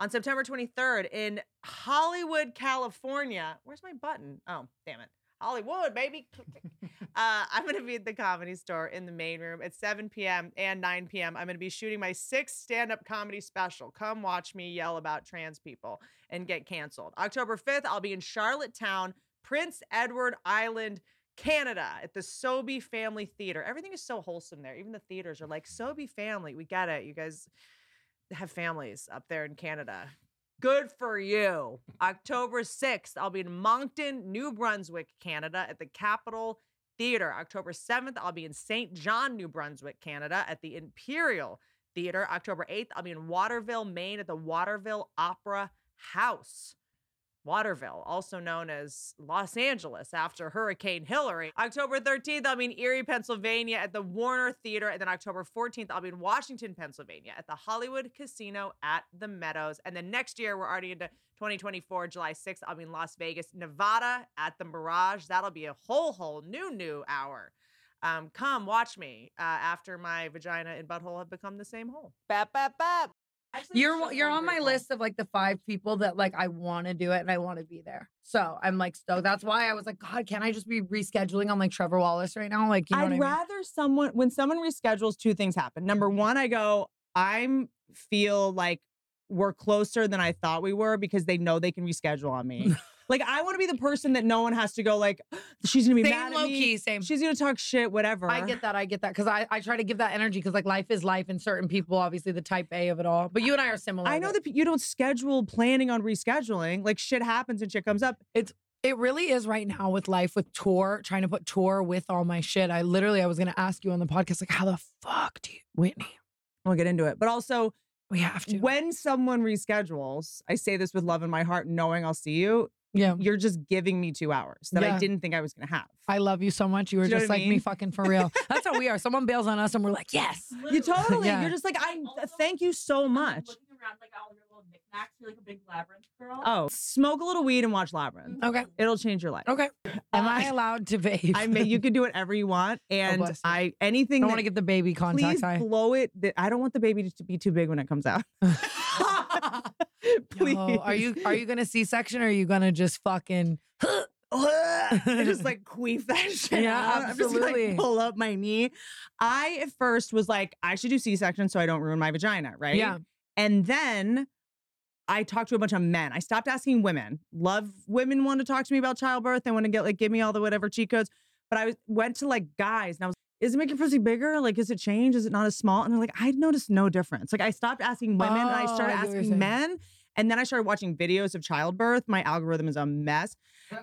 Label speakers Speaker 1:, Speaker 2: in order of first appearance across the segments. Speaker 1: on September 23rd in Hollywood, California. Where's my button? Oh, damn it. Hollywood, baby. uh, I'm going to be at the comedy store in the main room at 7 p.m. and 9 p.m. I'm going to be shooting my sixth stand up comedy special. Come watch me yell about trans people and get canceled. October 5th, I'll be in Charlottetown, Prince Edward Island, Canada at the Sobey Family Theater. Everything is so wholesome there. Even the theaters are like, Sobey Family, we get it. You guys have families up there in Canada. Good for you. October 6th, I'll be in Moncton, New Brunswick, Canada at the Capitol Theater. October 7th, I'll be in St. John, New Brunswick, Canada at the Imperial Theater. October 8th, I'll be in Waterville, Maine at the Waterville Opera House. Waterville, also known as Los Angeles after Hurricane Hillary. October 13th, I'll be in Erie, Pennsylvania at the Warner Theater. And then October 14th, I'll be in Washington, Pennsylvania at the Hollywood Casino at the Meadows. And then next year, we're already into 2024, July 6th, I'll be in Las Vegas, Nevada at the Mirage. That'll be a whole, whole new, new hour. Um, come watch me uh, after my vagina and butthole have become the same hole.
Speaker 2: Bap, bap, bap.
Speaker 1: Actually,
Speaker 3: You're
Speaker 1: I'm
Speaker 3: wa-
Speaker 1: so
Speaker 3: you're on my
Speaker 1: ungrateful.
Speaker 3: list of like the five people that like I want to do it and I want to be there. So I'm like stoked. That's why I was like, God, can I just be rescheduling on like Trevor Wallace right now? Like, you
Speaker 1: I'd
Speaker 3: know what I mean? Mm-hmm.
Speaker 1: rather someone when someone reschedules, two things happen. Number one, I go, I'm feel like we're closer than I thought we were because they know they can reschedule on me. like I want to be the person that no one has to go like she's gonna be mad
Speaker 3: same
Speaker 1: at
Speaker 3: low
Speaker 1: me.
Speaker 3: key, same.
Speaker 1: She's gonna talk shit, whatever.
Speaker 3: I get that. I get that because I, I try to give that energy because like life is life and certain people obviously the type A of it all. But you and I are similar.
Speaker 1: I know that you don't schedule planning on rescheduling. Like shit happens and shit comes up.
Speaker 3: It really is right now with life with tour, trying to put tour with all my shit. I literally I was gonna ask you on the podcast, like, how the fuck do you Whitney?
Speaker 1: We'll get into it. But also,
Speaker 3: We have to.
Speaker 1: when someone reschedules, I say this with love in my heart, knowing I'll see you,
Speaker 3: yeah.
Speaker 1: you're just giving me two hours that I
Speaker 3: Um Yeah.
Speaker 1: didn't think I was gonna have.
Speaker 3: I love you so much. You were
Speaker 1: Do you know
Speaker 3: just
Speaker 1: what I
Speaker 3: like me
Speaker 1: mean?
Speaker 3: fucking for real. That's how we are. Someone bails on us and we're like, yes.
Speaker 1: You totally.
Speaker 3: Yeah.
Speaker 1: You're just like I.
Speaker 4: Also,
Speaker 1: thank you so
Speaker 4: I'm, like,
Speaker 1: much.
Speaker 4: Looking around like all your little knickknacks, you're like a big labyrinth girl. Mm-hmm.
Speaker 1: Oh, smoke a little weed and watch Labyrinth.
Speaker 3: Okay.
Speaker 1: It'll change your life.
Speaker 3: Mm-hmm. Okay. Am I allowed to vape?
Speaker 1: I mean, you can do whatever you want, and
Speaker 3: bless you.
Speaker 1: I anything.
Speaker 3: don't
Speaker 1: that-
Speaker 3: want to get the baby
Speaker 1: please
Speaker 3: contacts. I
Speaker 1: blow it. That I don't want the baby to be too big when it comes out. please.
Speaker 3: Yo, are you are you gonna C section or are you gonna just fucking
Speaker 1: I just like queef that shit.
Speaker 3: Yeah,
Speaker 1: out. I'm just
Speaker 3: absolutely.
Speaker 1: like pull up my knee. I at first was like, I should do C-section so I don't ruin my vagina, right?
Speaker 3: Yeah.
Speaker 1: And then I talked to a bunch of men. I stopped asking women. Love women want to talk to me about childbirth. They want to get like give me all the whatever cheat codes. But I was, went to like guys and I was, is it making pussy bigger? Like, is it change? Is it not as small? And they're like, I noticed no difference. Like, I stopped asking women and I
Speaker 3: Oh,
Speaker 1: started
Speaker 3: I get what you're
Speaker 1: asking
Speaker 3: saying.
Speaker 1: men. And then I started watching videos of childbirth. My algorithm is a mess.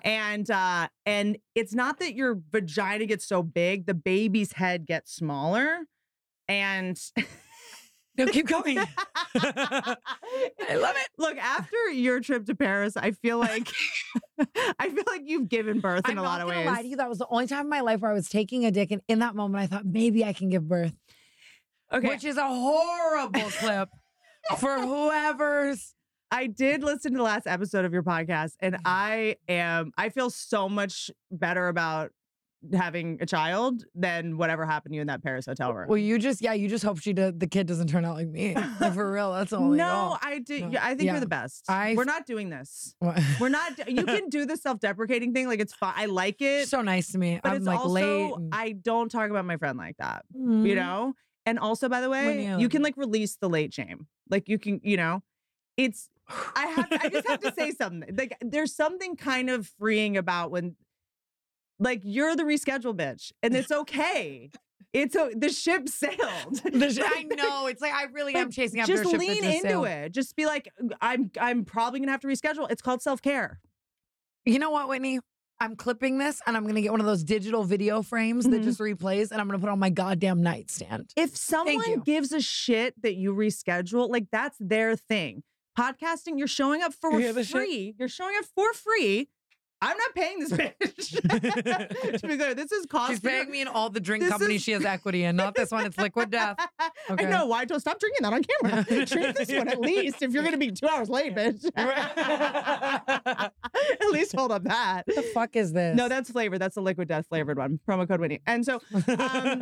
Speaker 1: And uh, and it's not that your vagina gets so big, the baby's head gets smaller. And
Speaker 3: No, keep going. I love it.
Speaker 1: Look, after your trip to Paris, I feel like I feel like you've given birth in
Speaker 3: I'm
Speaker 1: a lot
Speaker 3: not
Speaker 1: of
Speaker 3: gonna
Speaker 1: ways.
Speaker 3: lie to you. That was the only time in my life where I was taking a dick, and in that moment, I thought maybe I can give birth,
Speaker 1: Okay,
Speaker 3: which is a horrible clip for whoever's.
Speaker 1: I did listen to the last episode of your podcast, and
Speaker 3: Mm-hmm.
Speaker 1: I am I feel so much better about having a child than whatever happened to you in that Paris hotel room.
Speaker 3: Well, you just yeah, you just hope she did, the kid doesn't turn out like me. Like, for real, that's all.
Speaker 1: no, I do.
Speaker 3: No.
Speaker 1: yeah, I think
Speaker 3: Yeah.
Speaker 1: you're the best.
Speaker 3: I-
Speaker 1: We're not doing this.
Speaker 3: I,
Speaker 1: We're not. You can do the self-deprecating thing. Like it's fine. I like it,
Speaker 3: so nice to me.
Speaker 1: but
Speaker 3: I'm
Speaker 1: it's
Speaker 3: like
Speaker 1: also
Speaker 3: late. and-
Speaker 1: I don't talk about my friend like that. you
Speaker 3: Mm.
Speaker 1: know? And also, by the way,
Speaker 3: When you-
Speaker 1: you can like release the late shame. Like you can, you know, it's I have to, I just have to say something. Like there's something kind of freeing about when like you're the reschedule bitch and it's okay. It's o the ship sailed.
Speaker 3: The sh- I know it's like I really am
Speaker 1: Like,
Speaker 3: chasing after
Speaker 1: just
Speaker 3: a ship that
Speaker 1: lean
Speaker 3: just
Speaker 1: into
Speaker 3: sailed.
Speaker 1: it. Just be like, I'm I'm probably gonna have to reschedule. It's called self-care.
Speaker 3: You know what, Whitney? I'm clipping this and I'm gonna get one of those digital video frames that
Speaker 1: Mhm.
Speaker 3: just replays and I'm gonna put it on my goddamn nightstand.
Speaker 1: If someone
Speaker 3: you.
Speaker 1: gives a shit that you reschedule, like that's their thing. Podcasting, you're showing up for
Speaker 3: You hear the shit?
Speaker 1: free. You're showing up for free. I'm not paying this bitch. to be clear, this is cost.
Speaker 3: She's paying me in all the drink
Speaker 1: This
Speaker 3: companies
Speaker 1: is-
Speaker 3: she has equity in, not this one. It's Liquid Death. Okay.
Speaker 1: I know why. Don't stop drinking that on camera. Drink this one at least. If you're gonna be two hours late, bitch. at least hold up that.
Speaker 3: What the fuck is this?
Speaker 1: No, that's flavored. That's the liquid death flavored one. Promo code Whitney. And so, um,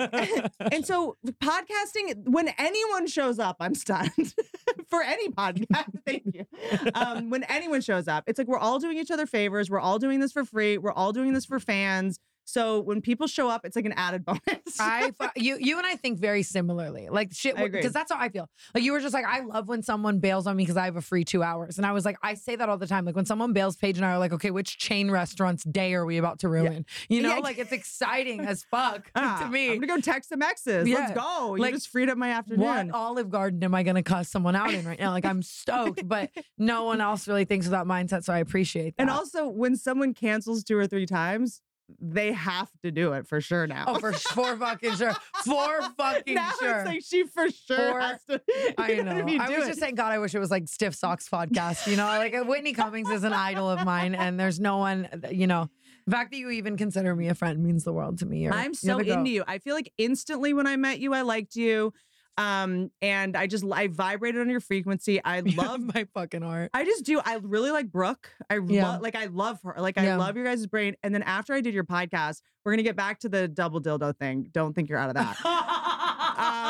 Speaker 1: and so podcasting. When anyone shows up, I'm stunned. for any podcast. Thank you. Um, when anyone shows up, it's like we're all doing each other favors. We're all doing this for free. We're all doing this for fans. So when people show up, it's like an added bonus.
Speaker 3: I fu- you you and I think very similarly. Like shit,
Speaker 1: I agree.
Speaker 3: because that's how I feel. Like you were just like, I love when someone bails on me because I have a free two hours, and I was like, I say that all the time. Like when someone bails, Paige and I are like, okay, which chain restaurant's day are we about to ruin? You know,
Speaker 1: Yeah.
Speaker 3: like it's exciting as fuck
Speaker 1: Ah,
Speaker 3: to me.
Speaker 1: I'm gonna go text some exes.
Speaker 3: Yeah.
Speaker 1: Let's go.
Speaker 3: Like,
Speaker 1: you just freed up my afternoon.
Speaker 3: What Olive Garden am I going to cuss someone out in right now? Like I'm stoked, but no one else really thinks of that mindset, so I appreciate that.
Speaker 1: And also, when someone cancels two or three times, they have to do it for sure now.
Speaker 3: oh, for for fucking sure, for fucking
Speaker 1: now
Speaker 3: sure.
Speaker 1: it's like she for sure
Speaker 3: For-
Speaker 1: has to.
Speaker 3: I
Speaker 1: even
Speaker 3: know.
Speaker 1: if you
Speaker 3: I
Speaker 1: do
Speaker 3: was
Speaker 1: it.
Speaker 3: just saying, God, I wish it was like Stiff Socks podcast. You know, like uh, Whitney Cummings is an idol of mine, and there's no one. that- You know, the fact that you even consider me a friend means the world to me. You're-
Speaker 1: I'm
Speaker 3: you're
Speaker 1: so
Speaker 3: the goat.
Speaker 1: into you. I feel like instantly when I met you, I liked you. Um, and I just I vibrated on your frequency. I
Speaker 3: You
Speaker 1: love
Speaker 3: my fucking art.
Speaker 1: I just do. I really like Brooke. I
Speaker 3: Yeah.
Speaker 1: lo- like I love her. Like
Speaker 3: Yeah.
Speaker 1: I love your guys' brain. And then after I did your podcast, we're gonna get back to the double dildo thing. Don't think you're out of that.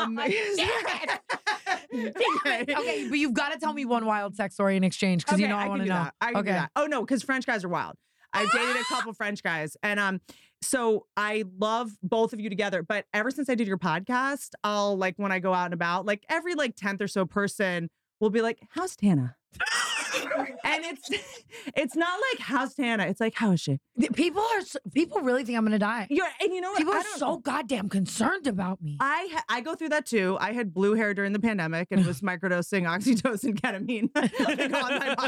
Speaker 1: Um,
Speaker 3: Damn it. Damn it.
Speaker 1: okay.
Speaker 3: Okay, but you've got to tell me one wild sex story in exchange because you
Speaker 1: Okay,
Speaker 3: know I,
Speaker 1: can
Speaker 3: want to
Speaker 1: do
Speaker 3: know.
Speaker 1: that. I can do
Speaker 3: Okay.
Speaker 1: that. Oh no, because French guys are wild. I've dated a couple French guys, and um, so I love both of you together. But ever since I did your podcast, I'll like when I go out and about, like every like tenth or so person will be like, "How's Tana?" and it's it's not like "How's Tana?" It's like "How is she?"
Speaker 3: Th- People are s- people really think I'm gonna die.
Speaker 1: You're and you know what?
Speaker 3: People
Speaker 1: I
Speaker 3: are
Speaker 1: don't-
Speaker 3: so goddamn concerned about me.
Speaker 1: I ha- I go through that too. I had blue hair during the pandemic and was microdosing oxytocin, ketamine like, on my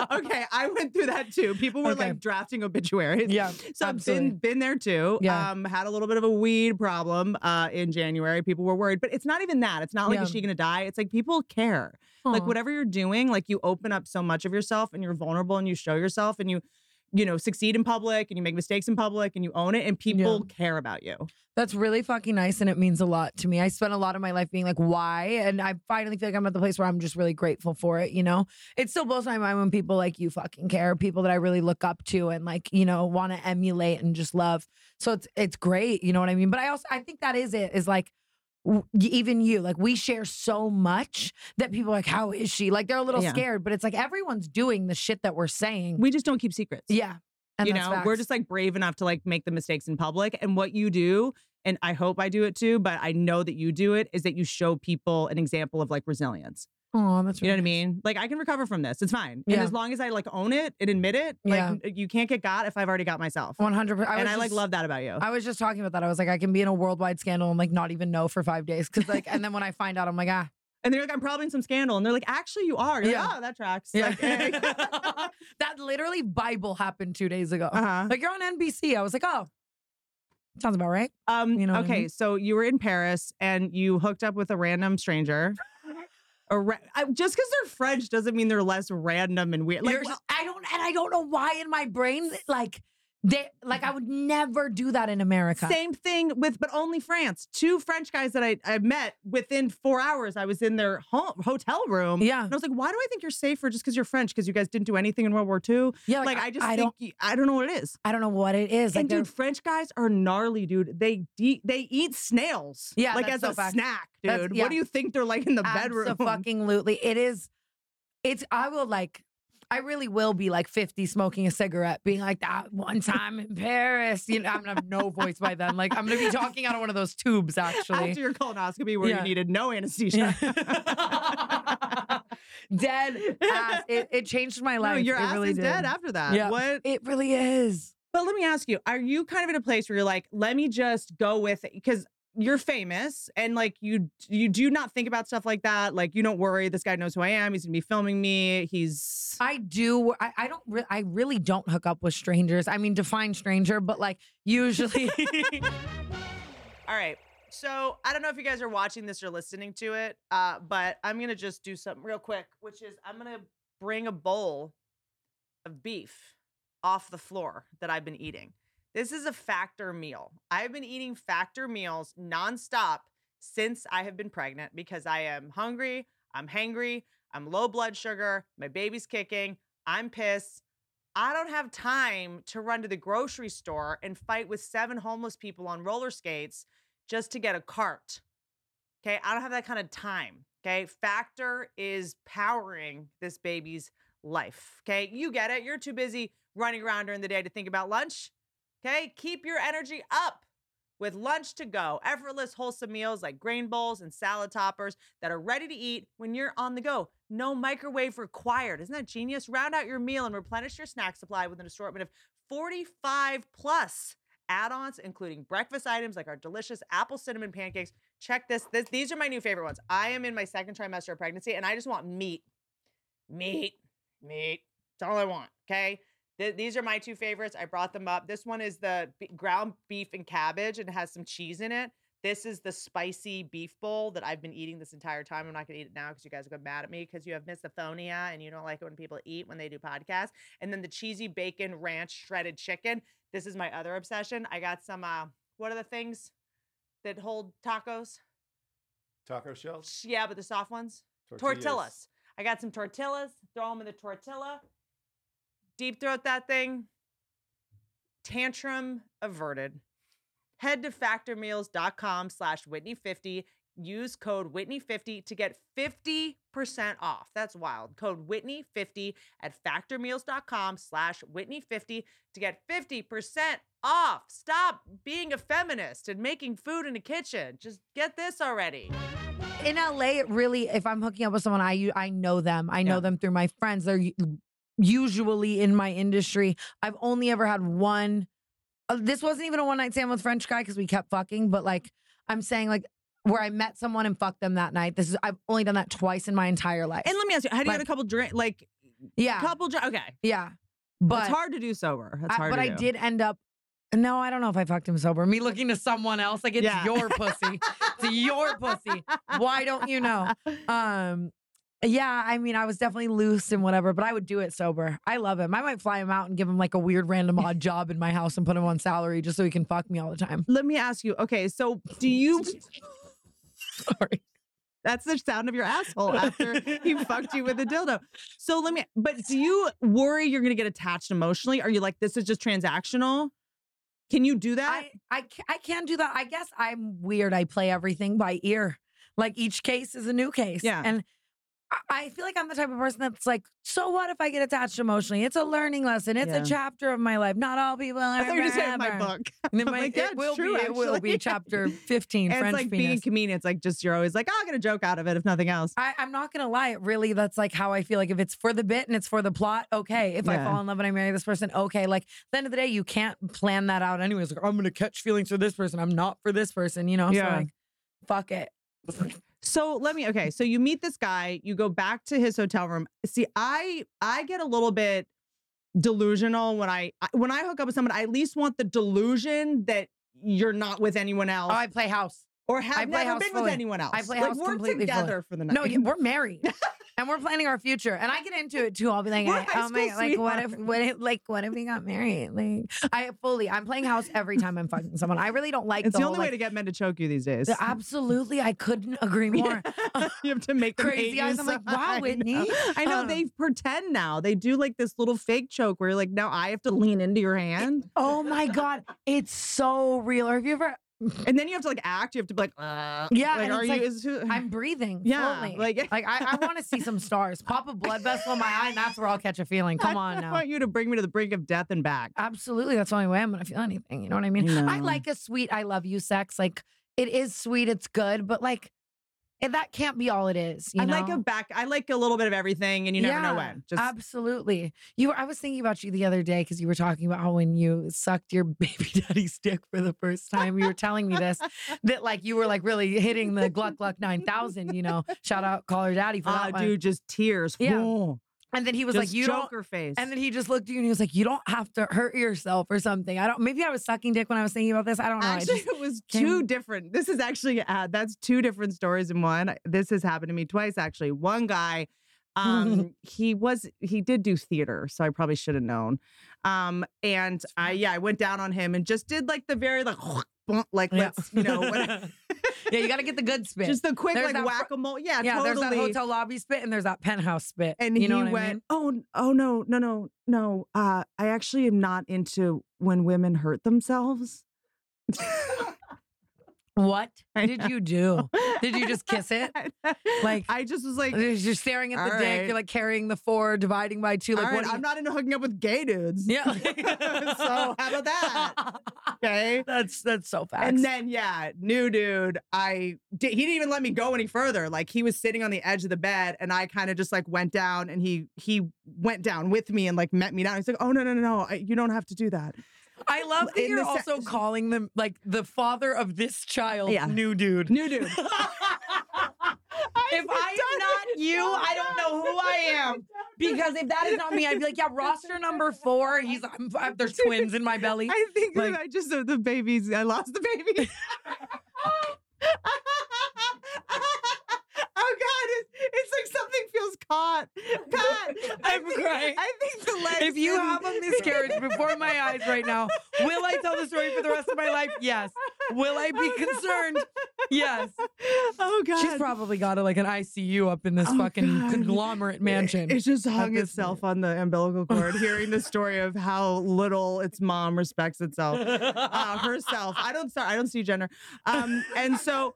Speaker 1: podcast. Okay, I went through that too. People were
Speaker 3: Okay.
Speaker 1: like drafting obituaries.
Speaker 3: yeah,
Speaker 1: So I've
Speaker 3: absolutely.
Speaker 1: been been there too.
Speaker 3: Yeah.
Speaker 1: Um, had a little bit of a weed problem uh, in January. People were worried, but it's not even that. It's not like is
Speaker 3: Yeah.
Speaker 1: she gonna die? It's like people care. Like
Speaker 3: Aw.
Speaker 1: whatever you're doing, like you open up so much of yourself and you're vulnerable and you show yourself and you, you know, succeed in public and you make mistakes in public and you own it and people care about you.
Speaker 3: That's really fucking nice and it means a lot to me. I spent a lot of my life being like, why? And I finally feel like I'm at the place where I'm just really grateful for it, you know? It still blows my mind when people like you fucking care, people that I really look up to and like, you know, want to emulate and just love. So it's it's great, you know what I mean? But I also I think that is it, is like w- even you, like we share so much that people are like, how is she? Like they're a little
Speaker 1: Yeah.
Speaker 3: scared, but it's like everyone's doing the shit that we're saying.
Speaker 1: We just don't keep secrets.
Speaker 3: yeah. And
Speaker 1: you
Speaker 3: that's
Speaker 1: know, we're
Speaker 3: facts.
Speaker 1: just like brave enough to like make the mistakes in public. And what you do, and I hope I do it too, but I know that you do it, is that you show people an example of like resilience.
Speaker 3: Aw, that's
Speaker 1: You know what I
Speaker 3: really nice.
Speaker 1: mean? Like I can recover from this. It's fine.
Speaker 3: Yeah.
Speaker 1: And as long as I like own it and admit it, like
Speaker 3: Yeah.
Speaker 1: n- you can't get got if I've already got myself.
Speaker 3: 100%. I
Speaker 1: and
Speaker 3: was
Speaker 1: I like
Speaker 3: just-
Speaker 1: love that about you.
Speaker 3: I was just talking about that. I was like, I can be in a worldwide scandal and like not even know for five days. Cause like, and then when I find out, I'm like, ah,
Speaker 1: and they're like, I'm probably in some scandal. And they're like, actually you are. You're like,
Speaker 3: Yeah.
Speaker 1: oh, that tracks.
Speaker 3: Yeah.
Speaker 1: Like, eh.
Speaker 3: that literally Bible happened two days ago.
Speaker 1: uh-huh.
Speaker 3: Like you're on NBC. I was like, oh, sounds about right.
Speaker 1: Um,
Speaker 3: You know what I
Speaker 1: okay,
Speaker 3: mean?
Speaker 1: so you were in Paris and you hooked up with a random stranger. A ra- I- just because they're French doesn't mean they're less random and weird. Like,
Speaker 3: Like, I don't, and I don't know why in my brain, like they, like I would never do that in America.
Speaker 1: same thing with, but only France. Two French guys that I, I met within four hours, I was in their home, hotel room.
Speaker 3: Yeah.
Speaker 1: And I was like, why do I think you're safer just because you're French? Because you guys didn't do anything in World War II?
Speaker 3: Yeah.
Speaker 1: Like, I just
Speaker 3: I
Speaker 1: think,
Speaker 3: don't,
Speaker 1: y- I don't know what it is.
Speaker 3: I don't know what it is. Like
Speaker 1: and
Speaker 3: they're-
Speaker 1: dude, French guys are gnarly, dude. They de- they eat snails.
Speaker 3: Yeah,
Speaker 1: Like
Speaker 3: that's
Speaker 1: as
Speaker 3: so
Speaker 1: a
Speaker 3: fact.
Speaker 1: snack, dude.
Speaker 3: That's- yeah.
Speaker 1: What do you think they're like in the bedroom?
Speaker 3: fucking lootly. It is. It's. I will like. I really will be like 50 smoking a cigarette, being like that one time in Paris. You know, I'm gonna have no voice by then. Like I'm gonna be talking out of one of those tubes, actually.
Speaker 1: After your colonoscopy, where
Speaker 3: Yeah.
Speaker 1: you needed no anesthesia.
Speaker 3: Yeah. Dead ass. It, it changed my life.
Speaker 1: No, your
Speaker 3: it
Speaker 1: ass
Speaker 3: really
Speaker 1: is dead
Speaker 3: did.
Speaker 1: after that.
Speaker 3: Yeah.
Speaker 1: What?
Speaker 3: It really is.
Speaker 1: But let me ask you: Are you kind of in a place where you're like, let me just go with it because you're famous and like you you do not think about stuff like that. Like you don't worry. This guy knows who I am. He's gonna be filming me. He's
Speaker 3: I do. I, I don't. Re- I really don't hook up with strangers. I mean, define stranger, but like usually.
Speaker 1: All right. So I don't know if you guys are watching this or listening to it, uh, but I'm gonna just do something real quick, which is I'm gonna bring a bowl of beef off the floor that I've been eating. This is a factor meal. I've been eating factor meals nonstop since I have been pregnant because I am hungry, I'm hangry, I'm low blood sugar, my baby's kicking, I'm pissed. I don't have time to run to the grocery store and fight with seven homeless people on roller skates just to get a cart. Okay. I don't have that kind of time. Okay. Factor is powering this baby's life. Okay. You get it. You're too busy running around during the day to think about lunch. Okay. Keep your energy up with lunch to go, effortless, wholesome meals like grain bowls and salad toppers that are ready to eat when you're on the go. No microwave required. Isn't that genius? Round out your meal and replenish your snack supply with an assortment of 45 plus add ons, including breakfast items like our delicious apple cinnamon pancakes. Check this. this these are my new favorite ones. I am in my second trimester of pregnancy and I just want meat. Meat. Meat. That's all I want. Okay. Th- these are my two favorites. I brought them up. This one is the b- ground beef and cabbage and it has some cheese in it. This is the spicy beef bowl that I've been eating this entire time. I'm not going to eat it now because you guys are going to mad at me because you have misophonia and you don't like it when people eat when they do podcasts. And then the cheesy bacon ranch shredded chicken. This is my other obsession. I got some, uh, what are the things that hold tacos?
Speaker 2: Taco shells?
Speaker 1: Sh- Yeah, but the soft ones?
Speaker 2: Tortillas.
Speaker 1: tortillas. I got some tortillas. Throw them in the tortilla. Deep throat that thing. Tantrum averted. Head to factormeals.com slash Whitney50. Use code Whitney50 to get 50% off. That's wild. Code Whitney50 at factormeals.com slash Whitney50 to get 50% off. Stop being a feminist and making food in the kitchen. Just get this already.
Speaker 3: in LA, it really, if I'm hooking up with someone, I u- I know them. I know
Speaker 1: Yeah.
Speaker 3: them through my friends. They're u- usually in my industry. I've only ever had one. uh, This wasn't even a one night stand with French guy because we kept fucking. But like, I'm saying like where I met someone and fucked them that night. This is I've only done that twice in my entire life.
Speaker 1: And let me ask you, how do you
Speaker 3: Like-
Speaker 1: get a couple drink? Like
Speaker 3: yeah,
Speaker 1: couple dri- okay
Speaker 3: yeah. But
Speaker 1: it's hard to do sober that's
Speaker 3: I-
Speaker 1: hard
Speaker 3: but
Speaker 1: to
Speaker 3: I
Speaker 1: do.
Speaker 3: did end up. No, I don't know if I fucked him sober. Me looking to someone else, like it's
Speaker 1: Yeah.
Speaker 3: your pussy. it's your pussy. Why don't you know? Um, yeah, I mean, I was definitely loose and whatever, but I would do it sober. I love him. I might fly him out and give him like a weird random odd job in my house and put him on salary just so he can fuck me all the time.
Speaker 1: let me ask you okay so do you
Speaker 3: Sorry.
Speaker 1: that's the sound of your asshole after he fucked you with a dildo so let me but do you worry you're gonna get attached emotionally are you like this is just transactional can you do that
Speaker 3: I, I, ca- I can do that. I guess I'm weird. I play everything by ear. Like each case is a new case.
Speaker 1: Yeah.
Speaker 3: And I- I feel like I'm the type of person that's like, so what if I get attached emotionally? It's a learning lesson. It's
Speaker 1: Yeah.
Speaker 3: a chapter of my life. Not all people.
Speaker 1: I thought you were just saying my
Speaker 3: ever."
Speaker 1: book.
Speaker 3: And it
Speaker 1: I'm
Speaker 3: might-
Speaker 1: like, yeah,
Speaker 3: it
Speaker 1: it's
Speaker 3: will
Speaker 1: true,
Speaker 3: be. It will
Speaker 1: actually.
Speaker 3: be chapter
Speaker 1: And
Speaker 3: 15.
Speaker 1: it's
Speaker 3: French
Speaker 1: like
Speaker 3: penis.
Speaker 1: being a comedian. It's like just you're always like, oh, I'll get a joke out of it if nothing else.
Speaker 3: I, I'm not gonna lie. It really, that's like how I feel. Like if it's for the bit and it's for the plot, okay. If I
Speaker 1: Yeah.
Speaker 3: fall in love and I marry this person, okay. Like at the end of the day, you can't plan that out anyways. Like I'm gonna catch feelings for this person. I'm not for this person. You know.
Speaker 1: Yeah.
Speaker 3: So like, fuck it.
Speaker 1: So let me okay, so you meet this guy, you go back to his hotel room. See, I I get a little bit delusional when I I- when I hook up with someone, I at least want the delusion that you're not with anyone else
Speaker 3: Oh, I play house.
Speaker 1: or have
Speaker 3: I play
Speaker 1: never
Speaker 3: house
Speaker 1: been
Speaker 3: fully.
Speaker 1: with anyone else.
Speaker 3: I play
Speaker 1: like,
Speaker 3: house
Speaker 1: we're
Speaker 3: completely fully.
Speaker 1: together for the night.
Speaker 3: No, yeah, we're married. And we're planning our future, and I get into it too. I'll be like,
Speaker 1: We're
Speaker 3: I-
Speaker 1: high
Speaker 3: "Oh my,
Speaker 1: school
Speaker 3: like what if, what if, like what if we got married?" Like, I fully, I'm playing house every time I'm fucking someone. I really don't like
Speaker 1: it's the,
Speaker 3: the
Speaker 1: only
Speaker 3: whole,
Speaker 1: way to get men to choke you these days.
Speaker 3: like, Absolutely, I couldn't agree more.
Speaker 1: you have to make them
Speaker 3: Crazy
Speaker 1: hate you
Speaker 3: eyes. I'm like,
Speaker 1: so-
Speaker 3: "Wow,
Speaker 1: I know.
Speaker 3: Whitney."
Speaker 1: I know
Speaker 3: Um,
Speaker 1: they pretend now. They do like this little fake choke where you're like, now I have to lean into your hand,
Speaker 3: Oh my god, it's so real. Or have you ever?
Speaker 1: and then you have to like act. You have to be like, uh,
Speaker 3: Yeah,
Speaker 1: like
Speaker 3: and
Speaker 1: are
Speaker 3: it's
Speaker 1: you?
Speaker 3: like,
Speaker 1: is who,
Speaker 3: I'm breathing.
Speaker 1: Yeah,
Speaker 3: floating.
Speaker 1: like-
Speaker 3: like I, I want to see some stars. Pop a blood vessel in my eye, and that's where I'll catch a feeling. Come on
Speaker 1: I
Speaker 3: now.
Speaker 1: want you to bring me to the brink of death and back.
Speaker 3: Absolutely, that's the only way I'm gonna feel anything. You know what I mean? I
Speaker 1: No.
Speaker 3: like a sweet "I love you" sex. Like it is sweet, it's good, but like and that can't be all it is. You
Speaker 1: I
Speaker 3: know?
Speaker 1: like a back. I like a little bit of everything, and you never know
Speaker 3: Yeah,
Speaker 1: when. Just
Speaker 3: Absolutely. You were I was thinking about you the other day because you were talking about how when you sucked your baby daddy's dick for the first time, you were telling me this that like you were like really hitting the Gluck Gluck 9000, you know. Shout out call her daddy for
Speaker 1: ah,
Speaker 3: that one.
Speaker 1: dude, just tears.
Speaker 3: Yeah.
Speaker 1: Whoa.
Speaker 3: And then he was
Speaker 1: Just
Speaker 3: like you don't
Speaker 1: Joker face.
Speaker 3: and then he just looked at you and he was like, "You don't have to hurt yourself or something." I don't. Maybe I was sucking dick when I was thinking about this. I don't know. I
Speaker 1: Actually,
Speaker 3: just-
Speaker 1: it was
Speaker 3: came-
Speaker 1: two different. This is actually uh, that's two different stories in one. This has happened to me twice actually. One guy, um, he was he did do theater, so I probably should have known. Um, and I yeah, I went down on him and just did like the very like like
Speaker 3: Yeah.
Speaker 1: let's you know what,
Speaker 3: yeah, you got to get the good spit.
Speaker 1: just the quick
Speaker 3: There's
Speaker 1: like
Speaker 3: that fr-
Speaker 1: whack a mole. Yeah,
Speaker 3: yeah,
Speaker 1: totally.
Speaker 3: there's that hotel lobby spit and there's that penthouse spit.
Speaker 1: and
Speaker 3: you
Speaker 1: he
Speaker 3: know what I mean?
Speaker 1: went, "Oh, n- oh no, no, no, no! Uh, I actually am not into when women hurt themselves."
Speaker 3: What
Speaker 1: I
Speaker 3: did
Speaker 1: know.
Speaker 3: you do? Oh, Did you just kiss it? Like-
Speaker 1: I just was like,
Speaker 3: You're staring at the
Speaker 1: All
Speaker 3: dick.
Speaker 1: right.
Speaker 3: You're like carrying the four, dividing by two. Like,
Speaker 1: "All right,
Speaker 3: what? do
Speaker 1: I'm not into hooking up with gay dudes.
Speaker 3: you- yeah.
Speaker 1: so how about that? Okay.
Speaker 3: That's that's so fast.
Speaker 1: And then yeah, new dude. I did, he didn't even let me go any further. Like he was sitting on the edge of the bed, and I kind of just like went down, and he he went down with me and like met me down. He's like, "Oh no no no no, I, you don't have to do that."
Speaker 3: I love that
Speaker 1: in
Speaker 3: you're
Speaker 1: the se-
Speaker 3: also calling them like the father of this child,
Speaker 1: Yeah.
Speaker 3: new dude.
Speaker 1: New dude.
Speaker 3: if I
Speaker 1: not you, I don't know who I am.
Speaker 3: because if that is not me, I'd be like, yeah, roster number four. He's I'm, i there's twins in my belly.
Speaker 1: I think
Speaker 3: Like-
Speaker 1: that I just uh, the babies. I lost the baby. oh God! It's, it's like something feels caught. God, I
Speaker 3: I'm
Speaker 1: think-
Speaker 3: crying.
Speaker 1: I think the legs.
Speaker 3: If you
Speaker 1: didn't-
Speaker 3: have a miscarriage before my eyes right now, will I tell the story for the rest of my life? Yes. Will I be
Speaker 1: Oh, no.
Speaker 3: concerned? Yes.
Speaker 1: Oh God!
Speaker 3: She's probably got a, like an ICU up in this
Speaker 1: Oh,
Speaker 3: fucking
Speaker 1: God.
Speaker 3: conglomerate mansion.
Speaker 1: It, it just hung
Speaker 3: this
Speaker 1: itself on the umbilical cord. hearing the story of how little its mom respects itself, uh, herself. I don't. Sorry, I don't see gender. Um, and so.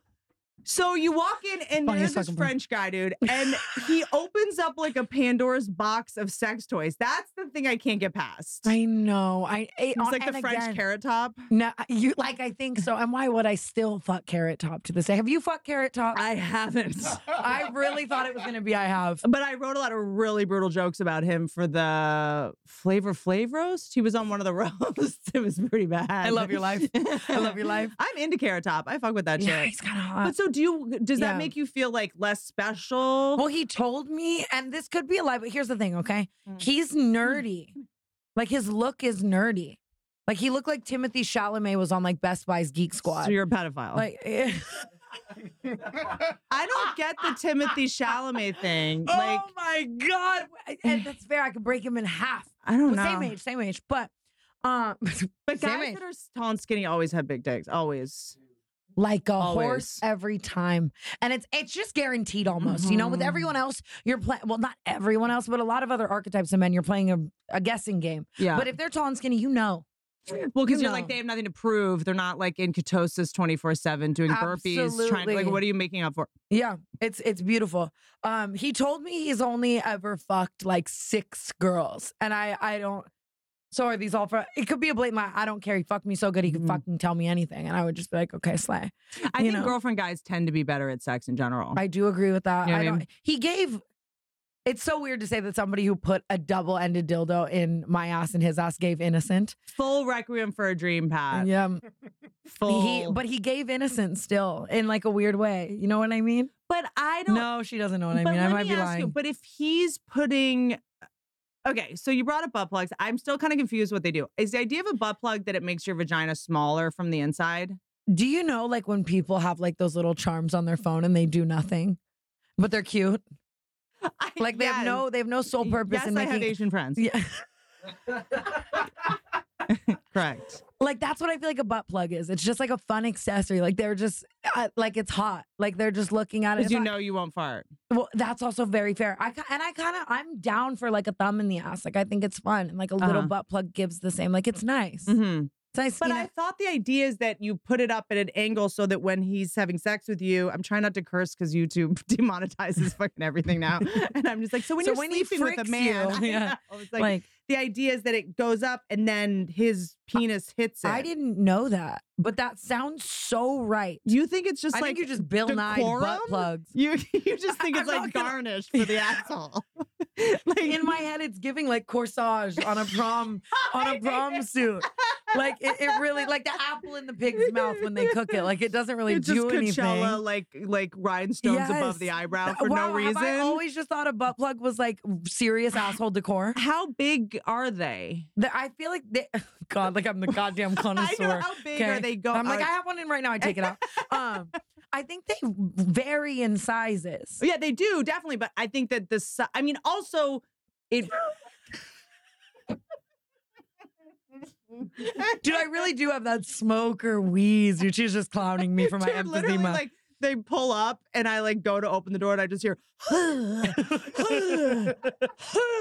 Speaker 1: So you walk in and
Speaker 3: Funniest
Speaker 1: there's this
Speaker 3: fucking thing.
Speaker 1: French guy dude, and he opens up like a Pandora's box of sex toys. That's the thing I can't get past.
Speaker 3: I know. I it,
Speaker 1: He's like the
Speaker 3: and
Speaker 1: French
Speaker 3: again,
Speaker 1: carrot top.
Speaker 3: No, you like I think so. And why would I still fuck Carrot Top to this day? Have you fucked Carrot Top?
Speaker 1: I haven't.
Speaker 3: I really thought it was gonna be I have.
Speaker 1: But I wrote a lot of really brutal jokes about him for the Flavor Flav roast. He was on one of the roasts. It was pretty bad. I
Speaker 3: love your life. I love your life.
Speaker 1: I'm into Carrot Top. I fuck with that
Speaker 3: Yeah,
Speaker 1: shit.
Speaker 3: he's kind of hot.
Speaker 1: But so do you? Does
Speaker 3: Yeah.
Speaker 1: that make you feel like less special?
Speaker 3: Well, he told me, and this could be a lie, but here's the thing, okay?
Speaker 1: Mm.
Speaker 3: He's nerdy. Like his look is nerdy. Like he looked like Timothy Chalamet was on like Best Buy's Geek Squad.
Speaker 1: So you're a pedophile.
Speaker 3: like eh. ah,
Speaker 1: I don't get the Timothy Chalamet thing. like
Speaker 3: Oh my god. And that's fair. I could break him in half.
Speaker 1: I don't know.
Speaker 3: Well, Same age, same age. But um
Speaker 1: But
Speaker 3: same
Speaker 1: guys
Speaker 3: age.
Speaker 1: that are tall and skinny always have big dicks. Always.
Speaker 3: like a horse
Speaker 1: Always.
Speaker 3: every time. And it's it's just guaranteed almost. You know, with
Speaker 1: Mhm.
Speaker 3: everyone else, you're playing well, not everyone else, but a lot of other archetypes of men, you're playing a, a guessing game.
Speaker 1: Yeah.
Speaker 3: But if they're tall and skinny, you know.
Speaker 1: Well, because
Speaker 3: you
Speaker 1: you're like,
Speaker 3: know.
Speaker 1: they have nothing to prove. They're not like in ketosis 24 7 doing burpees, trying to, like,
Speaker 3: Absolutely.
Speaker 1: what are you making up for?
Speaker 3: Yeah, it's it's beautiful. Um, he told me he's only ever fucked like six girls, and I I don't. So are these all for? It could be a blatant lie. I don't care. He fucked me so good he could
Speaker 1: Mhm.
Speaker 3: fucking tell me anything, and I would just be like, okay, slay.
Speaker 1: I
Speaker 3: you
Speaker 1: think
Speaker 3: know.
Speaker 1: girlfriend guys tend to be better at sex in general.
Speaker 3: I do agree with that.
Speaker 1: You know what
Speaker 3: I
Speaker 1: I
Speaker 3: don't.
Speaker 1: mean?
Speaker 3: He gave. It's so weird to say that somebody who put a double-ended dildo in my ass and his ass gave innocent.
Speaker 1: Full requiem for a dream, Pat.
Speaker 3: yeah,
Speaker 1: Full.
Speaker 3: he, but he gave innocent still in like a weird way. You know what I mean?
Speaker 1: but I don't.
Speaker 3: No, she doesn't know what
Speaker 1: but
Speaker 3: I mean. I
Speaker 1: let
Speaker 3: might
Speaker 1: me
Speaker 3: be
Speaker 1: ask
Speaker 3: lying.
Speaker 1: You, but if he's putting. Okay, so you brought up butt plugs. I'm still kind of confused what they do. Is the idea of a butt plug that it makes your vagina smaller from the inside?
Speaker 3: Do you know like when people have like those little charms on their phone and they do nothing? But they're cute.
Speaker 1: I-
Speaker 3: Like they
Speaker 1: yes.
Speaker 3: have no they have no sole purpose
Speaker 1: Yes,
Speaker 3: in
Speaker 1: I have
Speaker 3: making
Speaker 1: Asian friends.
Speaker 3: yeah.
Speaker 1: Correct.
Speaker 3: Like that's what I feel like a butt plug is. It's just like a fun accessory. Like they're just uh, like it's hot. Like they're just looking at it.
Speaker 1: Because
Speaker 3: It's
Speaker 1: you
Speaker 3: hot.
Speaker 1: know you won't fart.
Speaker 3: well, that's also very fair. I ki- and I kind of I'm down for like a thumb in the ass. Like I think it's fun. And like a little
Speaker 1: Uh-huh.
Speaker 3: butt plug gives the same. Like it's nice.
Speaker 1: Mm-hmm.
Speaker 3: It's nice.
Speaker 1: But
Speaker 3: you
Speaker 1: I
Speaker 3: know-
Speaker 1: thought the idea is that you put it up at an angle so that when he's having sex with you, I'm trying not to curse because YouTube demonetizes fucking everything now. And I'm just like, so when
Speaker 3: So
Speaker 1: you're
Speaker 3: when he
Speaker 1: sleeping with a
Speaker 3: fricks
Speaker 1: man,
Speaker 3: you,
Speaker 1: I
Speaker 3: yeah,
Speaker 1: know, it's
Speaker 3: like,
Speaker 1: like, the idea is that it goes up and then his penis hits it.
Speaker 3: I didn't know that. But that sounds so right.
Speaker 1: You think it's just
Speaker 3: I
Speaker 1: like
Speaker 3: think you just Bill Nye butt
Speaker 1: decorum?
Speaker 3: plugs.
Speaker 1: you you just think
Speaker 3: I'm
Speaker 1: it's like
Speaker 3: not gonna-
Speaker 1: garnish for the asshole. like
Speaker 3: in my head it's giving like corsage on a prom on a prom suit like it, it really like the apple in the pig's mouth when they cook it like it doesn't really
Speaker 1: it's just
Speaker 3: do anything
Speaker 1: Coachella, like like rhinestones above the
Speaker 3: Yes.
Speaker 1: eyebrow for
Speaker 3: wow,
Speaker 1: no reason.
Speaker 3: have I always just thought a butt plug was like serious asshole decor.
Speaker 1: How big are they?
Speaker 3: That I feel like they, God, like I'm the goddamn
Speaker 1: I know
Speaker 3: connoisseur.
Speaker 1: how big
Speaker 3: okay?
Speaker 1: are they going?
Speaker 3: I'm like, I have one in right now. I take it out. Um, I think they vary in sizes.
Speaker 1: Oh, Yeah, they do definitely, but I think that the si- I mean, also it.
Speaker 3: Dude, I really do have that smoker wheeze. She's just clowning me for my
Speaker 1: Dude,
Speaker 3: emphysema.
Speaker 1: literally, like they pull up and I like go to open the door and I just hear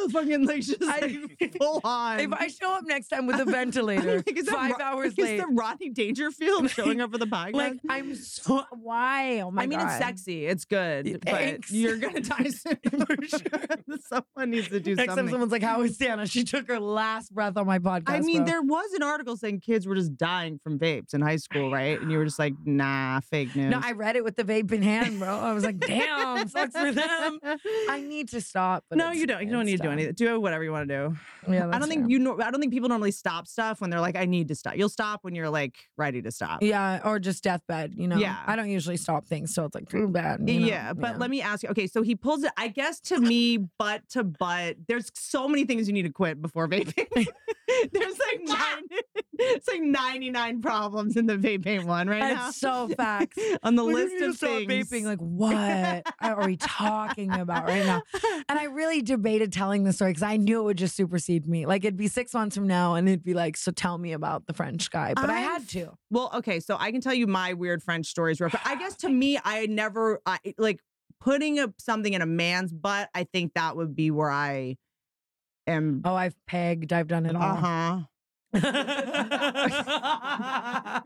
Speaker 1: fucking like just
Speaker 3: I-
Speaker 1: like, full on.
Speaker 3: If I show up next time with a
Speaker 1: I'm
Speaker 3: ventilator,
Speaker 1: like, is that
Speaker 3: five
Speaker 1: Ro-
Speaker 3: hours
Speaker 1: is
Speaker 3: late,
Speaker 1: the Rodney Dangerfield showing up for the podcast?
Speaker 3: like I'm so why? Oh my
Speaker 1: I mean,
Speaker 3: god!
Speaker 1: it's sexy, it's good,
Speaker 3: Thanks.
Speaker 1: but you're gonna die soon for sure. Someone needs to do
Speaker 3: Next time
Speaker 1: something.
Speaker 3: someone's like, "How is Santa?" She took her last breath on my podcast.
Speaker 1: I mean,
Speaker 3: bro.
Speaker 1: there was an article saying kids were just dying from vapes in high school, right? And you were just like, nah, fake news.
Speaker 3: No, I read it with the vape in hand, bro. I was like, "Damn, sucks for them." I need to stop. But
Speaker 1: no,
Speaker 3: it's-
Speaker 1: you don't. You don't
Speaker 3: it's
Speaker 1: need to do
Speaker 3: done.
Speaker 1: anything. Do whatever you want to do.
Speaker 3: Yeah,
Speaker 1: I don't think you. Nor- I don't think people normally stop stuff when they're like, "I need to stop." You'll stop when you're like ready to stop.
Speaker 3: Yeah, or just deathbed. You know.
Speaker 1: Yeah.
Speaker 3: I don't usually stop things, so it's like too bad. you know?
Speaker 1: yeah, but let me ask you. Okay, so he pulls it. I guess to me, butt to butt. There's so many things you need to quit before vaping. there's like nine. it's like 99 problems in the vaping one right now.
Speaker 3: That's so facts.
Speaker 1: On the
Speaker 3: When you
Speaker 1: list
Speaker 3: need
Speaker 1: of
Speaker 3: to stop
Speaker 1: things.
Speaker 3: Vaping, like what are we talking about right now? And I really debated telling the story because I knew it would just supersede me. Like it'd be six months from now, and it'd be like, so tell me about the French guy. But i
Speaker 1: I'm
Speaker 3: had
Speaker 1: f-
Speaker 3: to.
Speaker 1: Well, okay, so I can tell you my weird French stories real quick. I guess to me, I never I, like putting up something in a man's butt. I think that would be where I am.
Speaker 3: Oh, I've pegged. I've done it all.
Speaker 1: Uh huh.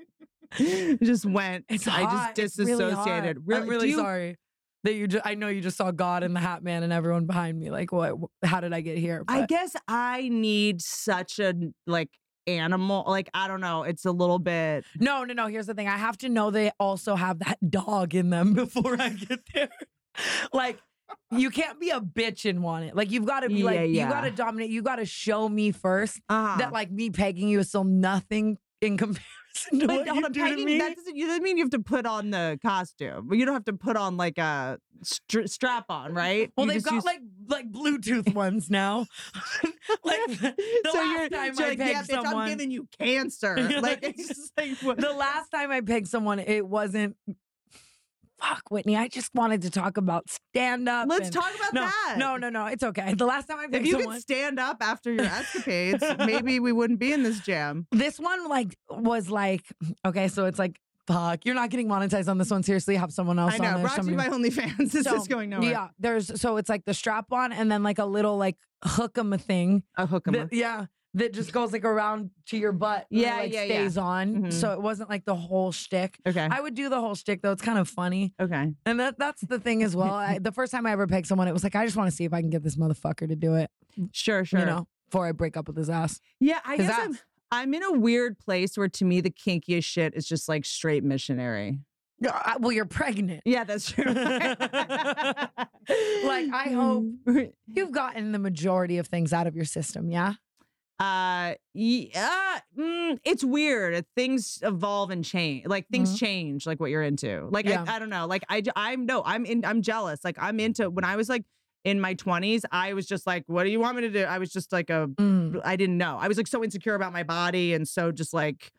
Speaker 1: just went.
Speaker 3: It's
Speaker 1: I just
Speaker 3: hot. It's really
Speaker 1: disassociated.
Speaker 3: hot.
Speaker 1: Really,
Speaker 3: I'm really
Speaker 1: do you-
Speaker 3: sorry that you. Ju- I know you just saw God and the Hat Man and everyone behind me. Like, what? wh- How did I get here?
Speaker 1: I
Speaker 3: But
Speaker 1: guess I need such a like animal. Like I don't know. It's a little bit.
Speaker 3: no, no, no. Here's the thing. I have to know they also have that dog in them before I get there. like. You can't be a bitch and want it. Like you've got to be like
Speaker 1: Yeah,
Speaker 3: you got to
Speaker 1: yeah.
Speaker 3: dominate. You got to show me first
Speaker 1: Uh-huh.
Speaker 3: that like me pegging you is still nothing in comparison to
Speaker 1: But
Speaker 3: what
Speaker 1: hold
Speaker 3: you
Speaker 1: on,
Speaker 3: do to
Speaker 1: pegging,
Speaker 3: me.
Speaker 1: That doesn't, you doesn't mean you have to put on the costume. You don't have to put on like a str- strap on, right?
Speaker 3: Uh, well,
Speaker 1: You
Speaker 3: they've
Speaker 1: just
Speaker 3: got
Speaker 1: use-
Speaker 3: like like Bluetooth ones now. like the
Speaker 1: so
Speaker 3: last
Speaker 1: you're,
Speaker 3: time
Speaker 1: so
Speaker 3: I
Speaker 1: like,
Speaker 3: pegged
Speaker 1: yeah, bitch,
Speaker 3: someone-
Speaker 1: I'm giving you cancer. like it's just like what?
Speaker 3: the last time I pegged someone, it wasn't. Fuck, Whitney. I just wanted to talk about stand up.
Speaker 1: Let's talk about
Speaker 3: no,
Speaker 1: that.
Speaker 3: No, no, no. It's okay. The last time I
Speaker 1: If
Speaker 3: picked
Speaker 1: you
Speaker 3: someone,
Speaker 1: could stand up after your escapades, maybe we wouldn't be in this jam.
Speaker 3: this one like was like okay. So it's like fuck. You're not getting monetized on this one. Seriously, have someone else
Speaker 1: I
Speaker 3: on
Speaker 1: know.
Speaker 3: there.
Speaker 1: Brought to you
Speaker 3: somebody-
Speaker 1: by OnlyFans. This
Speaker 3: So,
Speaker 1: is going nowhere.
Speaker 3: Yeah, there's so it's like the strap on and then like a little like hook 'em a thing.
Speaker 1: a hook 'em
Speaker 3: that-
Speaker 1: up.
Speaker 3: yeah, that just goes like around to your butt. and it,
Speaker 1: Yeah,
Speaker 3: like,
Speaker 1: yeah, yeah.
Speaker 3: stays on.
Speaker 1: Mhm.
Speaker 3: So it wasn't like the whole shtick.
Speaker 1: Okay.
Speaker 3: I would do the whole shtick though. It's kind of funny.
Speaker 1: okay.
Speaker 3: And that that's the thing as well. I, the first time I ever pegged someone, it was like, I just want to see if I can get this motherfucker to do it,
Speaker 1: Sure. Sure.
Speaker 3: you know, before I break up with his ass.
Speaker 1: Yeah. I
Speaker 3: 'Cause
Speaker 1: guess
Speaker 3: that's-
Speaker 1: I'm. I'm in a weird place where, to me, the kinkiest shit is just like straight missionary.
Speaker 3: No, I- well, you're pregnant.
Speaker 1: Yeah, that's true.
Speaker 3: Like, I hope- You've gotten the majority of things out of your system, yeah?
Speaker 1: Uh, yeah, mm, it's weird. Uh, Things evolve and change. Like things
Speaker 3: Mhm.
Speaker 1: change. Like what you're into. Like
Speaker 3: Yeah.
Speaker 1: I, I don't know. Like I, j- I'm no, I'm in. I'm jealous. Like I'm into. When I was like in my 20s, I was just like, what do you want me to do? I was just like a
Speaker 3: Mm.
Speaker 1: I didn't know. I was like so insecure about my body and so just like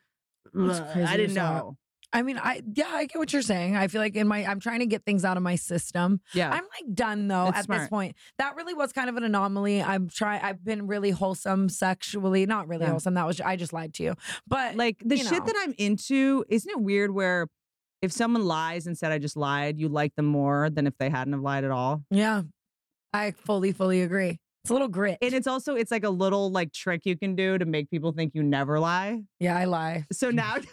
Speaker 3: That's
Speaker 1: ugh,
Speaker 3: crazy
Speaker 1: I
Speaker 3: to
Speaker 1: didn't
Speaker 3: thought.
Speaker 1: know.
Speaker 3: I mean, I yeah, I get what you're saying. I feel like in my I'm trying to get things out of my system.
Speaker 1: Yeah.
Speaker 3: I'm like done though
Speaker 1: That's
Speaker 3: at this
Speaker 1: smart.
Speaker 3: point. That really was kind of an anomaly. I'm try I've been really wholesome sexually, not really
Speaker 1: Yeah.
Speaker 3: wholesome. That was I just lied to you. But
Speaker 1: like the
Speaker 3: eh, you
Speaker 1: shit that I'm into, isn't it weird where if someone lies and said I just lied, you like them more than if they hadn't have lied at all?
Speaker 3: yeah. I fully fully agree. It's a little grit.
Speaker 1: And it's also it's like a little like trick you can do to make people think you never lie.
Speaker 3: yeah, I lie.
Speaker 1: So now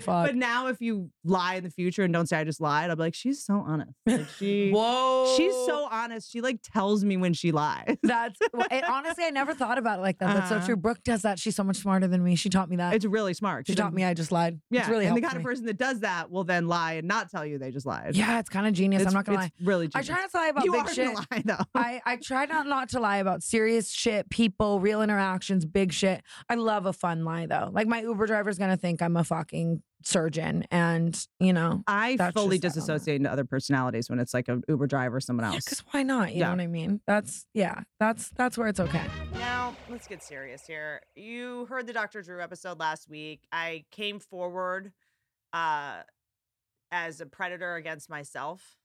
Speaker 3: Fuck.
Speaker 1: but now if you lie in the future and don't say I just lied, I'll be like, she's so honest. Like she
Speaker 3: Whoa.
Speaker 1: she's so honest. She like tells me when she lies.
Speaker 3: that's well, it, honestly I never thought about it like that. That's so
Speaker 1: Uh-huh.
Speaker 3: true. Brooke does that. She's so much smarter than me. She taught me that.
Speaker 1: It's really smart.
Speaker 3: Uh, she
Speaker 1: 'cause
Speaker 3: taught
Speaker 1: then-
Speaker 3: me I just lied.
Speaker 1: Yeah,
Speaker 3: it's really
Speaker 1: and the
Speaker 3: helped
Speaker 1: kind of
Speaker 3: me.
Speaker 1: person that does that will then lie and not tell you they just lied.
Speaker 3: Yeah, it's kind of genius.
Speaker 1: it's,
Speaker 3: I'm not gonna lie.
Speaker 1: it's Really,
Speaker 3: I
Speaker 1: genius.
Speaker 3: try not to lie about
Speaker 1: you
Speaker 3: big
Speaker 1: are
Speaker 3: shit.
Speaker 1: gonna lie though.
Speaker 3: I, I try not, not to lie about serious shit, people, real interactions, big shit. I love a fun lie though. Like my Uber driver's gonna think I'm a fucking surgeon and you know
Speaker 1: I
Speaker 3: That's
Speaker 1: fully
Speaker 3: just that on that.
Speaker 1: disassociate into other personalities when it's like an Uber driver or someone else.
Speaker 3: because why not? You know
Speaker 1: Yeah.
Speaker 3: what I mean? That's yeah, that's that's where it's okay.
Speaker 1: Now, let's get serious here. You heard the Dr. Drew episode last week. I came forward uh, as a predator against myself.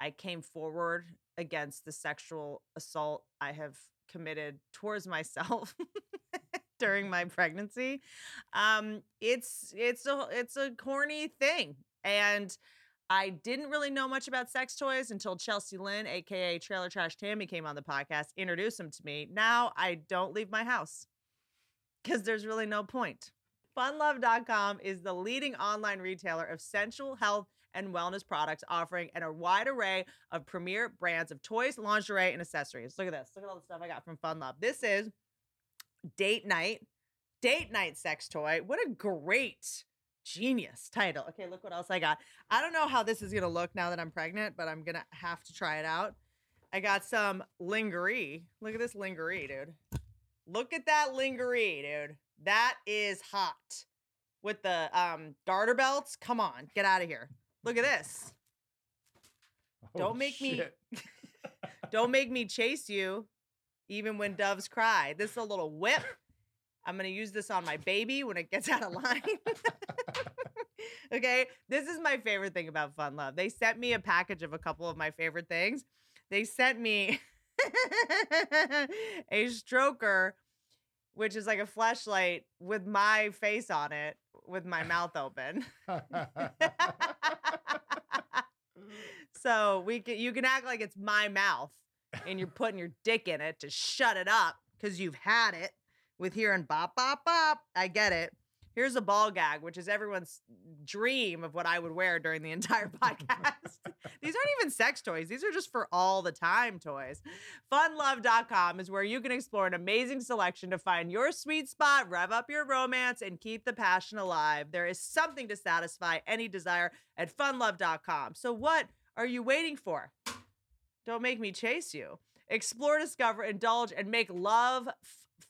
Speaker 1: I came forward against the sexual assault I have committed towards myself during my pregnancy. Um, it's it's a it's a corny thing, and I didn't really know much about sex toys until Chelsea Lynn, aka Trailer Trash Tammy, came on the podcast, introduced them to me. Now I don't leave my house because there's really no point. Funlove.com is the leading online retailer of sensual health and wellness products, offering an, a wide array of premier brands of toys, lingerie, and accessories. Look at this. Look at all the stuff I got from Funlove. This is date night, date night sex toy. What a great genius title. Okay, look what else I got. I don't know how this is gonna look now that I'm pregnant, but I'm gonna have to try it out. I got some lingerie. Look at this lingerie, dude. Look at that lingerie, dude. That is hot. With the um, garter belts, come on, get out of here. Look at this.
Speaker 2: Oh,
Speaker 1: Don't make me- Don't make me chase you, even when doves cry. This is a little whip. I'm gonna use this on my baby when it gets out of line. okay, this is my favorite thing about Fun Love. They sent me a package of a couple of my favorite things. They sent me a stroker, which is like a flashlight with my face on it, with my mouth open.
Speaker 3: Oh
Speaker 1: so we can you can act like it's my mouth and you're putting your dick in it to shut it up because you've had it with hearing bop bop bop. I get it. Here's a ball gag, which is everyone's dream of what I would wear during the entire podcast. These aren't even sex toys. These are just for all the time toys. Funlove.com is where you can explore an amazing selection to find your sweet spot, rev up your romance, and keep the passion alive. There is something to satisfy any desire at funlove.com. So, what are you waiting for? Don't make me chase you. Explore, discover, indulge, and make love f-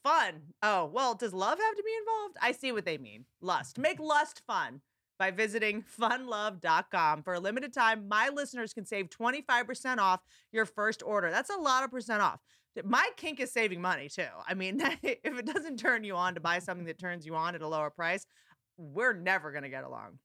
Speaker 1: fun. Oh, well, does love have to be involved? I see what they mean. Lust. Make lust fun by visiting funlove.com. For a limited time, my listeners can save 25% off your first order. That's a lot of percent off. My kink is saving money too. I mean, if it doesn't turn you on to buy something that turns you on at a lower price, we're never going to get along.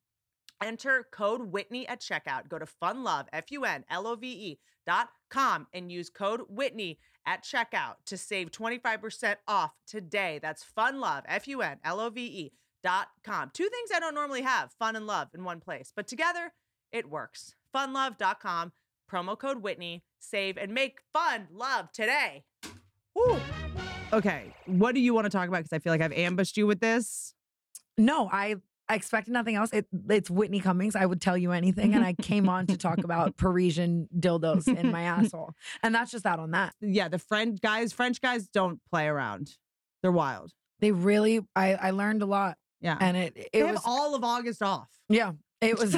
Speaker 1: Enter code Whitney at checkout. Go to funlove, F U N L O V E dot com and use code Whitney at checkout to save 25% off today. That's funlove, F U N L O V E dot com. Two things I don't normally have fun and love in one place, but together it works. Funlove.com, promo code Whitney, save and make fun love today. Woo. Okay, what do you want to talk about? Because I feel like I've ambushed you with this.
Speaker 3: No, I I expected nothing else. It, it's Whitney Cummings. I would tell you anything. And I came on to talk about Parisian dildos in my asshole. And that's just that on that.
Speaker 1: Yeah, the French guys, French guys don't play around. They're wild.
Speaker 3: They really, I, I learned a lot.
Speaker 1: Yeah.
Speaker 3: And it,
Speaker 1: they
Speaker 3: it was,
Speaker 1: have all of August off.
Speaker 3: yeah, it was,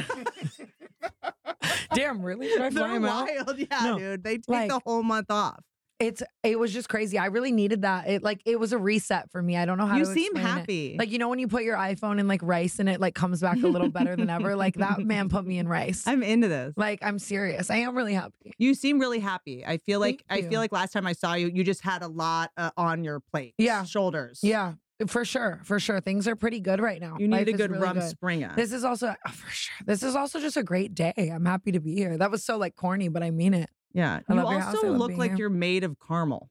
Speaker 3: damn, really? Should I fly
Speaker 1: They're
Speaker 3: him out?
Speaker 1: wild. Yeah,
Speaker 3: No.
Speaker 1: dude. They take the
Speaker 3: Like-
Speaker 1: whole month off.
Speaker 3: It's, it was just crazy. I really needed that. It like, it was a reset for me. I don't know how
Speaker 1: You
Speaker 3: to
Speaker 1: seem
Speaker 3: explain it.
Speaker 1: happy.
Speaker 3: Like, you know, when you put your iPhone in like rice and it like comes back a little better than ever, like that man put me in rice.
Speaker 1: I'm into this.
Speaker 3: like, I'm serious. I am really happy.
Speaker 1: You seem really happy. I feel like
Speaker 3: Thank
Speaker 1: I
Speaker 3: you.
Speaker 1: feel like last time I saw you, you just had a lot uh, on your plate.
Speaker 3: Yeah.
Speaker 1: shoulders.
Speaker 3: Yeah, for sure, for sure. Things are pretty good right now.
Speaker 1: you need
Speaker 3: Life
Speaker 1: a
Speaker 3: is
Speaker 1: good
Speaker 3: really
Speaker 1: rum springer.
Speaker 3: This is also oh, for sure. This is also just a great day. I'm happy to be here. That was so like corny, but I mean it.
Speaker 1: yeah,
Speaker 3: I
Speaker 1: you
Speaker 3: love your house. I
Speaker 1: also
Speaker 3: love
Speaker 1: look
Speaker 3: being
Speaker 1: like
Speaker 3: here.
Speaker 1: you're made of caramel.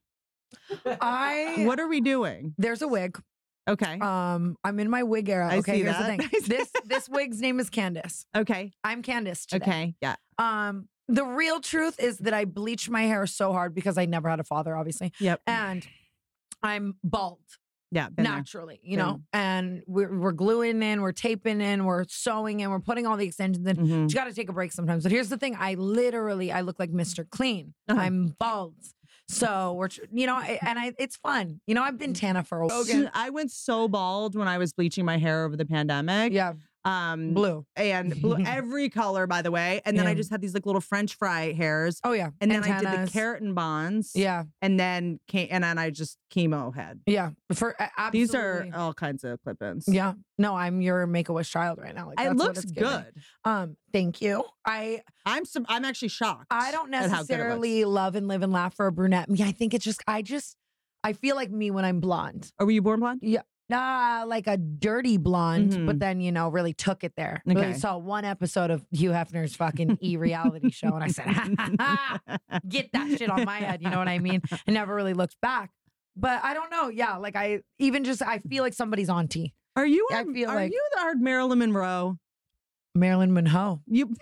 Speaker 3: I
Speaker 1: What are we doing?
Speaker 3: there's a wig.
Speaker 1: Okay,
Speaker 3: Um, I'm in my wig era.
Speaker 1: I
Speaker 3: okay,
Speaker 1: see
Speaker 3: here's
Speaker 1: that.
Speaker 3: the thing. this this wig's name is Candace.
Speaker 1: okay,
Speaker 3: I'm Candace today.
Speaker 1: okay. Yeah,
Speaker 3: Um, the real truth is that I bleached my hair so hard because I never had a father, obviously,
Speaker 1: yep,
Speaker 3: and I'm bald.
Speaker 1: yeah. Mm. been there.
Speaker 3: naturally, you
Speaker 1: Been
Speaker 3: know, and we're, we're gluing in, we're taping in, we're sewing in, we're putting all the extensions in.
Speaker 1: Mhm.
Speaker 3: You got to take a break sometimes. But here's the thing: I literally, I look like Mr. Clean.
Speaker 1: Uh-huh.
Speaker 3: I'm bald, so we're, tr- you know, I, and I, it's fun. You know, I've been Tana for a while.
Speaker 1: I went so bald when I was bleaching my hair over the pandemic.
Speaker 3: Yeah,
Speaker 1: Um,
Speaker 3: blue.
Speaker 1: and blue, every color, by the way. And then I
Speaker 3: Yeah.
Speaker 1: just had these like little French fry hairs.
Speaker 3: Oh yeah,
Speaker 1: And then I did the
Speaker 3: Antennas.
Speaker 1: keratin bonds.
Speaker 3: Yeah,
Speaker 1: And then came, and then I just chemo had.
Speaker 3: yeah. For a- absolutely.
Speaker 1: These are uh, all kinds of clip-ins.
Speaker 3: Yeah. No, I'm your Make a Wish child right now. Like,
Speaker 1: it
Speaker 3: that's what
Speaker 1: looks
Speaker 3: it's giving.
Speaker 1: good.
Speaker 3: Um, thank you. I
Speaker 1: I'm some. I'm actually shocked.
Speaker 3: I don't
Speaker 1: at how good it looks.
Speaker 3: necessarily love and live and laugh for a brunette. Me, I think it's just I just I feel like me when I'm blonde.
Speaker 1: Or were you born blonde?
Speaker 3: Nah, like a dirty blonde,
Speaker 1: Mhm.
Speaker 3: but then you know, really took it there. Really
Speaker 1: Okay.
Speaker 3: saw one episode of Hugh Hefner's fucking e reality show, and I said, "Get that shit on my head." You know what I mean? I never really looked back, but I don't know. Yeah, like I even just I feel like somebody's auntie,
Speaker 1: Are you?
Speaker 3: I
Speaker 1: our-
Speaker 3: feel
Speaker 1: are
Speaker 3: like-
Speaker 1: you the hard Marilyn Monroe?
Speaker 3: Marilyn Monroe.
Speaker 1: You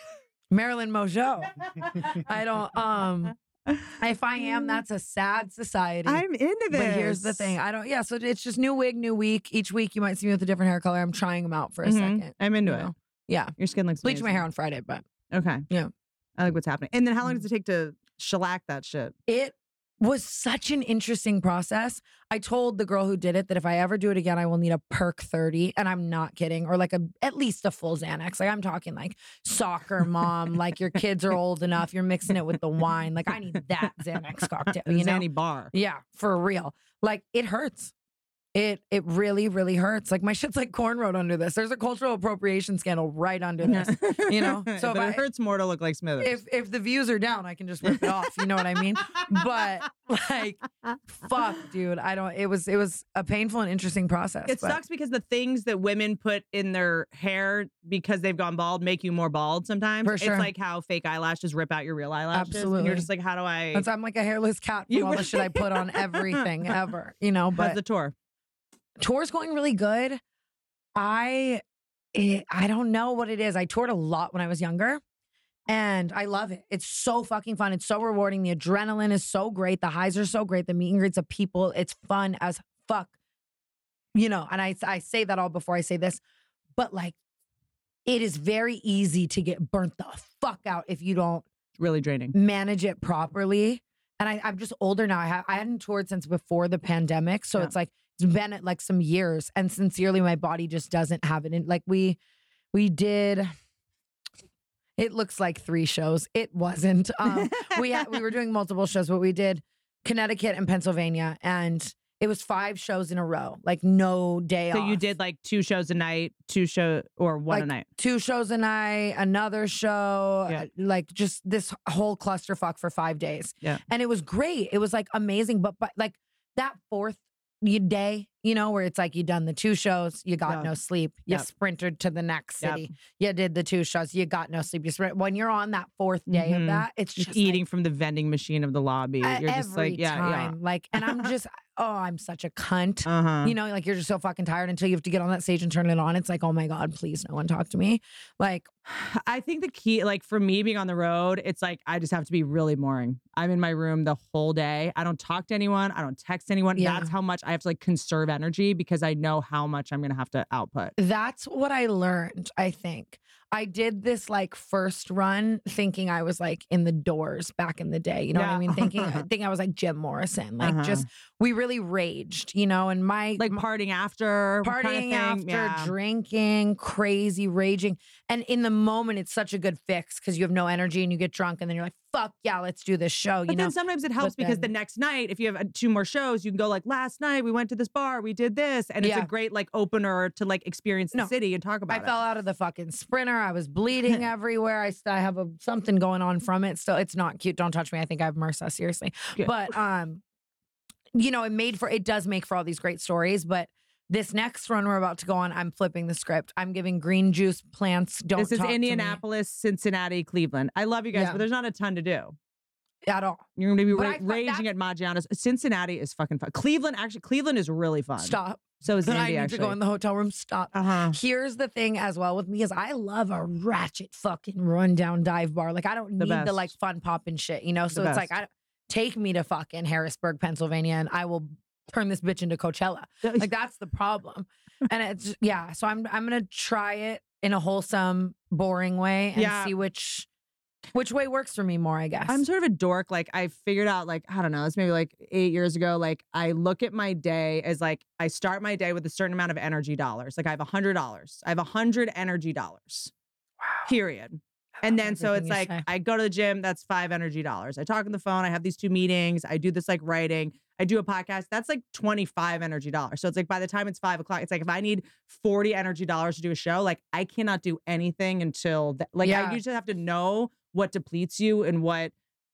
Speaker 3: Marilyn Monroe. I don't. Um, if I am, that's a sad society.
Speaker 5: I'm into this.
Speaker 3: But here's the thing. I don't. Yeah. So it's just new wig, new week. Each week you might see me with a different hair color. I'm trying them out for a
Speaker 1: Mhm.
Speaker 3: second.
Speaker 1: I'm into
Speaker 3: you
Speaker 1: it.
Speaker 3: know? Yeah.
Speaker 1: Your skin looks
Speaker 3: Bleach my
Speaker 1: amazing.
Speaker 3: hair on Friday, but
Speaker 1: Okay.
Speaker 3: Yeah.
Speaker 1: I like what's happening. And then how long does it take to shellac that shit?
Speaker 3: it was such an interesting process. I told the girl who did it that if I ever do it again, I will need a perk 30. And I'm not kidding. Or like a at least a full Xanax. Like I'm talking like soccer mom, like your kids are old enough. You're mixing it with the wine. Like I need that Xanax cocktail. You know?
Speaker 1: Zanny bar.
Speaker 3: Yeah, for real. Like it hurts. It it really, really hurts. Like my shit's like cornrowed under this. There's a cultural appropriation scandal right under this. you know? So
Speaker 1: So
Speaker 3: if
Speaker 1: but
Speaker 3: I-
Speaker 1: it hurts more to look like Smithers.
Speaker 3: if if the views are down, I can just rip it off. You know what I mean? But like fuck, dude. I don't it was it was a painful and interesting process.
Speaker 1: it
Speaker 3: but
Speaker 1: sucks because the things that women put in their hair because they've gone bald make you more bald sometimes.
Speaker 3: For sure.
Speaker 1: It's like how fake eyelashes rip out your real eyelashes. And
Speaker 3: Absolutely.
Speaker 1: you're just like, how do I
Speaker 3: that's- I'm like a hairless cat from
Speaker 1: You
Speaker 3: all the shit I put on
Speaker 1: really-
Speaker 3: everything ever, you know.
Speaker 1: how's
Speaker 3: But
Speaker 1: the tour?
Speaker 3: tour's going really good. I it, I don't know what it is. I toured a lot when I was younger. And I love it. It's so fucking fun. It's so rewarding. The adrenaline is so great. The highs are so great. The meet and greets of people. It's fun as fuck. You know, and I I say that all before I say this, but like it is very easy to get burnt the fuck out if you don't
Speaker 1: It's really draining.
Speaker 3: manage it properly. And I, I'm just older now. I, ha- I hadn't toured since before the pandemic. So
Speaker 1: Yeah.
Speaker 3: it's like, it's been at like some years. And sincerely, my body just doesn't have it. And like we, we did, it looks like three shows. It wasn't. Um, we, had, we were doing multiple shows, but we did Connecticut and Pennsylvania. And it was five shows in a row, like no day
Speaker 1: so
Speaker 3: off.
Speaker 1: you did like two shows a night, two show or one a
Speaker 3: Like,
Speaker 1: night.
Speaker 3: two shows a night, another show,
Speaker 1: Yeah.
Speaker 3: uh, like just this whole clusterfuck for five days.
Speaker 1: Yeah.
Speaker 3: And it was great. It was like amazing. But but like that fourth y- day, you know, where it's like you done the two shows, you got
Speaker 1: Yeah.
Speaker 3: no sleep, you
Speaker 1: Yep.
Speaker 3: sprinted to the next
Speaker 1: Yep.
Speaker 3: city, you did the two shows, you got no sleep. You sprint when you're on that fourth day of
Speaker 1: Mhm.
Speaker 3: that, it's
Speaker 1: Just
Speaker 3: just like,
Speaker 1: eating from the vending machine of the lobby.
Speaker 3: uh,
Speaker 1: You're
Speaker 3: every
Speaker 1: just like, yeah,
Speaker 3: time. Like, and I'm just, oh, I'm such a cunt.
Speaker 1: yeah. Uh huh.
Speaker 3: You know, like you're just so fucking tired until you have to get on that stage and turn it on. It's like, oh my God, please no one talk to me. Like,
Speaker 1: I think the key, like for me being on the road, it's like I just have to be really boring. I'm in my room the whole day. I don't talk to anyone. I don't text anyone.
Speaker 3: Yeah.
Speaker 1: That's how much I have to like conserve energy because I know how much I'm gonna have to output.
Speaker 3: That's what I learned, I think. I did this like first run thinking I was like in the doors back in the day. You know what I
Speaker 1: Yeah.
Speaker 3: mean? Thinking I think I was like Jim Morrison. Like
Speaker 1: Uh-huh.
Speaker 3: just we really raged, you know, and my
Speaker 1: Like
Speaker 3: my-
Speaker 1: partying after,
Speaker 3: partying
Speaker 1: kind of thing.
Speaker 3: after,
Speaker 1: Yeah.
Speaker 3: drinking, crazy, raging. And in the moment it's such a good fix because you have no energy and you get drunk and then you're like, fuck yeah, let's do this show.
Speaker 1: But
Speaker 3: you
Speaker 1: then
Speaker 3: know?
Speaker 1: sometimes it helps because the
Speaker 3: then-
Speaker 1: next night, if you have uh, two more shows, you can go like last night we went to this bar, we did this, and it's
Speaker 3: Yeah.
Speaker 1: a great like opener to like experience the
Speaker 3: No,
Speaker 1: city and talk about
Speaker 3: I
Speaker 1: it.
Speaker 3: fell out of the fucking sprinter. I was bleeding everywhere. I, st- I have a, something going on from it. So it's not cute. Don't touch me. I think I have MRSA, seriously.
Speaker 1: Yeah.
Speaker 3: But um, you know, it made for it does make for all these great stories, but this next run we're about to go on, I'm flipping the script. I'm giving green juice plants. Don't
Speaker 1: this is
Speaker 3: talk to me
Speaker 1: Indianapolis, Cincinnati, Cleveland. I love you guys,
Speaker 3: Yeah.
Speaker 1: but there's not a ton to do.
Speaker 3: at all.
Speaker 1: You're going to be
Speaker 3: But
Speaker 1: ra-
Speaker 3: I thought
Speaker 1: raging at Maggiano's. Cincinnati is fucking fun. Cleveland actually, Cleveland is really fun.
Speaker 3: Stop.
Speaker 1: So is
Speaker 3: Then I
Speaker 1: Indy
Speaker 3: need
Speaker 1: actually.
Speaker 3: to go in the hotel room. Stop.
Speaker 1: uh huh.
Speaker 3: Here's the thing as well with me is I love a ratchet fucking rundown dive bar. Like I don't
Speaker 1: The
Speaker 3: need the like
Speaker 1: best.
Speaker 3: fun pop and shit, you know. So it's like
Speaker 1: best.
Speaker 3: I don't- take me to fucking Harrisburg, Pennsylvania, and I will turn this bitch into Coachella. Like that's the problem. And it's yeah. So I'm I'm gonna try it in a wholesome, boring way and
Speaker 1: Yeah.
Speaker 3: see which which way works for me more. I guess.
Speaker 1: I'm sort of a dork. Like I figured out, like I don't know, it's maybe like eight years ago. Like I look at my day as like I start my day with a certain amount of energy dollars. Like I have a hundred dollars. I have a hundred energy dollars. Period. And then so it's
Speaker 3: Everything you
Speaker 1: like
Speaker 3: say.
Speaker 1: I go to the gym, that's five energy dollars. I talk on the phone, I have these two meetings, I do this like writing, I do a podcast, that's like 25 energy dollars. So it's like by the time it's five o'clock, it's like if I need 40 energy dollars to do a show, like I cannot do anything until that. Like
Speaker 3: Yeah.
Speaker 1: I, you just have to know what depletes you and what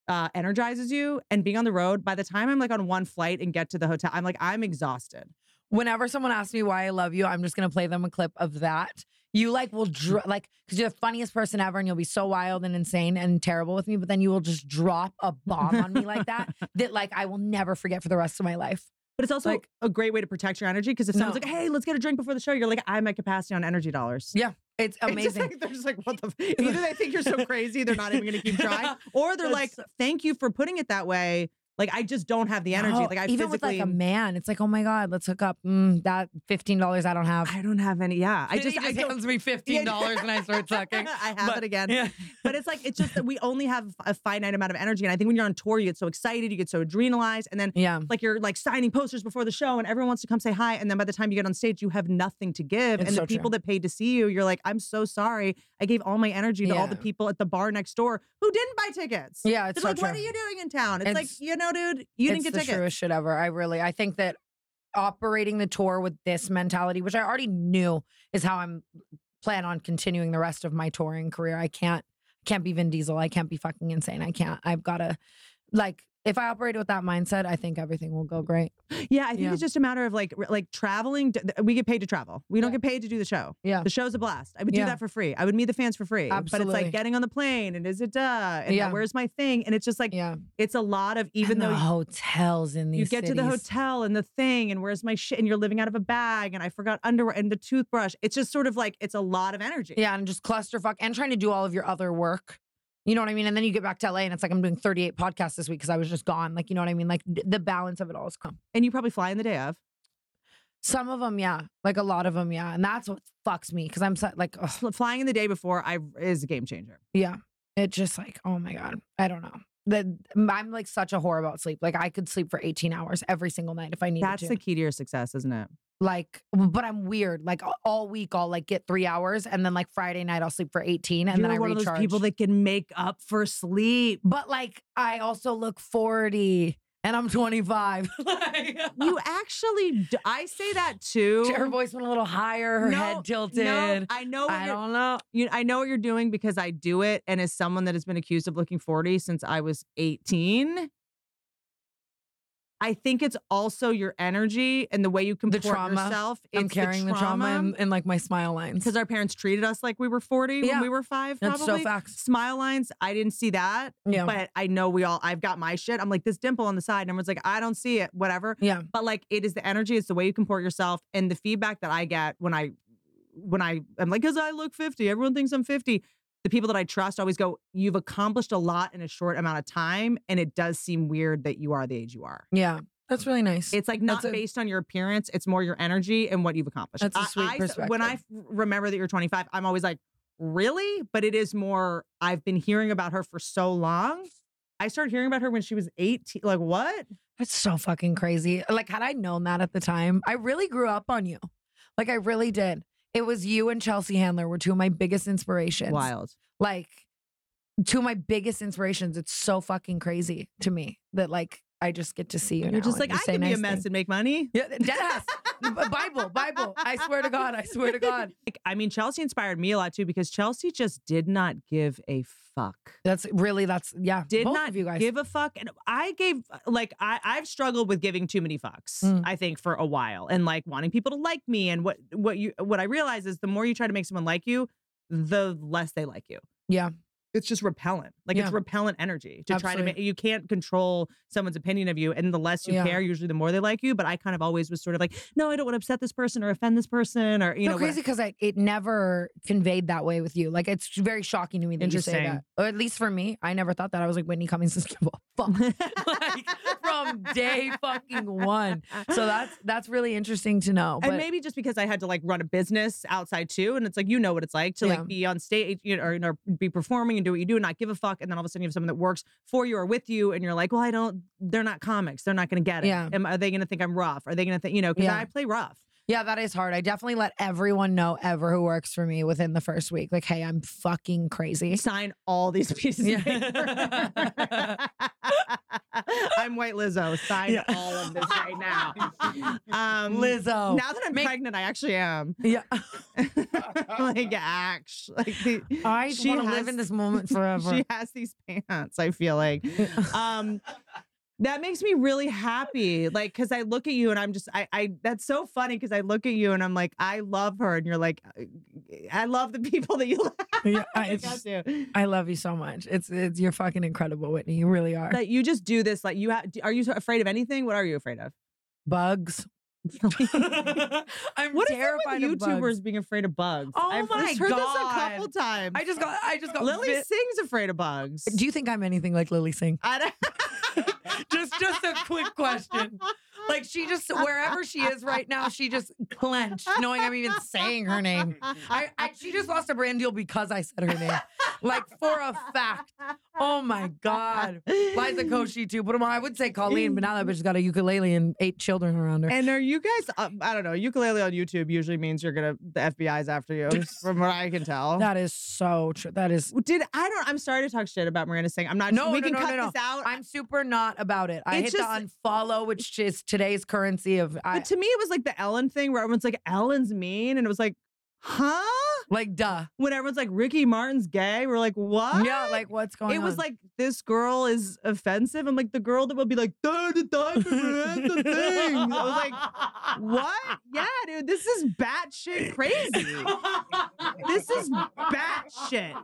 Speaker 1: uh, energizes you. And being on the road, by the time I'm like on one flight and get to the hotel, I'm like, I'm exhausted.
Speaker 3: whenever someone asks me why I love you, I'm just gonna play them a clip of that. You like will
Speaker 1: Mm.
Speaker 3: dr- like because you're the funniest person ever, and you'll be so wild and insane and terrible with me. But then you will just drop a bomb on me like that that like I will never forget for the rest of my life.
Speaker 1: But it's also
Speaker 3: Like-
Speaker 1: a great way to protect your energy because if someone's
Speaker 3: No.
Speaker 1: like, hey, let's get a drink before the show, you're like, I'm at capacity on energy dollars.
Speaker 3: Yeah.
Speaker 1: It's
Speaker 3: It's
Speaker 1: just
Speaker 3: amazing.
Speaker 1: like- they're just like, what the? F-? Either they think you're so crazy, they're not even going to keep trying, or they're like,
Speaker 3: That's
Speaker 1: thank you for putting it that way. Like, I just don't have the energy.
Speaker 3: No,
Speaker 1: like, I
Speaker 3: even
Speaker 1: physically,
Speaker 3: with like a man, it's like, oh my god, let's hook up. Mm, that fifteen dollars I don't have.
Speaker 1: I don't have any. Yeah, I
Speaker 3: And he
Speaker 1: just, I don't.
Speaker 3: hands me fifteen dollars and I start sucking.
Speaker 1: I have
Speaker 3: But-
Speaker 1: it again.
Speaker 3: Yeah.
Speaker 1: But it's like it's just that we only have a finite amount of energy, and I think when you're on tour, you get so excited, you get so adrenalized, and then
Speaker 3: Yeah.
Speaker 1: like you're like signing posters before the show, and everyone wants to come say hi, and then by the time you get on stage, you have nothing to give,
Speaker 3: It's
Speaker 1: and
Speaker 3: so
Speaker 1: the
Speaker 3: true.
Speaker 1: people that paid to see you, you're like, I'm so sorry, I gave all my energy to all the
Speaker 3: Yeah.
Speaker 1: people at the bar next door who didn't buy tickets.
Speaker 3: Yeah. It's
Speaker 1: It's
Speaker 3: so
Speaker 1: like,
Speaker 3: true.
Speaker 1: what are you doing in town? It's, like,
Speaker 3: It's-
Speaker 1: you know, dude, you didn't
Speaker 3: it's
Speaker 1: get
Speaker 3: the
Speaker 1: tickets.
Speaker 3: truest shit ever. I really, I think that operating the tour with this mentality, which I already knew is how I'm plan on continuing the rest of my touring career. I can't, can't be Vin Diesel. I can't be fucking insane. I can't. I've got to, like, if I operate with that mindset, I think everything will go great.
Speaker 1: Yeah, I think
Speaker 3: Yeah.
Speaker 1: it's just a matter of like, r- like traveling. d- th- We get paid to travel. We don't
Speaker 3: Yeah.
Speaker 1: get paid to do the show.
Speaker 3: Yeah.
Speaker 1: the show's a blast. I would do
Speaker 3: Yeah.
Speaker 1: that for free. I would meet the fans for free. But it's
Speaker 3: Absolutely.
Speaker 1: like getting on the plane and is it duh? And
Speaker 3: Yeah.
Speaker 1: where's my thing? And it's just like
Speaker 3: Yeah.
Speaker 1: it's a lot of even
Speaker 3: And the
Speaker 1: though.
Speaker 3: hotels in these
Speaker 1: you get to the
Speaker 3: cities.
Speaker 1: hotel and the thing and where's my shit and you're living out of a bag and I forgot underwear and the toothbrush. It's just sort of like it's a lot of energy.
Speaker 3: Yeah, and just clusterfuck and trying to do all of your other work. You know what I mean? And then you get back to LA and it's like I'm doing 38 podcasts this week because I was just gone. Like, you know what I mean? Like d- the balance of it all is come.
Speaker 1: And you probably fly in the day of.
Speaker 3: Some of them, yeah. Like a lot of them, yeah. And that's what fucks me because I'm so, like, ugh,
Speaker 1: Fl- Flying in the day before I is a game changer.
Speaker 3: yeah. It just like, oh my God. I don't know. That I'm like such a whore about sleep. Like I could sleep for 18 hours every single night if I needed
Speaker 1: That's
Speaker 3: to.
Speaker 1: the key to your success, isn't it?
Speaker 3: like, but I'm weird. Like a- all week I'll like get three hours and then like Friday night I'll sleep for 18 and
Speaker 1: You're
Speaker 3: then I
Speaker 1: one
Speaker 3: recharge.
Speaker 1: of those people that can make up for sleep.
Speaker 3: but like I also look 40 and I'm 25.
Speaker 1: You actually, d- I say that too.
Speaker 3: Her voice went a little higher, her
Speaker 1: No,
Speaker 3: head tilted.
Speaker 1: No, I know. What
Speaker 3: I
Speaker 1: you're,
Speaker 3: don't know.
Speaker 1: you, I know what you're doing because I do it. And as someone that has been accused of looking 40 since I was 18, I think it's also your energy and the way you comport
Speaker 3: trauma.
Speaker 1: yourself.
Speaker 3: I'm
Speaker 1: It's
Speaker 3: carrying the trauma, in, in like my smile lines.
Speaker 1: because our parents treated us like we were 40
Speaker 3: Yeah.
Speaker 1: when we were five.
Speaker 3: That's so
Speaker 1: Probably.
Speaker 3: facts.
Speaker 1: Smile lines. I didn't see that,
Speaker 3: Yeah.
Speaker 1: but I know we all. I've got my shit. I'm like this dimple on the side, and everyone's like, I don't see it. Whatever.
Speaker 3: yeah.
Speaker 1: but like it is the energy it's the way you comport yourself and the feedback that i get when i when i am like because i look 50 everyone thinks i'm 50 the people that i trust always go you've accomplished a lot in a short amount of time and it does seem weird that you are the age you are
Speaker 3: Yeah. That's really nice.
Speaker 1: it's like not
Speaker 3: That's a-
Speaker 1: based on your appearance it's more your energy and what you've accomplished
Speaker 3: That's a
Speaker 1: I-
Speaker 3: sweet
Speaker 1: I s- when i f- remember that you're 25 i'm always like really but it is more i've been hearing about her for so long i started hearing about her when she was 18 like what
Speaker 3: That's so fucking crazy. Like, had I known that at the time, I really grew up on you. Like, I really did. It was you and Chelsea Handler were two of my biggest inspirations.
Speaker 1: wild
Speaker 3: Like, two of my biggest inspirations. It's so fucking crazy to me that, like, I just get to see you.
Speaker 1: You're
Speaker 3: now
Speaker 1: just
Speaker 3: and
Speaker 1: like,
Speaker 3: you
Speaker 1: I
Speaker 3: say
Speaker 1: can be
Speaker 3: nice
Speaker 1: a mess
Speaker 3: things."
Speaker 1: and make money.
Speaker 3: Yeah, dead ass. B- Bible, Bible. I swear to God. I swear to God.
Speaker 1: Like, I mean, Chelsea inspired me a lot too because Chelsea just did not give a fuck.
Speaker 3: That's really, that's, yeah.
Speaker 1: Did
Speaker 3: both
Speaker 1: not
Speaker 3: of you guys.
Speaker 1: Give a fuck. And I gave, like, I, I've struggled with giving too many fucks,
Speaker 3: Mm.
Speaker 1: I think, for a while and like wanting people to like me. And what, what you, what I realize is the more you try to make someone like you, the less they like you.
Speaker 3: Yeah.
Speaker 1: It's just repellent. Like
Speaker 3: Yeah.
Speaker 1: it's repellent energy to try to
Speaker 3: Absolutely.
Speaker 1: make, you can't control someone's opinion of you. And the less you
Speaker 3: Yeah.
Speaker 1: care, usually the more they like you. But I kind of always was sort of like, no, I don't want to upset this person or offend this person or, you
Speaker 3: so
Speaker 1: know, what-
Speaker 3: crazy because I it never conveyed that way with you. Like it's very shocking to me that you say that.
Speaker 1: Interesting.
Speaker 3: Or at least for me, I never thought that. I was like Whitney Cummings is fuck like from day fucking one. So that's that's really interesting to know. But
Speaker 1: and maybe just because I had to like run a business outside too, and it's like you know what it's like to
Speaker 3: Yeah.
Speaker 1: like be on stage you know, or, you know, be performing and do what you do, and not give a fuck, and then all of a sudden you have someone that works for you or with you, and you're like, well, I don't. They're not comics. They're not going to get it.
Speaker 3: Yeah.
Speaker 1: Am, are they going to think I'm rough? Are they going to think you know? Because
Speaker 3: Yeah.
Speaker 1: I play rough.
Speaker 3: yeah, that is hard. I definitely let everyone know ever who works for me within the first week. Like, hey, I'm fucking crazy.
Speaker 1: Sign all these pieces.
Speaker 3: Yeah.
Speaker 1: Of paper. I'm White Lizzo. Sign
Speaker 3: Yeah.
Speaker 1: all of this right now. Um,
Speaker 3: Lizzo.
Speaker 1: Now that I'm
Speaker 3: Make-
Speaker 1: pregnant, I actually am.
Speaker 3: yeah.
Speaker 1: like actually, like, the-
Speaker 3: I
Speaker 1: she
Speaker 3: want to live
Speaker 1: has-
Speaker 3: in this moment forever.
Speaker 1: She has these pants, I feel like. Um that makes me really happy. Like cuz I look at you and I'm just I I that's so funny cuz I look at you and I'm like I love her and you're like uh, I love the people that you love.
Speaker 3: yeah,
Speaker 1: I
Speaker 3: I, it's
Speaker 1: got
Speaker 3: just-
Speaker 1: to.
Speaker 3: I love you so much. It's it's you're fucking incredible, Whitney. You really are.
Speaker 1: That you just do this like you ha- are you afraid of anything? What are you afraid of?
Speaker 3: Bugs, I'm
Speaker 5: What is it
Speaker 3: terrified
Speaker 5: with
Speaker 3: of bugs.
Speaker 5: YouTubers being afraid of bugs?
Speaker 3: Oh
Speaker 5: I've
Speaker 3: my
Speaker 5: heard this a couple
Speaker 1: God.
Speaker 5: times.
Speaker 3: I just got. I just got.
Speaker 5: Lily
Speaker 3: vi-
Speaker 5: Singh's afraid of bugs.
Speaker 3: Do you think I'm anything like Lily Singh?
Speaker 1: I don't-
Speaker 3: Just, just a quick question. Like she just wherever she is right now, she just clenched, knowing I'm even saying her name. I, I she just lost a brand deal because I said her name, like for a fact. Oh my god, Liza Koshy too. But I would say Colleen, but now that bitch's got a ukulele and eight children around her.
Speaker 1: And are you guys? Uh, I don't know. Ukulele on YouTube usually means you're gonna the FBI's after you, from what I can tell.
Speaker 3: that is so true. That is.
Speaker 1: Did I don't? I'm sorry to talk shit about Miranda Singh. I'm not.
Speaker 3: No,
Speaker 1: we
Speaker 3: no,
Speaker 1: can
Speaker 3: no, no,
Speaker 1: cut
Speaker 3: no.
Speaker 1: this out.
Speaker 3: I'm super not about it. I hit
Speaker 1: It's
Speaker 3: the unfollow, which is today's currency of I,
Speaker 1: but to me, it was like the Ellen thing where everyone's like, "Ellen's mean," and it was like, "Huh?"
Speaker 3: like duh.
Speaker 1: When everyone's like, "Ricky Martin's gay," we're like, "What?"
Speaker 3: Yeah, like what's going on?
Speaker 1: It was like this girl is offensive. I'm like the girl that will be like, "Duh, the diaper, Miranda thing." I was like, "What? Yeah, dude, this is batshit crazy. this is batshit."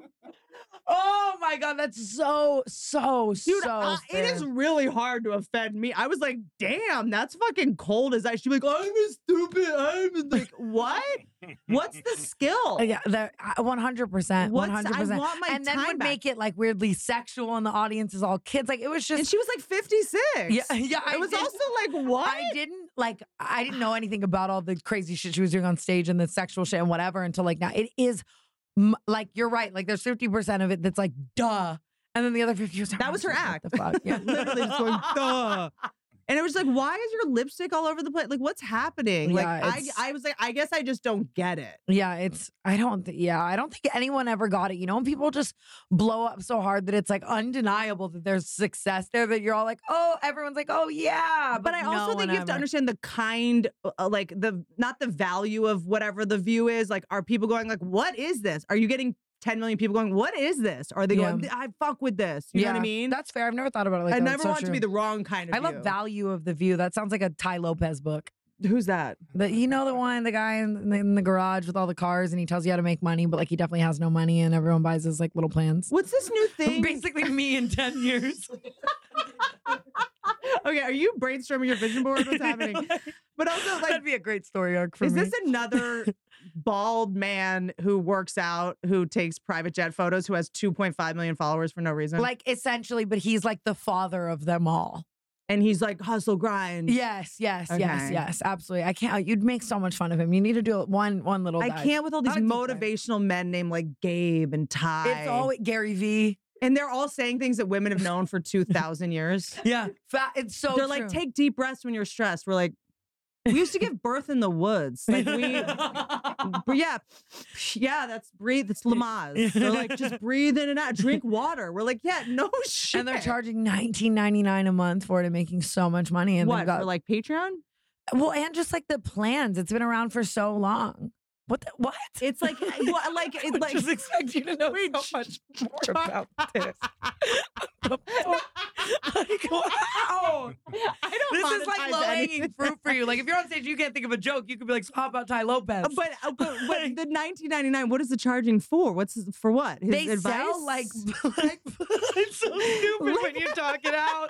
Speaker 3: Oh my god, that's so so
Speaker 1: Dude,
Speaker 3: so.
Speaker 1: I- it is
Speaker 3: fair.
Speaker 1: really hard to offend me. I was like, damn, that's fucking cold as I. She'd be like, I'm a stupid. I'm like, what? What's the skill?
Speaker 3: Uh, Yeah, that one hundred percent, one
Speaker 1: What's
Speaker 3: hundred
Speaker 1: I
Speaker 3: percent.
Speaker 1: want my
Speaker 3: And then
Speaker 1: time
Speaker 3: would
Speaker 1: back.
Speaker 3: make it like weirdly sexual, and the audience is all kids. Like it was
Speaker 1: and
Speaker 3: just,
Speaker 1: she was like 56.
Speaker 3: yeah, yeah. I
Speaker 1: it was
Speaker 3: did-
Speaker 1: also like, what?
Speaker 3: I didn't like. I didn't know anything about all the crazy shit she was doing on stage and the sexual shit and whatever until like now. It is m- like you're right. Like there's fifty percent of it that's like duh, and then the other fifty percent.
Speaker 1: That was her act.
Speaker 3: The fuck? Yeah.
Speaker 1: Literally just going, duh. And it was like, why is your lipstick all over the place? Like, what's happening? Like,
Speaker 3: Yeah,
Speaker 1: I,
Speaker 3: it's-
Speaker 1: I was like, I guess I just don't get it.
Speaker 3: Yeah, it's I don't th- yeah, I don't think anyone ever got it. You know, when people just blow up so hard that it's like undeniable that there's success there that you're all like, "Oh, everyone's like, "Oh yeah."
Speaker 1: but I also
Speaker 3: no
Speaker 1: think
Speaker 3: one
Speaker 1: you have to
Speaker 3: ever-
Speaker 1: understand the kind, uh, like the not the value of whatever the view is. Like, are people going like, "What is this?" Are you getting 10 million people going, "What is this?" Are they
Speaker 3: Yeah.
Speaker 1: going, "I fuck with this"? You know what I
Speaker 3: Yeah,
Speaker 1: mean?
Speaker 3: That's fair. I've never thought about it like
Speaker 1: I
Speaker 3: that.
Speaker 1: never
Speaker 3: It's so
Speaker 1: want it to be
Speaker 3: true.
Speaker 1: the wrong kind of.
Speaker 3: I love
Speaker 1: view.
Speaker 3: value of the view. That sounds like a Ty Lopez book.
Speaker 1: Who's that?
Speaker 3: But you know the one, the guy in the, in the garage with all the cars, and he tells you how to make money, but like he definitely has no money, and everyone buys his like little plans.
Speaker 1: What's this new thing?
Speaker 3: Basically, me in ten years.
Speaker 1: okay, are you brainstorming your vision board? What's happening? But also, like,
Speaker 3: That'd be a great story arc for
Speaker 1: is
Speaker 3: me.
Speaker 1: this another bald man who works out, who takes private jet photos, who has 2.5 million followers for no reason?
Speaker 3: like essentially, but he's like the father of them all.
Speaker 1: and he's like hustle grind.
Speaker 3: Yes, yes, yes,
Speaker 1: Mm. Okay.
Speaker 3: yes. Absolutely. I can't. You'd make so much fun of him. You need to do one, one little.
Speaker 1: I
Speaker 3: dive.
Speaker 1: can't with all these
Speaker 3: Not a deep dive.
Speaker 1: motivational men named like Gabe and Ty.
Speaker 3: It's always Gary V.
Speaker 1: and they're all saying things that women have known for 2,000 years.
Speaker 3: Yeah, Fa- it's so.
Speaker 1: they're like,
Speaker 3: Oh, true.
Speaker 1: take deep breaths when you're stressed. We're like, we used to give birth in the woods. Like, we, but yeah, yeah, that's breathe. It's Lamaze. They're like, just breathe in and out, drink water. We're like, yeah, no shit.
Speaker 3: And they're charging nineteen ninety nine a month for it and making so much money. And they've
Speaker 1: what,
Speaker 3: got,
Speaker 1: for like Patreon?
Speaker 3: well, and just like the plans, it's been around for so long. What? The, what?
Speaker 1: It's like, eh, what, like,
Speaker 3: I
Speaker 1: it's like, uh,
Speaker 3: just expect you to know
Speaker 1: Wait,
Speaker 3: so
Speaker 1: sh-
Speaker 3: much more about this. What the fuck? like, wow.
Speaker 1: I don't
Speaker 3: This
Speaker 1: monetize
Speaker 3: is like low hanging
Speaker 1: anything.
Speaker 3: fruit for you. Like if you're on stage, you can't think of a joke. You could be like, so how about Ty Lopez?
Speaker 1: Uh, But, uh, but, but the 1999, what is the charging for? What's his- for what? His
Speaker 3: they
Speaker 1: advice?
Speaker 3: sell like, like it's so stupid when you talk it out.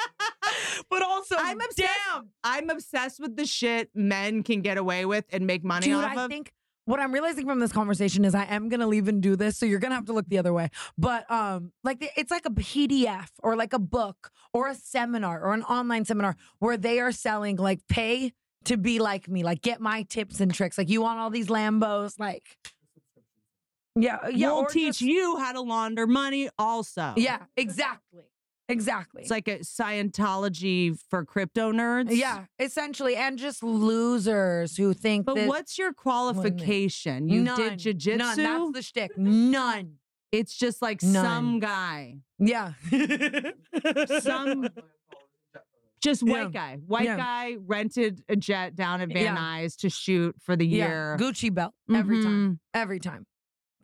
Speaker 3: But also,
Speaker 1: I'm obsessed-
Speaker 3: damn,
Speaker 1: I'm obsessed with the shit men can get away with and make money
Speaker 3: dude,
Speaker 1: off
Speaker 3: I
Speaker 1: of.
Speaker 3: think what I'm realizing from this conversation is I am gonna leave and do this, so you're gonna have to look the other way. But um, like the- it's like a PDF or like a book or a seminar or an online seminar where they are selling like pay to be like me, like get my tips and tricks. Like you want all these Lambos, like yeah, yeah,
Speaker 1: we'll
Speaker 3: or
Speaker 1: teach
Speaker 3: just-
Speaker 1: you how to launder money also.
Speaker 3: Yeah, exactly. Exactly.
Speaker 1: It's like a Scientology for crypto nerds.
Speaker 3: yeah, essentially, and just losers who think
Speaker 1: But
Speaker 3: that
Speaker 1: what's your qualification? You
Speaker 3: none,
Speaker 1: did jujitsu?
Speaker 3: None. That's the shtick. None.
Speaker 1: it's just like
Speaker 3: None.
Speaker 1: some guy.
Speaker 3: Yeah.
Speaker 1: Some just
Speaker 3: Yeah.
Speaker 1: white guy. White
Speaker 3: Yeah.
Speaker 1: guy rented a jet down at Van
Speaker 3: Yeah.
Speaker 1: Nuys to shoot for the
Speaker 3: yeah.
Speaker 1: year.
Speaker 3: Gucci belt every time.
Speaker 1: Mhm.
Speaker 3: Every time.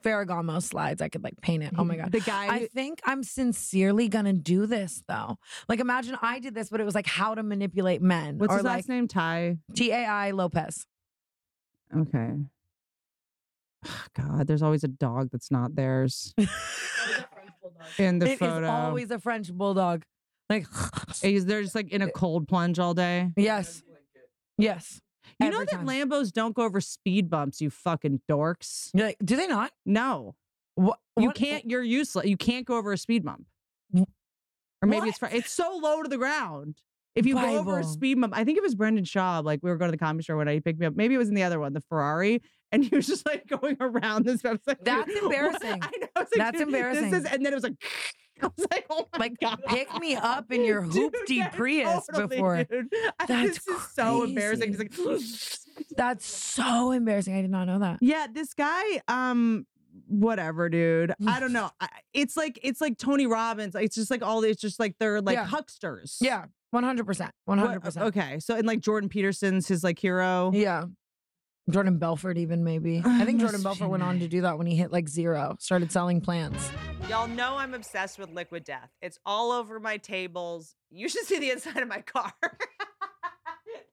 Speaker 3: Ferragamo slides. I could like paint it. Oh my god.
Speaker 1: The guy
Speaker 3: I think I'm sincerely gonna do this though. Like, imagine I did this, but it was like how to manipulate men,
Speaker 1: What's
Speaker 3: or
Speaker 1: his
Speaker 3: like
Speaker 1: last name? Ty.
Speaker 3: T A I Lopez.
Speaker 1: Okay. God, there's always a dog that's not theirs in
Speaker 3: It
Speaker 1: the
Speaker 3: is
Speaker 1: photo.
Speaker 3: always a French bulldog. Like,
Speaker 1: Is- they're just like in a cold plunge all day.
Speaker 3: yes, yes.
Speaker 5: You know
Speaker 3: Every
Speaker 5: that
Speaker 3: time.
Speaker 5: Lambos don't go over speed bumps, you fucking dorks.
Speaker 3: You're like, do they not?
Speaker 5: No,
Speaker 3: What,
Speaker 5: you
Speaker 3: what-
Speaker 5: can't. You're useless. You can't go over a speed bump.
Speaker 3: W-
Speaker 5: Or maybe it's fr- it's so low to the ground. If you go over a
Speaker 3: Bible.
Speaker 5: speed bump, I think it was Brendan Schaub. Like we were going to the comedy store one night, he picked me up. Maybe it was in the other one, the Ferrari, and he was just like going around this. I was like,
Speaker 3: That's
Speaker 5: "What?"
Speaker 3: embarrassing.
Speaker 5: I know. I was like,
Speaker 3: That's
Speaker 5: "Dude,
Speaker 3: embarrassing.
Speaker 5: This is, and then it was like, I was like, oh my
Speaker 3: Like,
Speaker 5: god,
Speaker 3: pick me up in your
Speaker 5: Dude,
Speaker 3: hoopty
Speaker 5: yeah,
Speaker 3: Prius
Speaker 5: totally,
Speaker 3: before.
Speaker 5: dude. I-
Speaker 3: That's
Speaker 5: this is so embarrassing. He's
Speaker 3: crazy.
Speaker 5: like,
Speaker 3: That's so embarrassing. I did not know that.
Speaker 5: yeah, this guy, um, whatever, dude. I don't know. I, it's like it's like Tony Robbins. It's just like all. It's just like they're like
Speaker 3: Yeah.
Speaker 5: hucksters.
Speaker 3: Yeah, one hundred percent, one
Speaker 5: What-
Speaker 3: hundred percent.
Speaker 5: okay. So and like Jordan Peterson's his like hero.
Speaker 3: Yeah. Jordan Belfort, even maybe. I think
Speaker 5: must
Speaker 3: Jordan
Speaker 5: be
Speaker 3: Belfort went on to do that when he hit like zero, started selling plants.
Speaker 1: Y'all know I'm obsessed with liquid death. It's all over my tables. You should see the inside of my car.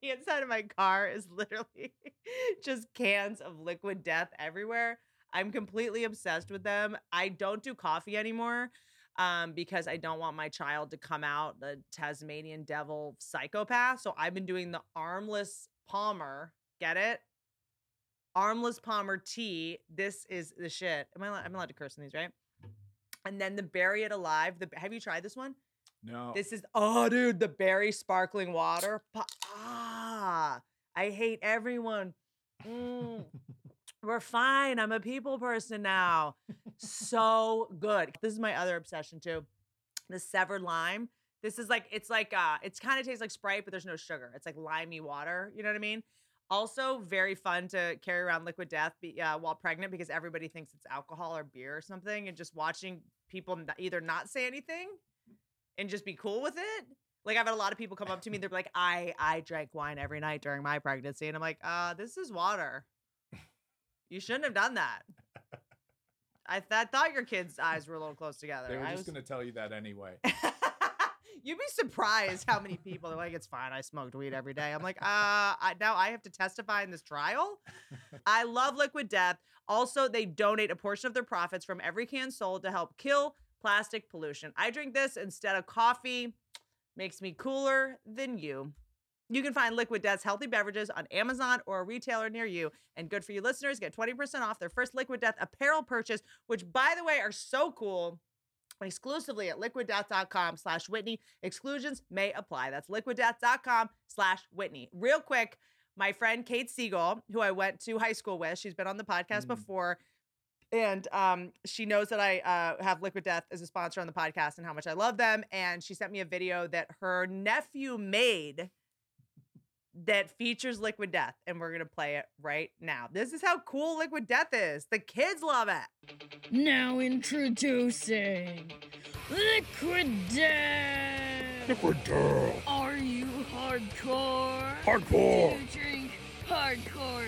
Speaker 1: the inside of my car is literally just cans of liquid death everywhere. I'm completely obsessed with them. I don't do coffee anymore um, because I don't want my child to come out the Tasmanian devil psychopath. So I've been doing the armless Palmer. Get it? Armless Palmer tea. This is the shit. Am I? allo- I'm allowed to curse in these, right? And then the bury it alive. The have you tried this one?
Speaker 2: No.
Speaker 1: This is oh, dude, the berry sparkling water. Pa- ah, I hate everyone. Mm, we're fine. I'm a people person now. So good. This is my other obsession too. The severed lime. This is like it's like uh, it's kind of tastes like Sprite, but there's no sugar. It's like limey water. You know what I mean? Also, very fun to carry around liquid death be, uh, while pregnant because everybody thinks it's alcohol or beer or something, and just watching people n- either not say anything and just be cool with it. Like I've had a lot of people come up to me, they're like, "I I drank wine every night during my pregnancy," and I'm like, "Uh, this is water. You shouldn't have done that." I, th- I thought your kids' eyes were a little close together.
Speaker 2: they were
Speaker 1: I
Speaker 2: just
Speaker 1: was-
Speaker 2: going to tell you that anyway.
Speaker 1: You'd be surprised how many people are like, it's fine. I smoked weed every day. I'm like, uh, I, now I have to testify in this trial. I love Liquid Death. Also, they donate a portion of their profits from every can sold to help kill plastic pollution. I drink this instead of coffee. Makes me cooler than you. You can find Liquid Death's healthy beverages on Amazon or a retailer near you. And good for you listeners, get 20% off their first Liquid Death apparel purchase, which, by the way, are so cool exclusively at liquiddeath.com slash Whitney. Exclusions may apply. That's liquiddeath.com slash Whitney. Real quick, my friend Kate Siegel, who I went to high school with, she's been on the podcast
Speaker 2: Mm.
Speaker 1: before. And um, she knows that I uh, have Liquid Death as a sponsor on the podcast and how much I love them. And she sent me a video that her nephew made that features Liquid Death. And we're going to play it right now. This is how cool Liquid Death is. The kids love it.
Speaker 6: Now introducing Liquid Death. Liquid Death. Are you hardcore? Hardcore. Do you drink hardcore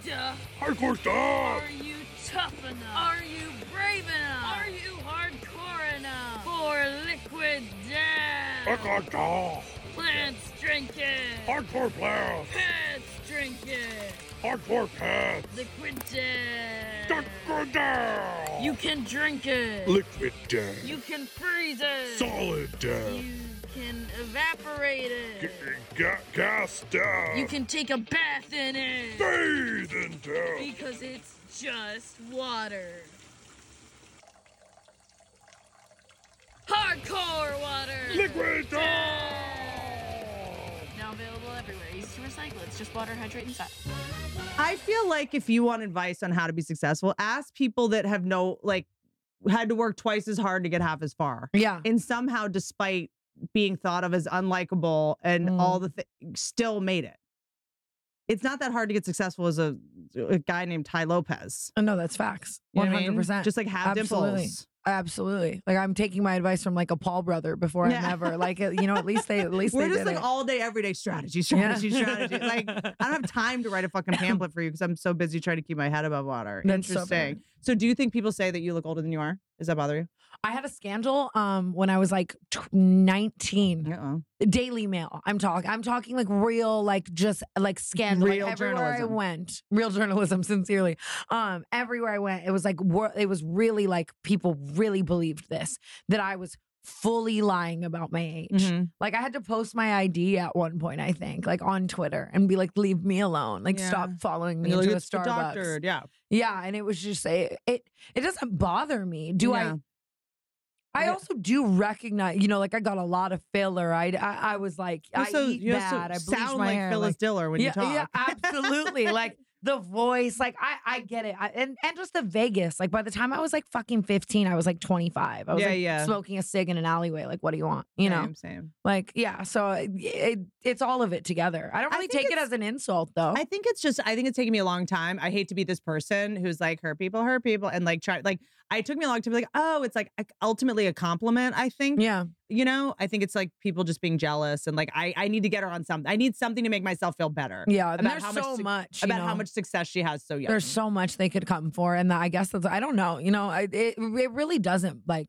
Speaker 6: stuff? Hardcore stuff. Are you tough enough? Are you brave enough? Are you hardcore enough for Liquid Death? Liquid Death. Plants drink it. Hardcore plants. Pets drink it.
Speaker 7: Hardcore Pets.
Speaker 6: Liquid Death.
Speaker 7: Liquid Death.
Speaker 6: You can drink it.
Speaker 7: Liquid Death.
Speaker 6: You can freeze it.
Speaker 7: Solid Death.
Speaker 6: You can evaporate it.
Speaker 7: Ga- gas Death.
Speaker 6: You can take a bath in it.
Speaker 7: bathe in Death.
Speaker 6: Because it's just water. Hardcore water.
Speaker 7: Liquid
Speaker 6: Death. Now available everywhere. Easy to recycle. It's just water, hydrate, and salt.
Speaker 5: I feel like if you want advice on how to be successful, ask people that have no like had to work twice as hard to get half as far,
Speaker 3: Yeah.
Speaker 5: and somehow, despite being thought of as unlikable and
Speaker 3: Mm.
Speaker 5: all the th- still made it. It's not that hard to get successful as a, a guy named Ty Lopez.
Speaker 3: Oh, no, that's facts.
Speaker 5: You know
Speaker 3: One
Speaker 5: what I mean?
Speaker 3: hundred percent.
Speaker 5: Just like have
Speaker 3: Absolutely.
Speaker 5: dimples.
Speaker 3: Absolutely. Like I'm taking my advice from like a Paul brother before
Speaker 5: Yeah.
Speaker 3: I'm ever like uh, you know at least they at least they
Speaker 5: We're just
Speaker 3: did
Speaker 5: like
Speaker 3: it.
Speaker 5: all day, every day strategy, strategy, strategy. Like I don't have time to write a fucking pamphlet for you because I'm so busy trying to keep my head above water.
Speaker 3: That's so
Speaker 5: Interesting.
Speaker 3: bad.
Speaker 5: So, do you think people say that you look older than you are? Does that bother
Speaker 3: I had a scandal um when I was like t- 19.
Speaker 5: you? Uh-oh.
Speaker 3: Daily Mail. I'm talking. I'm talking like real, like just like scandal.
Speaker 5: Real
Speaker 3: like everywhere
Speaker 5: journalism.
Speaker 3: I went, real journalism. Sincerely, um, everywhere I went, it was like wor- it was really like people really believed this that I was fully lying about my age.
Speaker 1: Mhm.
Speaker 3: Like I had to post my ID at one point, I think, like on Twitter and be like, leave me alone. Like stop
Speaker 1: Yeah.
Speaker 3: following
Speaker 1: And
Speaker 3: me
Speaker 1: you're like,
Speaker 3: into a
Speaker 1: "It's the doctor."
Speaker 3: Starbucks.
Speaker 1: Yeah.
Speaker 3: Yeah. And it was just it it, it doesn't bother me. Do I
Speaker 1: Yeah.
Speaker 3: I
Speaker 1: Yeah.
Speaker 3: also do recognize, you know, like I got a lot of filler. I I, I was like,
Speaker 1: You also-
Speaker 3: I eat
Speaker 1: you also
Speaker 3: bad. I bleach
Speaker 1: sound
Speaker 3: my
Speaker 1: like
Speaker 3: hair.
Speaker 1: Phyllis
Speaker 3: like-
Speaker 1: Diller when
Speaker 3: yeah,
Speaker 1: you talk.
Speaker 3: yeah, absolutely. like the voice, like I I get it. I, and and just the Vegas. Like by the time I was like fucking fifteen, I was like twenty five. I was
Speaker 1: Yeah,
Speaker 3: like
Speaker 1: yeah.
Speaker 3: smoking a cig in an alleyway. Like what do you want? You know,
Speaker 1: Same, same.
Speaker 3: like yeah. So it, it, it's all of it together. I don't
Speaker 1: I
Speaker 3: really
Speaker 1: think
Speaker 3: take it
Speaker 1: it's-
Speaker 3: as an insult though.
Speaker 1: I think it's just I think it's taking me a long time. I hate to be this person who's like hurt people, hurt people, and like try like I took me a long time to be like, oh, it's like a- ultimately a compliment, I think.
Speaker 3: yeah,
Speaker 1: You know, I think it's like people just being jealous and like I I need to get her on something. I need something to make myself feel better.
Speaker 3: yeah. and
Speaker 1: about
Speaker 3: there's
Speaker 1: how much
Speaker 3: so
Speaker 1: to-
Speaker 3: much you
Speaker 1: About how
Speaker 3: know.
Speaker 1: much success she has so young.
Speaker 3: There's so much they could come for, and that, I guess that's I don't know. You know, I, it it really doesn't like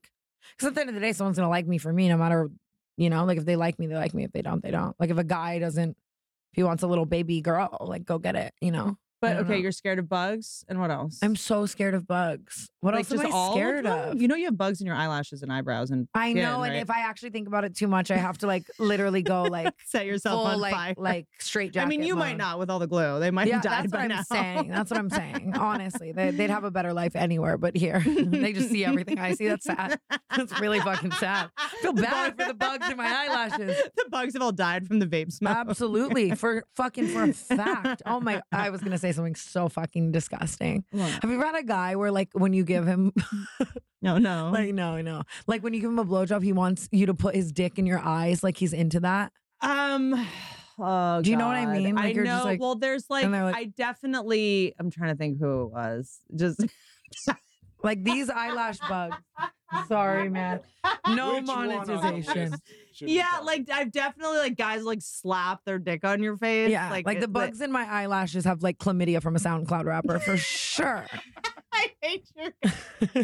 Speaker 3: because at the end of the day, someone's gonna like me for me, no matter you know. Like if they like me, they like me. If they don't, they don't. Like if a guy doesn't, if he wants a little baby girl, like go get it. You know.
Speaker 1: but
Speaker 3: don't
Speaker 1: okay,
Speaker 3: know.
Speaker 1: you're scared of bugs and what else?
Speaker 3: I'm so scared of bugs. What
Speaker 1: like
Speaker 3: else am I
Speaker 1: all
Speaker 3: scared
Speaker 1: them?
Speaker 3: of?
Speaker 1: You know you have bugs in your eyelashes and eyebrows and
Speaker 3: I
Speaker 1: skin,
Speaker 3: know, and
Speaker 1: right?
Speaker 3: if I actually think about it too much, I have to like literally go like
Speaker 1: set yourself
Speaker 3: full
Speaker 1: on
Speaker 3: like
Speaker 1: fire.
Speaker 3: like straight
Speaker 1: I mean,
Speaker 3: jacket
Speaker 1: you might
Speaker 3: mode.
Speaker 1: not with all the glue. They might
Speaker 3: yeah,
Speaker 1: have died
Speaker 3: that's
Speaker 1: by
Speaker 3: what I'm
Speaker 1: now.
Speaker 3: saying. That's what I'm saying. Honestly, they, they'd have a better life anywhere but here. they just see everything I see. That's sad. That's really fucking sad. I feel bad for the bugs in my eyelashes.
Speaker 1: The bugs have all died from the vape smoke.
Speaker 3: Absolutely, for fucking for a fact. Oh my! I was gonna say something so fucking disgusting. Have you ever had a guy where like when you give him
Speaker 1: No, no.
Speaker 3: like no no like when you give him a blowjob he wants you to put his dick in your eyes like he's into that?
Speaker 1: um, oh,
Speaker 3: Do you know what I
Speaker 1: God.
Speaker 3: mean?
Speaker 1: I
Speaker 3: Like,
Speaker 1: know.
Speaker 3: you're just like-
Speaker 1: well, there's like,
Speaker 3: they're like-
Speaker 1: I definitely. I'm trying to think who it was. Just
Speaker 3: Like these eyelash bugs. Sorry, man. No
Speaker 2: Which one on the
Speaker 3: monetization.
Speaker 2: list should we
Speaker 1: yeah,
Speaker 2: talk?
Speaker 1: like I've definitely like guys like slap their dick on your face.
Speaker 3: Yeah, like,
Speaker 1: it-
Speaker 3: the bugs in my eyelashes have like chlamydia from a SoundCloud rapper for sure.
Speaker 1: I hate your.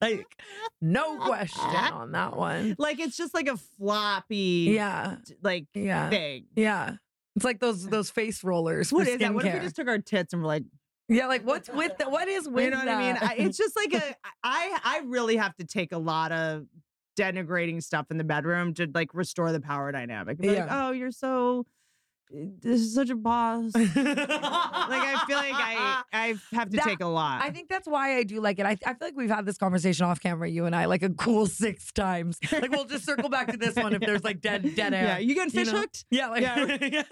Speaker 3: like, no question on that one.
Speaker 1: Like it's just like a floppy.
Speaker 3: Yeah,
Speaker 1: Like
Speaker 3: yeah,
Speaker 1: thing.
Speaker 3: yeah. It's like those those face rollers. For
Speaker 1: What is that? What if we
Speaker 3: skincare.
Speaker 1: just took our tits and we're like,
Speaker 3: Yeah, like what's with that? What is with
Speaker 1: you know what I mean?
Speaker 3: that?
Speaker 1: I, it's just like a I I really have to take a lot of denigrating stuff in the bedroom to like restore the power dynamic. Be Like,
Speaker 3: Yeah.
Speaker 1: oh, you're so eh, this is such a boss. like I feel like I I have to
Speaker 3: That-
Speaker 1: take a lot.
Speaker 3: I think that's why I do like it. I, I feel like we've had this conversation off camera, you and I, like a cool six times. Like we'll just circle back to this one if there's like dead dead air.
Speaker 1: Yeah, you getting
Speaker 3: you
Speaker 1: fish
Speaker 3: know?
Speaker 1: hooked?
Speaker 3: Yeah, like
Speaker 1: Yeah.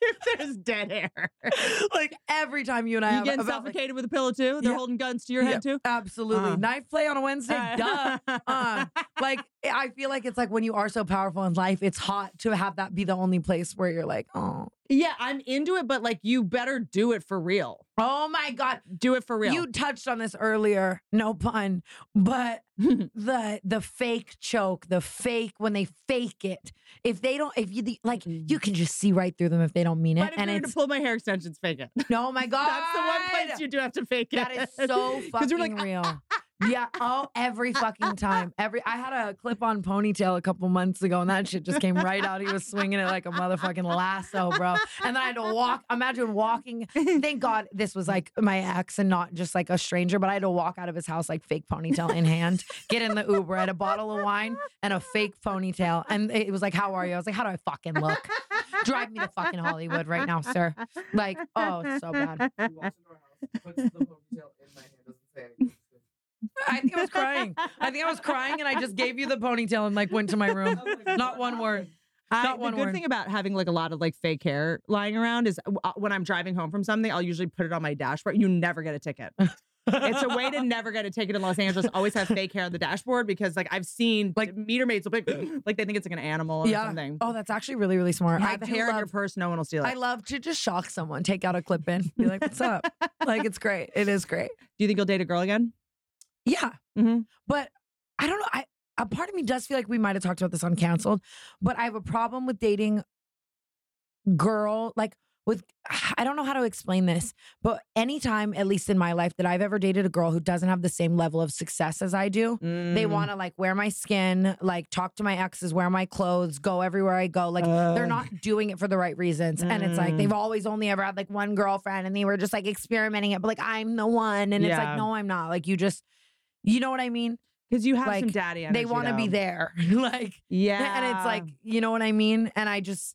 Speaker 1: if there's dead air.
Speaker 3: like every time you and I
Speaker 1: You
Speaker 3: have
Speaker 1: getting
Speaker 3: about, like-
Speaker 1: suffocated with a pillow too? They're
Speaker 3: Yeah.
Speaker 1: holding guns to your head
Speaker 3: Yeah,
Speaker 1: too?
Speaker 3: Absolutely.
Speaker 1: Uh.
Speaker 3: Knife play on a Wednesday, duh. Um, like I feel like it's like when you are so powerful in life, it's hot to have that be the only place where you're like, oh,
Speaker 1: yeah, I'm into it, but like you better do it for real.
Speaker 3: oh my god.
Speaker 1: Do it for real.
Speaker 3: You touched on this earlier, no pun, but the the fake choke, the fake when they fake it. If they don't, if you the, like,
Speaker 1: Mm-mm.
Speaker 3: you can just see right through them if they don't mean it.
Speaker 1: Mm. but if
Speaker 3: And
Speaker 1: you were to
Speaker 3: it's
Speaker 1: pull my hair extensions, fake it.
Speaker 3: no, my god,
Speaker 1: That's the one place you do have to fake it.
Speaker 3: That is so
Speaker 1: 'Cause
Speaker 3: fucking
Speaker 1: you're like, "Ah,
Speaker 3: real. yeah. Oh, every fucking time. Every I had a clip-on ponytail a couple months ago, and that shit just came right out. He was swinging it like a motherfucking lasso, bro. And then I had to walk. Imagine walking. Thank God this was like my ex and not just like a stranger. But I had to walk out of his house like fake ponytail in hand, get in the Uber, I had a bottle of wine and a fake ponytail, and it was like, "How are you?" I was like, "How do I fucking look? Drive me to fucking Hollywood right now, sir." Like, oh, it's so bad.
Speaker 8: He walks into our house, puts the ponytail in my hand, doesn't say anything.
Speaker 3: I think I was crying. I think I was crying, and I just gave you the ponytail and like went to my room. Not one word.
Speaker 1: I-
Speaker 3: Not
Speaker 1: the
Speaker 3: one
Speaker 1: good
Speaker 3: word.
Speaker 1: thing about having like a lot of like fake hair lying around is uh, when I'm driving home from something, I'll usually put it on my dashboard. You never get a ticket. it's a way to never get a ticket in Los Angeles. Always have fake hair on the dashboard because like I've seen like meter maids will pick like they think it's like an animal or
Speaker 3: Yeah.
Speaker 1: something.
Speaker 3: Oh, that's actually really, really smart. I
Speaker 1: have
Speaker 3: do
Speaker 1: hair in your
Speaker 3: love.
Speaker 1: purse, no one will steal it.
Speaker 3: I love to just shock someone, take out a clip in, be like, "What's up?" like it's great. It is great.
Speaker 1: Do you think you'll date a girl again?
Speaker 3: Yeah,
Speaker 1: Mm-hmm.
Speaker 3: but I don't know. I a part of me does feel like we might have talked about this on canceled, but I have a problem with dating girl like with I don't know how to explain this, but anytime, at least in my life, that I've ever dated a girl who doesn't have the same level of success as I do,
Speaker 1: Mm-hmm.
Speaker 3: They want to like wear my skin, like talk to my exes, wear my clothes, go everywhere I go. Like they're
Speaker 1: Ugh.
Speaker 3: not doing it for the right reasons. And it's like
Speaker 1: Oh. Mm.
Speaker 3: they've always only ever had like one girlfriend and they were just like experimenting it, but like I'm the one. And it's
Speaker 1: Yeah.
Speaker 3: like, no, I'm not. Like you just, you know what I mean?
Speaker 1: Because you have some
Speaker 3: Like,
Speaker 1: daddy energy.
Speaker 3: they want to be
Speaker 1: though.
Speaker 3: there. like,
Speaker 1: Yeah.
Speaker 3: and it's like, you know what I mean? And I just,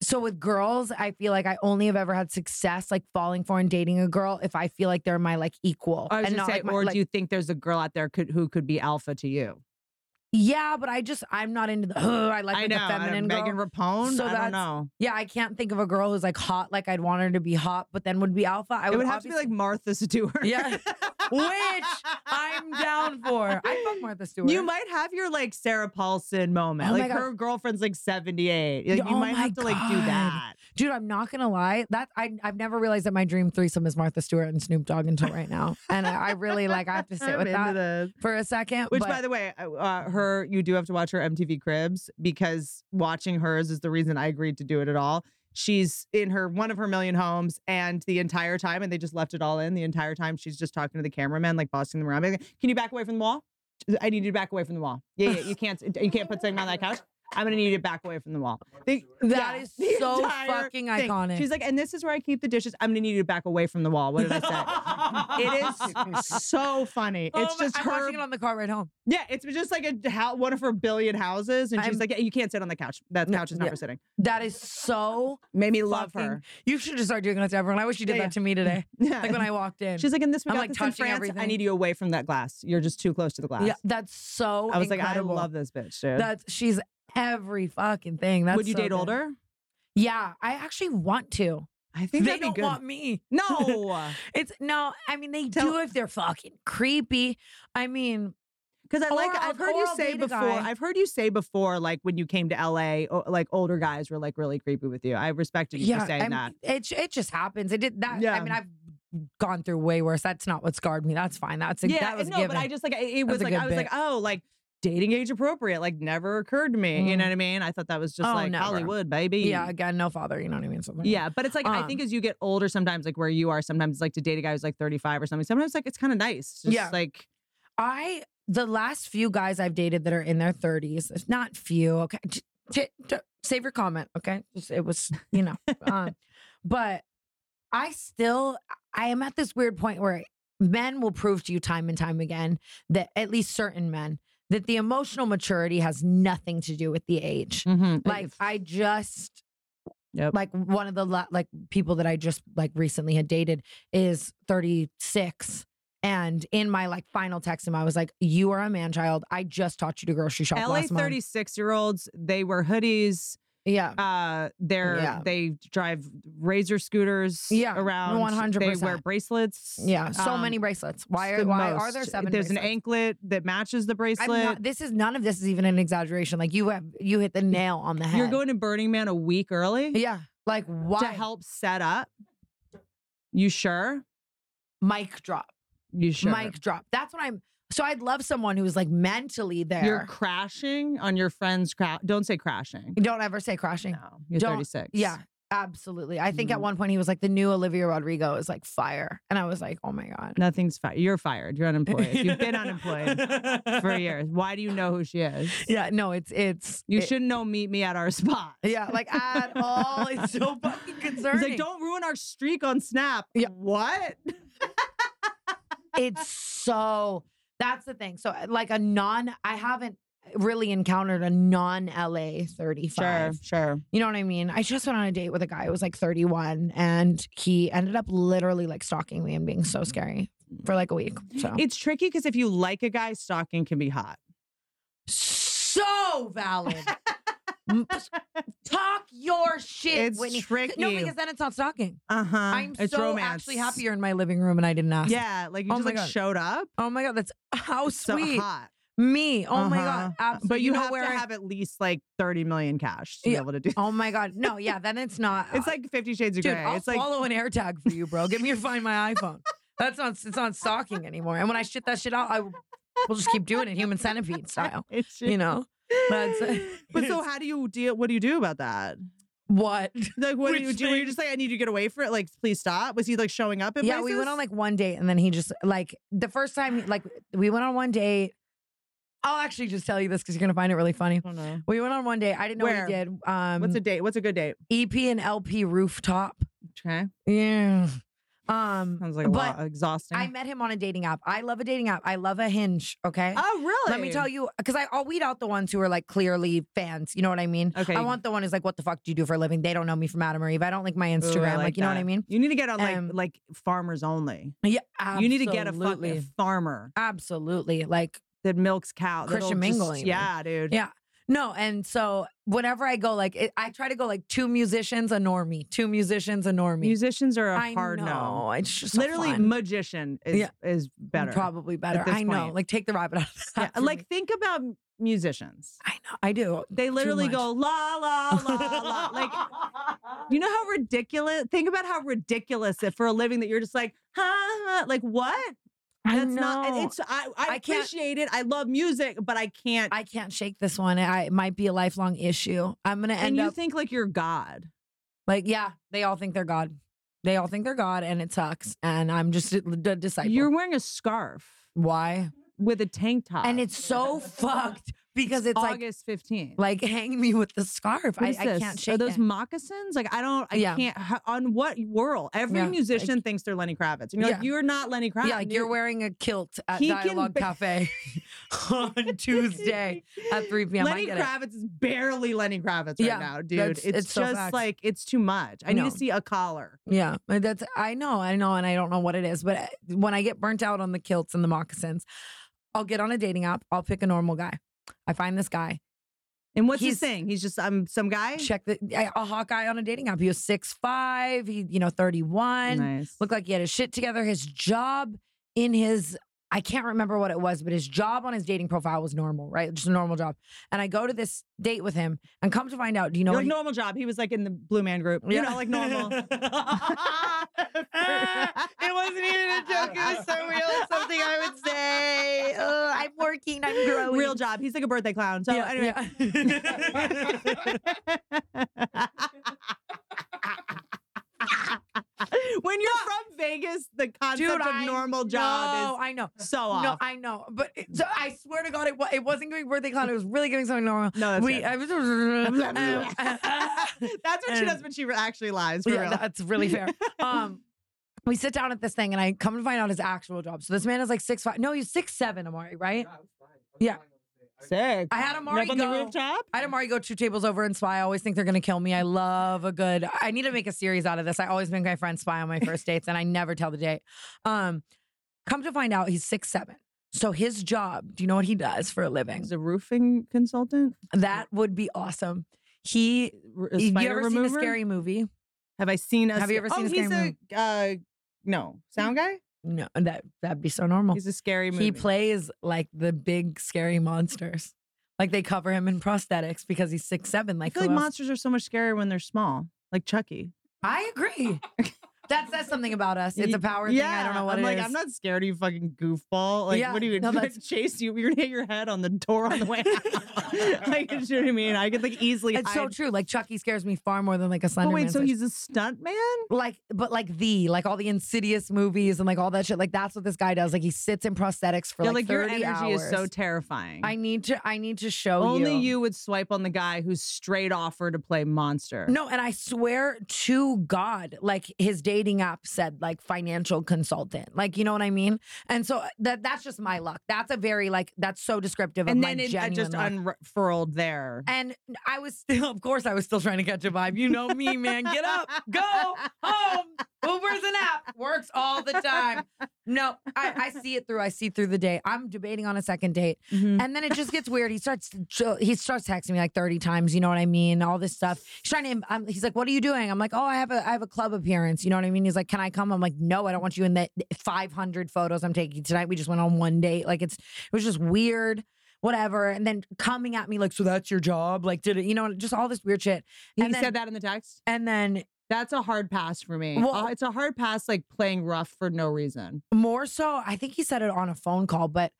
Speaker 3: so with girls, I feel like I only have ever had success like falling for and dating a girl if I feel like they're my like equal.
Speaker 1: I was just
Speaker 3: and not
Speaker 1: saying,
Speaker 3: like my,
Speaker 1: or
Speaker 3: like-
Speaker 1: do you think there's a girl out there could, who could be alpha to you?
Speaker 3: Yeah, but I just, I'm not into the, I like
Speaker 1: I
Speaker 3: like,
Speaker 1: know.
Speaker 3: the
Speaker 1: I don't-
Speaker 3: feminine girl.
Speaker 1: Megan Rapone.
Speaker 3: So
Speaker 1: I
Speaker 3: that's-
Speaker 1: don't know.
Speaker 3: yeah, I can't think of a girl who's like hot, like I'd want her to be hot, but then would be alpha. I
Speaker 1: It would, have to be
Speaker 3: obviously-
Speaker 1: like Martha Stewart.
Speaker 3: Yeah. Which I'm down for. I fuck Martha Stewart.
Speaker 1: You might have your like Sarah Paulson moment.
Speaker 3: Oh my
Speaker 1: like
Speaker 3: God.
Speaker 1: her girlfriend's like 78. Like,
Speaker 3: Yeah,
Speaker 1: you
Speaker 3: oh
Speaker 1: might
Speaker 3: my
Speaker 1: have to like do
Speaker 3: God.
Speaker 1: that.
Speaker 3: dude. I'm not gonna lie. That I I've never realized that my dream threesome is Martha Stewart and Snoop Dogg until right now, and I, I really like I have to sit
Speaker 1: I'm
Speaker 3: with
Speaker 1: into
Speaker 3: that
Speaker 1: this.
Speaker 3: for a second.
Speaker 1: Which,
Speaker 3: but
Speaker 1: by the way, uh, uh, her you do have to watch her MTV Cribs because watching hers is the reason I agreed to do it at all. She's in her one of her million homes, and the entire time, and they just left it all in. The entire time, she's just talking to the cameraman, like bossing them around. Like, Can you back away from the wall? I need you to back away from the wall. Yeah, yeah, you can't, you can't put something on that couch. I'm gonna need you to back away from the wall. They-
Speaker 3: That
Speaker 1: yeah,
Speaker 3: is
Speaker 1: the
Speaker 3: so
Speaker 1: entire
Speaker 3: fucking
Speaker 1: thing.
Speaker 3: iconic.
Speaker 1: She's like, and this is where I keep the dishes. I'm gonna need you to back away from the wall. What did I say? it is so funny.
Speaker 3: Oh
Speaker 1: it's
Speaker 3: my-
Speaker 1: just
Speaker 3: I'm
Speaker 1: her
Speaker 3: watching it on the car right home.
Speaker 1: yeah, it's just like a hou- one of her billion houses, and she's
Speaker 3: I'm-
Speaker 1: like, yeah, "You can't sit on the couch. That
Speaker 3: No,
Speaker 1: couch is not
Speaker 3: yeah.
Speaker 1: for sitting."
Speaker 3: That is so.
Speaker 1: Made me love
Speaker 3: fucking-
Speaker 1: her.
Speaker 3: You should just start doing that to everyone. I wish you did
Speaker 1: Yeah, yeah.
Speaker 3: that to me today.
Speaker 1: Yeah,
Speaker 3: Like when I walked in.
Speaker 1: she's like, "In this, we
Speaker 3: I'm,
Speaker 1: got
Speaker 3: like,
Speaker 1: this in
Speaker 3: touching
Speaker 1: France. I
Speaker 3: everything.
Speaker 1: need you away from that glass. You're just too close to the glass."
Speaker 3: yeah, that's so.
Speaker 1: I was
Speaker 3: incredible.
Speaker 1: like, "I love this bitch, dude."
Speaker 3: That's she's every fucking thing. That's
Speaker 1: Would you
Speaker 3: so
Speaker 1: date
Speaker 3: good.
Speaker 1: older?
Speaker 3: Yeah, I actually want to.
Speaker 1: I think
Speaker 3: They
Speaker 1: that'd be
Speaker 3: don't
Speaker 1: good.
Speaker 3: want me.
Speaker 1: no,
Speaker 3: It's no, I mean they
Speaker 1: Tell-
Speaker 3: do if they're fucking creepy. I mean,
Speaker 1: because I like.
Speaker 3: Or I'll-
Speaker 1: I've heard
Speaker 3: or
Speaker 1: you
Speaker 3: I'll
Speaker 1: say
Speaker 3: date a
Speaker 1: before.
Speaker 3: guy.
Speaker 1: I've heard you say before, like when you came to LA, o- like older guys were like really creepy with you. I respected you
Speaker 3: yeah,
Speaker 1: for saying
Speaker 3: I'm-
Speaker 1: that.
Speaker 3: it ju- it just happens. It did that. I
Speaker 1: Yeah.
Speaker 3: mean, I've gone through way worse. That's not what scarred me. That's fine. That's a,
Speaker 1: yeah,
Speaker 3: that was
Speaker 1: no,
Speaker 3: given.
Speaker 1: but I just like it- it
Speaker 3: That
Speaker 1: was,
Speaker 3: was a
Speaker 1: like I
Speaker 3: good
Speaker 1: was like,
Speaker 3: bit.
Speaker 1: oh, like dating age appropriate, like never occurred to me. You know
Speaker 3: Mm.
Speaker 1: what I mean? I thought that was just
Speaker 3: Oh,
Speaker 1: like
Speaker 3: never.
Speaker 1: Hollywood, baby.
Speaker 3: yeah, again, no father. You know what I mean? Something like
Speaker 1: Yeah, but it's like I
Speaker 3: Um,
Speaker 1: think as you get older, sometimes like where you are, sometimes like to date a guy who's like thirty five or something. Sometimes like it's kind of nice. Just,
Speaker 3: Yeah.
Speaker 1: like
Speaker 3: that. I the last few guys I've dated that are in their thirties, not few. Okay, J- j- j- save your comment. Okay, Just- it was you know, um, but I still I am at this weird point where men will prove to you time and time again that at least certain men that the emotional maturity has nothing to do with the age. Mm-hmm.
Speaker 1: mm-hmm.
Speaker 3: Like I just
Speaker 1: Yep.
Speaker 3: like one of the la- like people that I just like recently had dated is 36 and in my like final text to him I was like you are a man child. I just taught you to grocery shop
Speaker 1: LA
Speaker 3: last month."
Speaker 1: thirty six year olds, they wear hoodies.
Speaker 3: Yeah.
Speaker 1: Uh, they're
Speaker 3: Yeah.
Speaker 1: they drive razor scooters.
Speaker 3: Yeah,
Speaker 1: around. They wear
Speaker 3: 100%.
Speaker 1: bracelets.
Speaker 3: Yeah, so
Speaker 1: um,
Speaker 3: many bracelets. Why
Speaker 1: the
Speaker 3: are why are
Speaker 1: most.
Speaker 3: there seven
Speaker 1: There's an
Speaker 3: bracelets?
Speaker 1: anklet that matches the
Speaker 3: I'm
Speaker 1: bracelet.
Speaker 3: not, this is none of this is even an exaggeration. Like you have you hit the nail on the head.
Speaker 1: You're going to Burning Man a week early
Speaker 3: yeah. Like why?
Speaker 1: to help set up. You sure?
Speaker 3: mic drop,
Speaker 1: You sure?
Speaker 3: mic drop. That's what I'm. So I'd love someone who's like mentally
Speaker 1: You're
Speaker 3: there.
Speaker 1: crashing on your friend's crowd. Don't say crashing.
Speaker 3: Don't ever say crashing.
Speaker 1: No, you're
Speaker 3: Don't-
Speaker 1: 36.
Speaker 3: Yeah, absolutely. I think at
Speaker 1: Mhm.
Speaker 3: one point he was like, the new Olivia Rodrigo is like fire, and I was like, oh my god.
Speaker 1: Nothing's fired. You're fired. You're unemployed. You've been unemployed for years. Why do you know who she is?
Speaker 3: Yeah, no, it's it's
Speaker 1: You
Speaker 3: it-
Speaker 1: shouldn't know meet me at our spot.
Speaker 3: Yeah, like at all. It's so fucking
Speaker 1: It's
Speaker 3: concerning.
Speaker 1: like, don't ruin our streak on Snap.
Speaker 3: Yeah.
Speaker 1: What?
Speaker 3: it's so that's the thing. So uh, like a non, I haven't really encountered a non LA thirty five.
Speaker 1: sure.
Speaker 3: You know what I mean? I just went on a date with a guy who was like 31 and he ended up literally like stalking me and being so scary for like a week. So
Speaker 1: Oh. It's tricky because if you like a guy, stalking can be hot.
Speaker 3: so valid. M- Talk your shit,
Speaker 1: It's
Speaker 3: Whitney.
Speaker 1: tricky.
Speaker 3: No, because then it's not stalking.
Speaker 1: Uh huh.
Speaker 3: Uh-huh. I'm so actually happy you're in my living room and I didn't ask.
Speaker 1: Yeah, like you
Speaker 3: Oh
Speaker 1: just
Speaker 3: my
Speaker 1: like
Speaker 3: God.
Speaker 1: showed up.
Speaker 3: Oh my god, that's how
Speaker 1: So
Speaker 3: sweet.
Speaker 1: hot.
Speaker 3: me. Oh my
Speaker 1: Uh-huh.
Speaker 3: god. Absolutely.
Speaker 1: But you,
Speaker 3: know
Speaker 1: have
Speaker 3: where
Speaker 1: to
Speaker 3: I-
Speaker 1: have at least like 30 million cash to
Speaker 3: Yeah.
Speaker 1: be able to do.
Speaker 3: Oh my god. No, yeah, then it's not.
Speaker 1: It's like Fifty Shades of
Speaker 3: Dude,
Speaker 1: Grey.
Speaker 3: I'll
Speaker 1: it's like
Speaker 3: swallow an AirTag for you, bro. Give me your Find My iPhone. That's not it's not stalking anymore. And when I shit that shit out, I will we'll just keep doing it human centipede style.
Speaker 1: it's
Speaker 3: You know uh, That's-
Speaker 1: but so how do you deal? What do you do about that?
Speaker 3: what?
Speaker 1: Like, what do
Speaker 3: Which
Speaker 1: you do? Were you
Speaker 3: thing?
Speaker 1: just like, I need you to get away from it. Like, please stop. Was he like showing up? At
Speaker 3: yeah, we went
Speaker 1: places?
Speaker 3: on like one date, and then he just like the first time, like we went on one date. I'll actually just tell you this because you're gonna find it really funny.
Speaker 1: I don't know.
Speaker 3: We went on one date. I didn't know
Speaker 1: Where?
Speaker 3: what he did. Um, E
Speaker 1: What's a date? What's a good date?
Speaker 3: EP and LP rooftop?
Speaker 1: Okay.
Speaker 3: Yeah. Um,
Speaker 1: Sounds like a
Speaker 3: but
Speaker 1: lot exhausting.
Speaker 3: I met him on a dating app. I love a dating app. I love a hinge. Okay.
Speaker 1: oh, really?
Speaker 3: Let me tell you, because I, I'll weed out the ones who are like clearly fans. You know what I mean?
Speaker 1: Okay.
Speaker 3: I want the one who's like, what the fuck do you do for a living? They don't know me from Adam or Eve. I don't like my Instagram. like, you know what I
Speaker 1: that.
Speaker 3: mean?
Speaker 1: You need to get on like
Speaker 3: Um,
Speaker 1: like farmers only.
Speaker 3: Yeah.
Speaker 1: You need to get a
Speaker 3: absolutely.
Speaker 1: fucking farmer
Speaker 3: Absolutely. Like,
Speaker 1: that milks cow. that'll
Speaker 3: Christian
Speaker 1: just-
Speaker 3: Mingle, you know.
Speaker 1: Yeah, dude.
Speaker 3: Yeah. no. And so whenever I go, like, it, I try to go like two musicians, a normie, two musicians, a normie.
Speaker 1: Musicians are a
Speaker 3: I
Speaker 1: hard
Speaker 3: know.
Speaker 1: no.
Speaker 3: It's just so
Speaker 1: Literally,
Speaker 3: fun.
Speaker 1: magician is
Speaker 3: Yeah.
Speaker 1: is better.
Speaker 3: Probably better.
Speaker 1: this
Speaker 3: I know.
Speaker 1: point.
Speaker 3: Like, take the rabbit out of the
Speaker 1: Yeah,
Speaker 3: hat for
Speaker 1: Like
Speaker 3: me.
Speaker 1: think about musicians.
Speaker 3: I know. I do.
Speaker 1: They literally
Speaker 3: much.
Speaker 1: go la la la la. Like you know how ridiculous. Think about how ridiculous it for a living that you're just like huh, huh, like what?
Speaker 3: I
Speaker 1: That's not. and
Speaker 3: know.
Speaker 1: It's I, I,
Speaker 3: I can't-
Speaker 1: appreciate it. I love music, but I can't.
Speaker 3: I can't shake this one. I, it might be a lifelong issue. I'm gonna
Speaker 1: and
Speaker 3: end
Speaker 1: you
Speaker 3: up
Speaker 1: think like you're God.
Speaker 3: like, yeah, they all think they're God. They all think they're God, and it sucks. And I'm just a, a disciple.
Speaker 1: You're wearing a scarf
Speaker 3: Why?
Speaker 1: with a tank top,
Speaker 3: And it's so fucked because it's like,
Speaker 1: August 15th.
Speaker 3: like hang me with the scarf.
Speaker 1: What
Speaker 3: I,
Speaker 1: is
Speaker 3: I
Speaker 1: this?
Speaker 3: can't shake
Speaker 1: Are those
Speaker 3: it.
Speaker 1: moccasins? Like I don't. I
Speaker 3: Yeah.
Speaker 1: can't. ho- On what world? Every
Speaker 3: Yeah, like-
Speaker 1: musician thinks they're Lenny Kravitz. And you're like,
Speaker 3: Yeah.
Speaker 1: you're not Lenny Kravitz.
Speaker 3: yeah, like you're wearing a kilt at
Speaker 1: He can
Speaker 3: Dialogue
Speaker 1: ba-
Speaker 3: Cafe on Tuesday at 3 p.m. I
Speaker 1: Lenny
Speaker 3: get it.
Speaker 1: Kravitz is barely Lenny Kravitz
Speaker 3: Yeah,
Speaker 1: right now, dude.
Speaker 3: that's-
Speaker 1: It's,
Speaker 3: it's so
Speaker 1: just
Speaker 3: facts.
Speaker 1: like it's too much. I
Speaker 3: No.
Speaker 1: need to see a collar.
Speaker 3: Yeah, but that's I know, I know, and I don't know what it is, but uh, when I get burnt out on the kilts and the moccasins, I'll get on a dating app. I'll pick a normal guy. I find this guy.
Speaker 1: And what's
Speaker 3: He's-
Speaker 1: he saying? He's just um some guy.
Speaker 3: Check the I- a hot guy on a dating app. He was six five. He you know thirty one.
Speaker 1: nice.
Speaker 3: Looked like he had his shit together. His job in his I can't remember what it was, but his job on his dating profile was normal, right? Just a normal job. And I go to this date with him, and come to find out, do you know?
Speaker 1: You're like
Speaker 3: what he-
Speaker 1: normal job. He was like in the Blue Man Group. You know, like normal.
Speaker 9: it wasn't even a joke. It was so real. It's something I would say.
Speaker 3: Oh, I'm working. I'm growing.
Speaker 1: Real job. He's like a birthday clown. So
Speaker 3: Yeah,
Speaker 1: anyway. when you're from Vegas, the concept of
Speaker 3: I
Speaker 1: normal job
Speaker 3: know, I know.
Speaker 1: is so off.
Speaker 3: No, I know, but it, so I swear to God, it, wa- it wasn't giving birthday clown. It was really giving something normal.
Speaker 1: no, that's,
Speaker 3: We, uh,
Speaker 1: good.
Speaker 3: I was, um,
Speaker 1: that's what she does
Speaker 3: um,
Speaker 1: when she re- actually lies. For
Speaker 3: yeah,
Speaker 1: real.
Speaker 3: that's really fair. Um, we sit down at this thing, and I come to find out his actual job. So this man is like six five. No, he's six seven, Amari, right? Yeah.
Speaker 1: Sick.
Speaker 3: I had Amari
Speaker 1: Up on
Speaker 3: go-
Speaker 1: the rooftop.
Speaker 3: I had Amari go two tables over and spy. I always think they're gonna kill me. I love a good. I need to make a series out of this. I always make my friends spy on my first dates, and I never tell the date. Um, come to find out, he's six seven. So his job. Do you know what he does for a living?
Speaker 1: He's a roofing consultant.
Speaker 3: That would be awesome. He,
Speaker 1: R- a
Speaker 3: you
Speaker 1: spider
Speaker 3: ever
Speaker 1: remover.
Speaker 3: seen a scary movie?
Speaker 1: Have I seen a?
Speaker 3: Have you
Speaker 1: sca-
Speaker 3: ever
Speaker 1: oh,
Speaker 3: seen a
Speaker 1: he's
Speaker 3: scary
Speaker 1: a uh, no sound guy.
Speaker 3: No, that that'd be so normal.
Speaker 1: He's a scary movie.
Speaker 3: Oh, He plays like the big scary monsters. Like they cover him in prosthetics because he's six seven.
Speaker 1: I
Speaker 3: Like,
Speaker 1: feel like
Speaker 3: who else-
Speaker 1: monsters are so much scarier when they're small, like Chucky.
Speaker 3: I agree. that says something about us. It's a
Speaker 1: Y-
Speaker 3: power thing. I don't know what
Speaker 1: I'm
Speaker 3: it
Speaker 1: like,
Speaker 3: is.
Speaker 1: I'm not scared of you, fucking goofball. Like,
Speaker 3: Yeah,
Speaker 1: what are you
Speaker 3: no,
Speaker 1: gonna
Speaker 3: that's-
Speaker 1: chase you? You're gonna hit your head on the door on the way out. like, you know what I mean? I could like easily.
Speaker 3: it's so
Speaker 1: hide.
Speaker 3: true. Like Chucky scares me far more than like a Slender
Speaker 1: But wait,
Speaker 3: Man
Speaker 1: so
Speaker 3: slash-
Speaker 1: he's a stunt man?
Speaker 3: like, but like the like all the Insidious movies and like all that shit. Like that's what this guy does. Like he sits in prosthetics for
Speaker 1: Yeah,
Speaker 3: like,
Speaker 1: like your
Speaker 3: 30
Speaker 1: energy
Speaker 3: hours.
Speaker 1: is so terrifying.
Speaker 3: I need to. I need to show
Speaker 1: Only you. would swipe on the guy who's straight offer to play monster.
Speaker 3: No, and I swear to God, like his dating app said, like financial consultant, like you know what I mean. And so that that's just my luck. That's a very like that's so descriptive
Speaker 1: and
Speaker 3: of
Speaker 1: then
Speaker 3: my
Speaker 1: it uh,
Speaker 3: genuine Eh,
Speaker 1: just
Speaker 3: luck.
Speaker 1: unfurled there.
Speaker 3: and I was still, of course, I was still trying to catch a vibe. You know me, man. Get up, go home. Uber's an app, works all the time. No, I, I see it through. I see through the day. I'm debating on a second date.
Speaker 1: Mhm.
Speaker 3: And then it just gets weird. He starts jo- he starts texting me like thirty times. You know what I mean? All this stuff. He's trying to. Um, he's like, "What are you doing?" I'm like, "Oh, I have a I have a club appearance." You know what I mean? He's like, "Can I come?" I'm like, "No, I don't want you in the 500 photos I'm taking tonight. We just went on one date. Like it's it was just weird." Whatever, and then coming at me like, so that's your job? Like, did it? You know, just all this weird shit.
Speaker 1: he
Speaker 3: and then-
Speaker 1: said that in the text.
Speaker 3: And then
Speaker 1: That's a hard pass for me.
Speaker 3: Well-
Speaker 1: Uh, it's a hard pass, like playing rough for no reason.
Speaker 3: more so i think he said it on a phone call but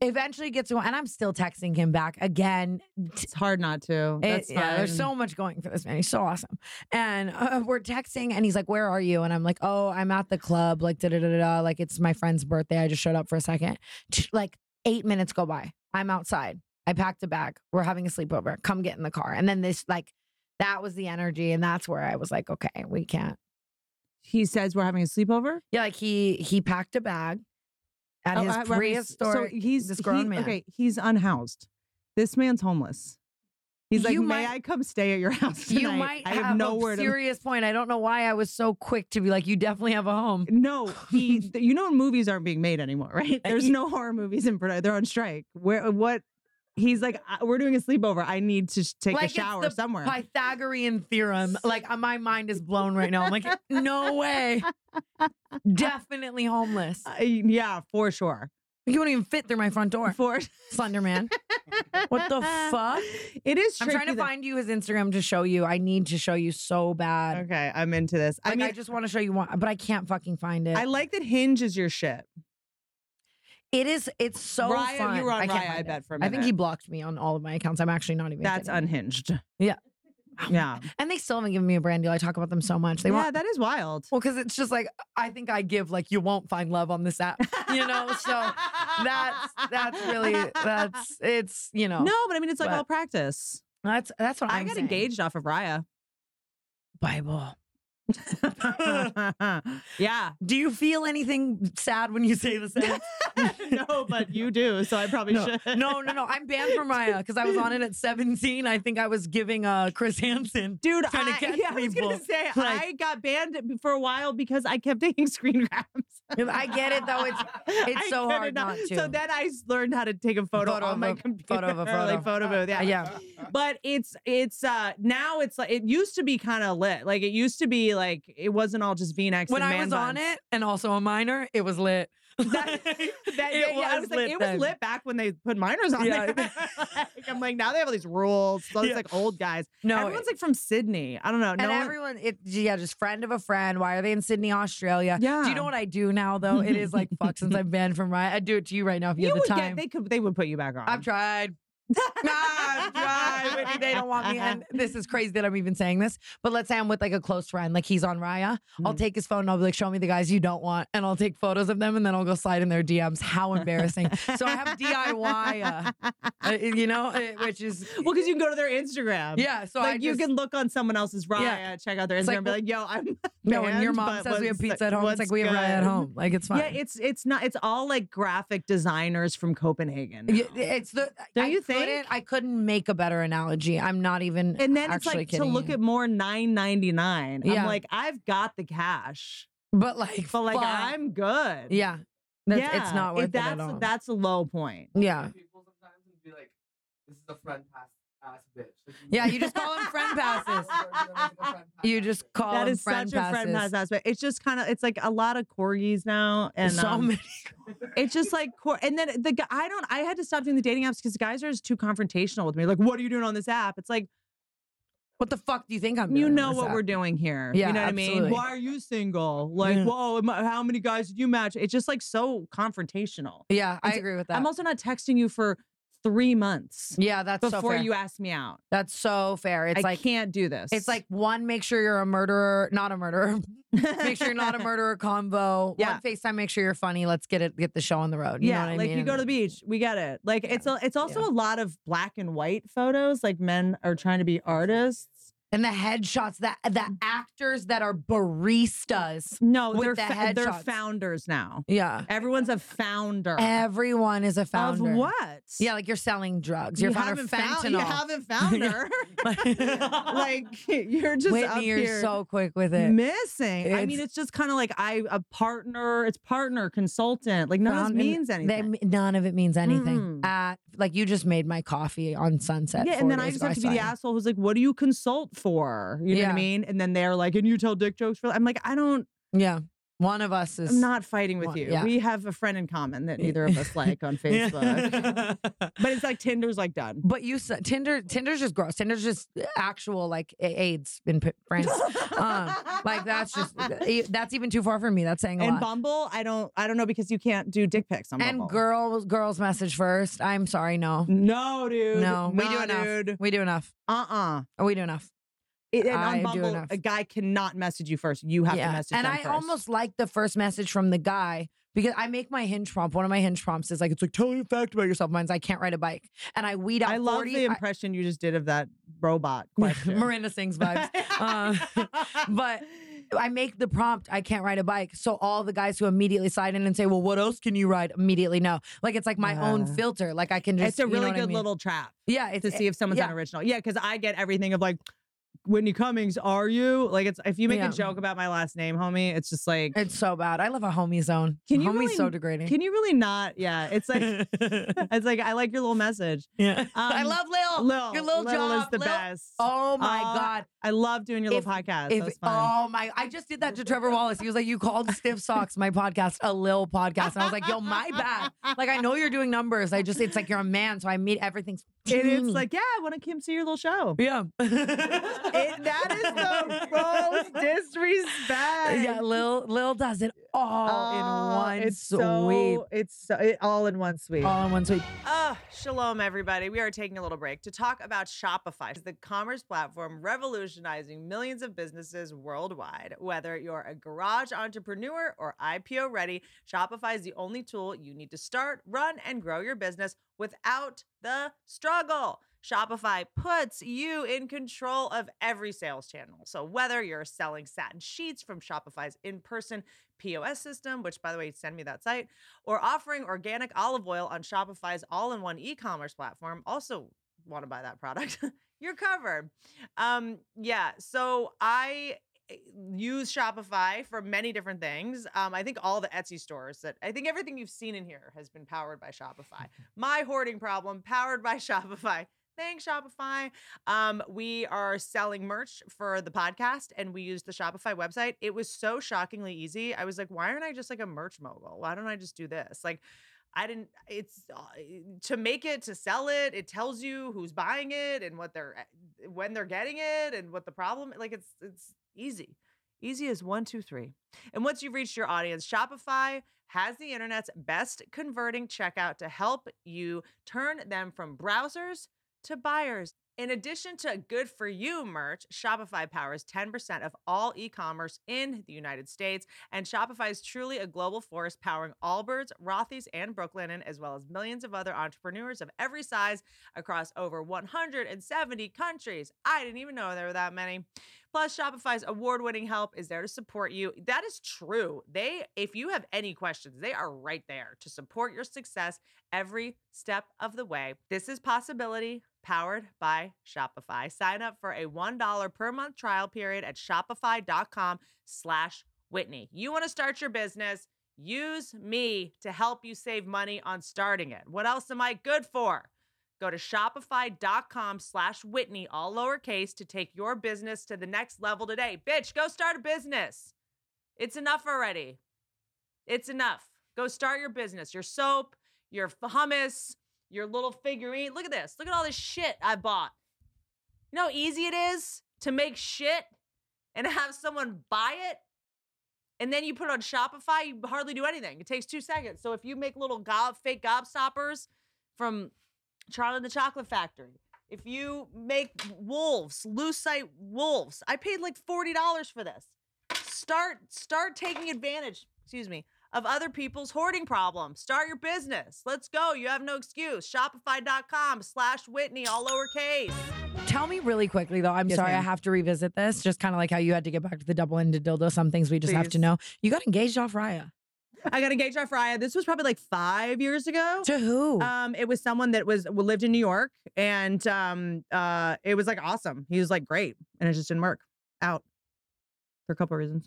Speaker 3: eventually gets to and i'm still texting him back again T-
Speaker 1: It's hard not to.
Speaker 3: it-
Speaker 1: That's
Speaker 3: yeah, there's
Speaker 1: fine.
Speaker 3: so much going for this man he's so awesome and uh, we're texting and he's like where are you and i'm like oh i'm at the club like da da da da like it's my friend's birthday i just showed up for a second T- like eight minutes go by i'm outside i packed a bag we're having a sleepover come get in the car and then this like that was the energy and that's where i was like okay we can't
Speaker 1: he says we're having a sleepover.
Speaker 3: Yeah, like he he packed a bag at
Speaker 1: Oh,
Speaker 3: his
Speaker 1: I- we're having a s-
Speaker 3: prehistoric.
Speaker 1: So he's
Speaker 3: this grown
Speaker 1: he-
Speaker 3: man.
Speaker 1: Okay, he's unhoused. This man's homeless. He's like,
Speaker 3: You
Speaker 1: may
Speaker 3: might-
Speaker 1: I come stay at your house tonight?
Speaker 3: you might
Speaker 1: I
Speaker 3: have,
Speaker 1: have, nowhere
Speaker 3: a
Speaker 1: to.
Speaker 3: serious point. I don't know why I was so quick to be like, you definitely have a home.
Speaker 1: No, he. th- you know, movies aren't being made anymore, right?
Speaker 3: Uh,
Speaker 1: There's
Speaker 3: he-
Speaker 1: no horror movies in production. They're on strike. Where what? He's like, "I- we're doing a sleepover. I need to sh- take a
Speaker 3: Like, it's
Speaker 1: shower
Speaker 3: the
Speaker 1: somewhere.
Speaker 3: Pythagorean theorem. Like uh, my mind is blown right now. I'm like, no way. Definitely homeless.
Speaker 1: Uh, yeah, for sure.
Speaker 3: You won't even fit through my front door,
Speaker 1: For
Speaker 3: Slender Man. What the fuck?
Speaker 1: It is.
Speaker 3: I'm trying
Speaker 1: tricky
Speaker 3: to
Speaker 1: though.
Speaker 3: find you his Instagram to show you. I need to show you so bad.
Speaker 1: Okay, I'm into this.
Speaker 3: Like,
Speaker 1: I mean, I,
Speaker 3: just want to show you one, but I can't fucking find it.
Speaker 1: like that Hinge is your shit.
Speaker 3: it is. It's so
Speaker 1: Raya,
Speaker 3: fun.
Speaker 1: you were on
Speaker 3: I, can't
Speaker 1: Raya,
Speaker 3: find
Speaker 1: I
Speaker 3: it.
Speaker 1: bet, for a
Speaker 3: I think he
Speaker 1: minute.
Speaker 3: blocked me on all of my accounts. I'm actually not even.
Speaker 1: That's
Speaker 3: kidding.
Speaker 1: unhinged.
Speaker 3: Yeah.
Speaker 1: Yeah.
Speaker 3: And they still haven't given me a brand deal. I talk about them so much. They
Speaker 1: yeah,
Speaker 3: want
Speaker 1: that is wild.
Speaker 3: well because it's just like I think I give like you won't find love on this app, you know. So that's that's really that's it's you know
Speaker 1: No, but I mean, it's like
Speaker 3: But-
Speaker 1: all practice.
Speaker 3: that's that's what
Speaker 1: i
Speaker 3: I'm
Speaker 1: got
Speaker 3: saying.
Speaker 1: engaged off of Raya.
Speaker 3: Bible.
Speaker 1: yeah.
Speaker 3: Do you feel anything sad when you say the sentence?
Speaker 1: no, but you do, so I probably
Speaker 3: No,
Speaker 1: should.
Speaker 3: no, no, no. I'm banned from Raya because I was on it at 17. I think I was giving uh Chris Hansen.
Speaker 1: Dude,
Speaker 3: trying to
Speaker 1: I,
Speaker 3: catch
Speaker 1: yeah, I was gonna
Speaker 3: people.
Speaker 1: say
Speaker 3: Like-
Speaker 1: I got banned for a while because I kept taking screen grabs.
Speaker 3: I get it though. It's it's
Speaker 1: I
Speaker 3: so
Speaker 1: could
Speaker 3: hard not
Speaker 1: So
Speaker 3: to.
Speaker 1: then I s- learned how to take a photo,
Speaker 3: Photo
Speaker 1: on
Speaker 3: of
Speaker 1: my
Speaker 3: a-
Speaker 1: computer,
Speaker 3: photo of a
Speaker 1: like photo booth. Yeah,
Speaker 3: yeah.
Speaker 1: but it's it's uh now it's like it used to be kind of lit. Like it used to be like it wasn't all just V necks.
Speaker 3: when
Speaker 1: and
Speaker 3: I
Speaker 1: man
Speaker 3: was on
Speaker 1: buns.
Speaker 3: it and also a minor, it was lit.
Speaker 1: That- that, yeah, yeah, I was like, it was
Speaker 3: then.
Speaker 1: lit back when they put minors on
Speaker 3: Yeah.
Speaker 1: there. like, I'm like, now they have all these rules. All these
Speaker 3: Yeah.
Speaker 1: like old guys.
Speaker 3: No,
Speaker 1: Everyone's like from Sydney. I don't know.
Speaker 3: and
Speaker 1: no one-
Speaker 3: everyone, it, yeah, just friend of a friend. Why are they in Sydney, Australia?
Speaker 1: yeah.
Speaker 3: Do you know what I do now though? It is like fuck since I've been from Ryan. I'd do it to you right now if you,
Speaker 1: You
Speaker 3: had
Speaker 1: would
Speaker 3: the
Speaker 1: get.
Speaker 3: time.
Speaker 1: They could. They would put you back on.
Speaker 3: I've tried. Nah, I've tried. Whitney, they don't want me. And this is crazy that I'm even saying this. But let's say I'm with like a close friend, like he's on Raya. I'll
Speaker 1: Mhm.
Speaker 3: take his phone and I'll be like, show me the guys you don't want. And I'll take photos of them and then I'll go slide in their DMs. How embarrassing. so I have DIY, uh, uh, you know, uh, which is.
Speaker 1: Well, because you can go to their Instagram.
Speaker 3: yeah, so I
Speaker 1: like you
Speaker 3: just-
Speaker 1: can look on someone else's Raya,
Speaker 3: Yeah.
Speaker 1: check out their Instagram,
Speaker 3: It's like,
Speaker 1: and be like, "Yo, I'm."
Speaker 3: No, and your
Speaker 1: banned, but
Speaker 3: mom says we have
Speaker 1: what's-
Speaker 3: pizza at home. It's like
Speaker 1: what's
Speaker 3: we have Raya at
Speaker 1: good?"
Speaker 3: home. Like it's fine.
Speaker 1: Yeah, it's it's not. It's all like graphic designers from Copenhagen.
Speaker 3: Y-
Speaker 1: now.
Speaker 3: it's the
Speaker 1: Don't
Speaker 3: I
Speaker 1: you
Speaker 3: couldn't-
Speaker 1: think?
Speaker 3: I couldn't make a better analogy. I'm not even
Speaker 1: and then it's
Speaker 3: actually
Speaker 1: like to
Speaker 3: kidding
Speaker 1: look
Speaker 3: you.
Speaker 1: at more 999
Speaker 3: Yeah.
Speaker 1: i'm like i've got the cash
Speaker 3: but like
Speaker 1: but like
Speaker 3: fuck.
Speaker 1: i'm good
Speaker 3: yeah, that's, it's not worth it,
Speaker 1: that's
Speaker 3: at all.
Speaker 1: that's a low point
Speaker 3: yeah,
Speaker 10: People sometimes would be like, this is a friend pass ass bitch. Like,
Speaker 3: yeah. You just call them friend passes. You just call
Speaker 1: that
Speaker 3: them
Speaker 1: is
Speaker 3: friend
Speaker 1: such
Speaker 3: passes.
Speaker 1: a friend pass aspect it's just kind of it's like a lot of corgis now and
Speaker 3: so
Speaker 1: um,
Speaker 3: many.
Speaker 1: it's just like cor- and then the gu- i don't i had to stop doing the dating apps because guys are just too confrontational with me like what are you doing on this app it's like
Speaker 3: What the fuck do you think I'm? doing
Speaker 1: you
Speaker 3: on
Speaker 1: know
Speaker 3: this
Speaker 1: what
Speaker 3: app?
Speaker 1: we're doing here
Speaker 3: Yeah,
Speaker 1: you know what i
Speaker 3: absolutely.
Speaker 1: mean why are you single like
Speaker 3: Yeah.
Speaker 1: whoa am I- how many guys did you match it's just like so confrontational
Speaker 3: Yeah, I
Speaker 1: It's-
Speaker 3: agree with that.
Speaker 1: I'm also not texting you for three months
Speaker 3: yeah, that's so
Speaker 1: before
Speaker 3: fair.
Speaker 1: you ask me out.
Speaker 3: That's so fair. It's
Speaker 1: I
Speaker 3: like
Speaker 1: can't do this.
Speaker 3: it's like one. Make sure you're a murderer, not a murderer. make sure you're not a murderer combo.
Speaker 1: Yeah.
Speaker 3: One FaceTime, make sure you're funny. Let's get it get the show on the road. You
Speaker 1: yeah,
Speaker 3: know what I
Speaker 1: like
Speaker 3: mean?
Speaker 1: you go to the
Speaker 3: And-
Speaker 1: beach, we get it. Like
Speaker 3: Yeah,
Speaker 1: it's a, it's also a lot of black and white photos. Like men are trying to be artists.
Speaker 3: And the headshots, that the actors that are baristas.
Speaker 1: No,
Speaker 3: With
Speaker 1: they're
Speaker 3: the
Speaker 1: fa- they're
Speaker 3: headshots.
Speaker 1: founders now.
Speaker 3: Yeah.
Speaker 1: Everyone's a founder.
Speaker 3: Everyone is a
Speaker 1: of
Speaker 3: founder.
Speaker 1: what?
Speaker 3: Yeah, like you're selling drugs.
Speaker 1: you
Speaker 3: You're founder
Speaker 1: haven't found you
Speaker 3: fentanyl.
Speaker 1: haven't found her. like you're just up
Speaker 3: Whitney,
Speaker 1: here.
Speaker 3: you're so quick with it.
Speaker 1: missing. I mean,
Speaker 3: It's-
Speaker 1: it's just kind of like I a partner. It's partner consultant. Like none of
Speaker 3: Found-
Speaker 1: this means
Speaker 3: and they-
Speaker 1: anything.
Speaker 3: none of it means anything.
Speaker 1: Mm-mm.
Speaker 3: At- like you just made my coffee on sunset.
Speaker 1: yeah,
Speaker 3: four
Speaker 1: and then I
Speaker 3: days
Speaker 1: just
Speaker 3: ago.
Speaker 1: have to be
Speaker 3: saw
Speaker 1: the
Speaker 3: you.
Speaker 1: asshole who's like, "What do you consult for?" You know what
Speaker 3: Yeah.
Speaker 1: I mean? And then they're like, "And you tell dick jokes for?" I'm like, "I don't.
Speaker 3: Yeah, one of us is
Speaker 1: I'm not fighting with
Speaker 3: Well,
Speaker 1: you.
Speaker 3: yeah.
Speaker 1: We have a friend in common that neither of us like on Facebook. but it's like Tinder's like done.
Speaker 3: But you said Tinder. Tinder's just gross. Tinder's just actual like a- AIDS in P- France. um, like that's just e- that's even too far for me. That's saying a
Speaker 1: And
Speaker 3: lot.
Speaker 1: Bumble, I don't, I don't know because you can't do dick pics on
Speaker 3: and
Speaker 1: Bumble.
Speaker 3: girls, girls message first. I'm sorry, no,
Speaker 1: no, dude,
Speaker 3: no, we do
Speaker 1: Nah,
Speaker 3: enough.
Speaker 1: dude.
Speaker 3: We do enough.
Speaker 1: Uh, uh
Speaker 3: We do enough.
Speaker 1: It, and
Speaker 3: Uh-uh. I
Speaker 1: on
Speaker 3: do
Speaker 1: Bumble,
Speaker 3: enough.
Speaker 1: a guy cannot message you first. You have to message
Speaker 3: and
Speaker 1: them
Speaker 3: I
Speaker 1: first.
Speaker 3: almost like the first message from the guy because I make my hinge prompt. One of my hinge prompts is like, it's like tell me a fact about yourself. Mine's I can't ride a bike, and I weed out.
Speaker 1: I love
Speaker 3: 40,
Speaker 1: the
Speaker 3: I-
Speaker 1: impression you just did of that robot question.
Speaker 3: Miranda sings vibes. Um, but I make the prompt, I can't ride a bike. So all the guys who immediately slide in and say, well, what else can you ride? Immediately no. Like it's like my own
Speaker 5: Yeah.
Speaker 3: filter. Like I can just.
Speaker 5: it's a
Speaker 3: you know
Speaker 5: really
Speaker 3: what I
Speaker 5: good
Speaker 3: mean?
Speaker 5: little trap
Speaker 3: Yeah. It's
Speaker 5: to see if someone's
Speaker 3: yeah.
Speaker 5: an original. Yeah, because I get everything of like Whitney Cummings. Are you like? It's if you make
Speaker 3: Yeah.
Speaker 5: a joke about my last name, homie, it's just like.
Speaker 3: It's so bad. I love a homie zone.
Speaker 5: Can you
Speaker 3: Homie's
Speaker 5: really-
Speaker 3: so degrading.
Speaker 5: can you really not? Yeah, it's like it's like I like your little message.
Speaker 3: yeah. I
Speaker 5: Um,
Speaker 3: love Lil.
Speaker 5: Lil,
Speaker 3: Your little
Speaker 5: Lil is
Speaker 3: job,
Speaker 5: the
Speaker 3: Lil.
Speaker 5: best.
Speaker 3: Oh my
Speaker 5: Uh,
Speaker 3: god.
Speaker 5: I love doing your
Speaker 3: If-
Speaker 5: little podcast.
Speaker 3: If-
Speaker 5: that was fun.
Speaker 3: oh my! I just did that to Trevor Wallace. He was like, "You called Stiff Socks my podcast a Lil podcast," and I was like, "Yo, my bad." Like I know you're doing numbers. I just it's like you're a man, so I meet everything's.
Speaker 5: And
Speaker 3: teeny.
Speaker 5: it's like, yeah, I want to come see your little show.
Speaker 3: yeah.
Speaker 5: It- that is the most disrespect.
Speaker 3: Yeah, Lil Lil does it all in
Speaker 5: Oh,
Speaker 3: one
Speaker 5: it's
Speaker 3: sweep.
Speaker 5: So, it's so, it, all in one sweep.
Speaker 3: all in one sweep.
Speaker 1: Oh, shalom, everybody. We are taking a little break to talk about Shopify, the commerce platform revolutionizing millions of businesses worldwide. Whether you're a garage entrepreneur or IPO ready, Shopify is the only tool you need to start, run, and grow your business without the struggle. Shopify puts you in control of every sales channel. So, whether you're selling satin sheets from Shopify's in person POS system, which, by the way, send me that site or offering organic olive oil on Shopify's all in one e commerce platform. Also, want to buy that product. You're covered. Um, yeah. So I eh, use Shopify for many different things. Um, I think all the Etsy stores that I think everything you've seen in here has been powered by Shopify. My hoarding problem, powered by Shopify. Thanks, Shopify. Um, we are selling merch for the podcast and we used the Shopify website. It was so shockingly easy. I was like, why aren't I just like a merch mogul? Why don't I just do this? Like, I didn't, it's uh, to make it, to sell it, it tells you who's buying it and what they're, eh, when they're getting it and what the problem, like it's, it's easy. Easy as one, two, three. And once you've reached your audience, Shopify has the internet's best converting checkout to help you turn them from browsers to buyers. In addition to good for you merch, Shopify powers 10% of all e commerce in the United States. And Shopify is truly a global force powering Allbirds, Rothy's, and Brooklinen, as well as millions of other entrepreneurs of every size across over 170 countries. I didn't even know there were that many. Plus, Shopify's award winning help is there to support you. That is true. They, if you have any questions, they are right there to support your success every step of the way. This is Possibility powered by Shopify. Sign up for a $1 per month trial period at shopify.com slash Whitney. You want to start your business? Use me to help you save money on starting it. What else am I good for? Go to shopify.com slash Whitney, all lowercase, to take your business to the next level today. Bitch, go start a business. It's enough already. It's enough. Go start your business. Your soap, your f- hummus, your little figurine. Look at this. Look at all this shit I bought. You know how easy it is to make shit and have someone buy it? And then you put it on Shopify, you hardly do anything. It takes two seconds. So if you make little gob, fake gobstoppers from Charlie and the Chocolate Factory, if you make wolves, lucite wolves, I paid like $40 for this. Start start taking advantage, excuse me, of other people's hoarding problems. Start your business. Let's go. You have no excuse. Shopify.com slash Whitney, all lowercase.
Speaker 3: Tell me really quickly though. I'm
Speaker 5: Yes,
Speaker 3: sorry, I
Speaker 5: ma'am.
Speaker 3: have to revisit this. Just kind of like how you had to get back to the double-ended dildo. Some things we just have to
Speaker 5: Please.
Speaker 3: know. You got engaged off Raya.
Speaker 5: I got engaged off Raya. This was probably like five years ago.
Speaker 3: To who?
Speaker 5: Um, it was someone that was lived in New York, and um, uh, it was like awesome. He was like great, and it just didn't work out for a couple of reasons.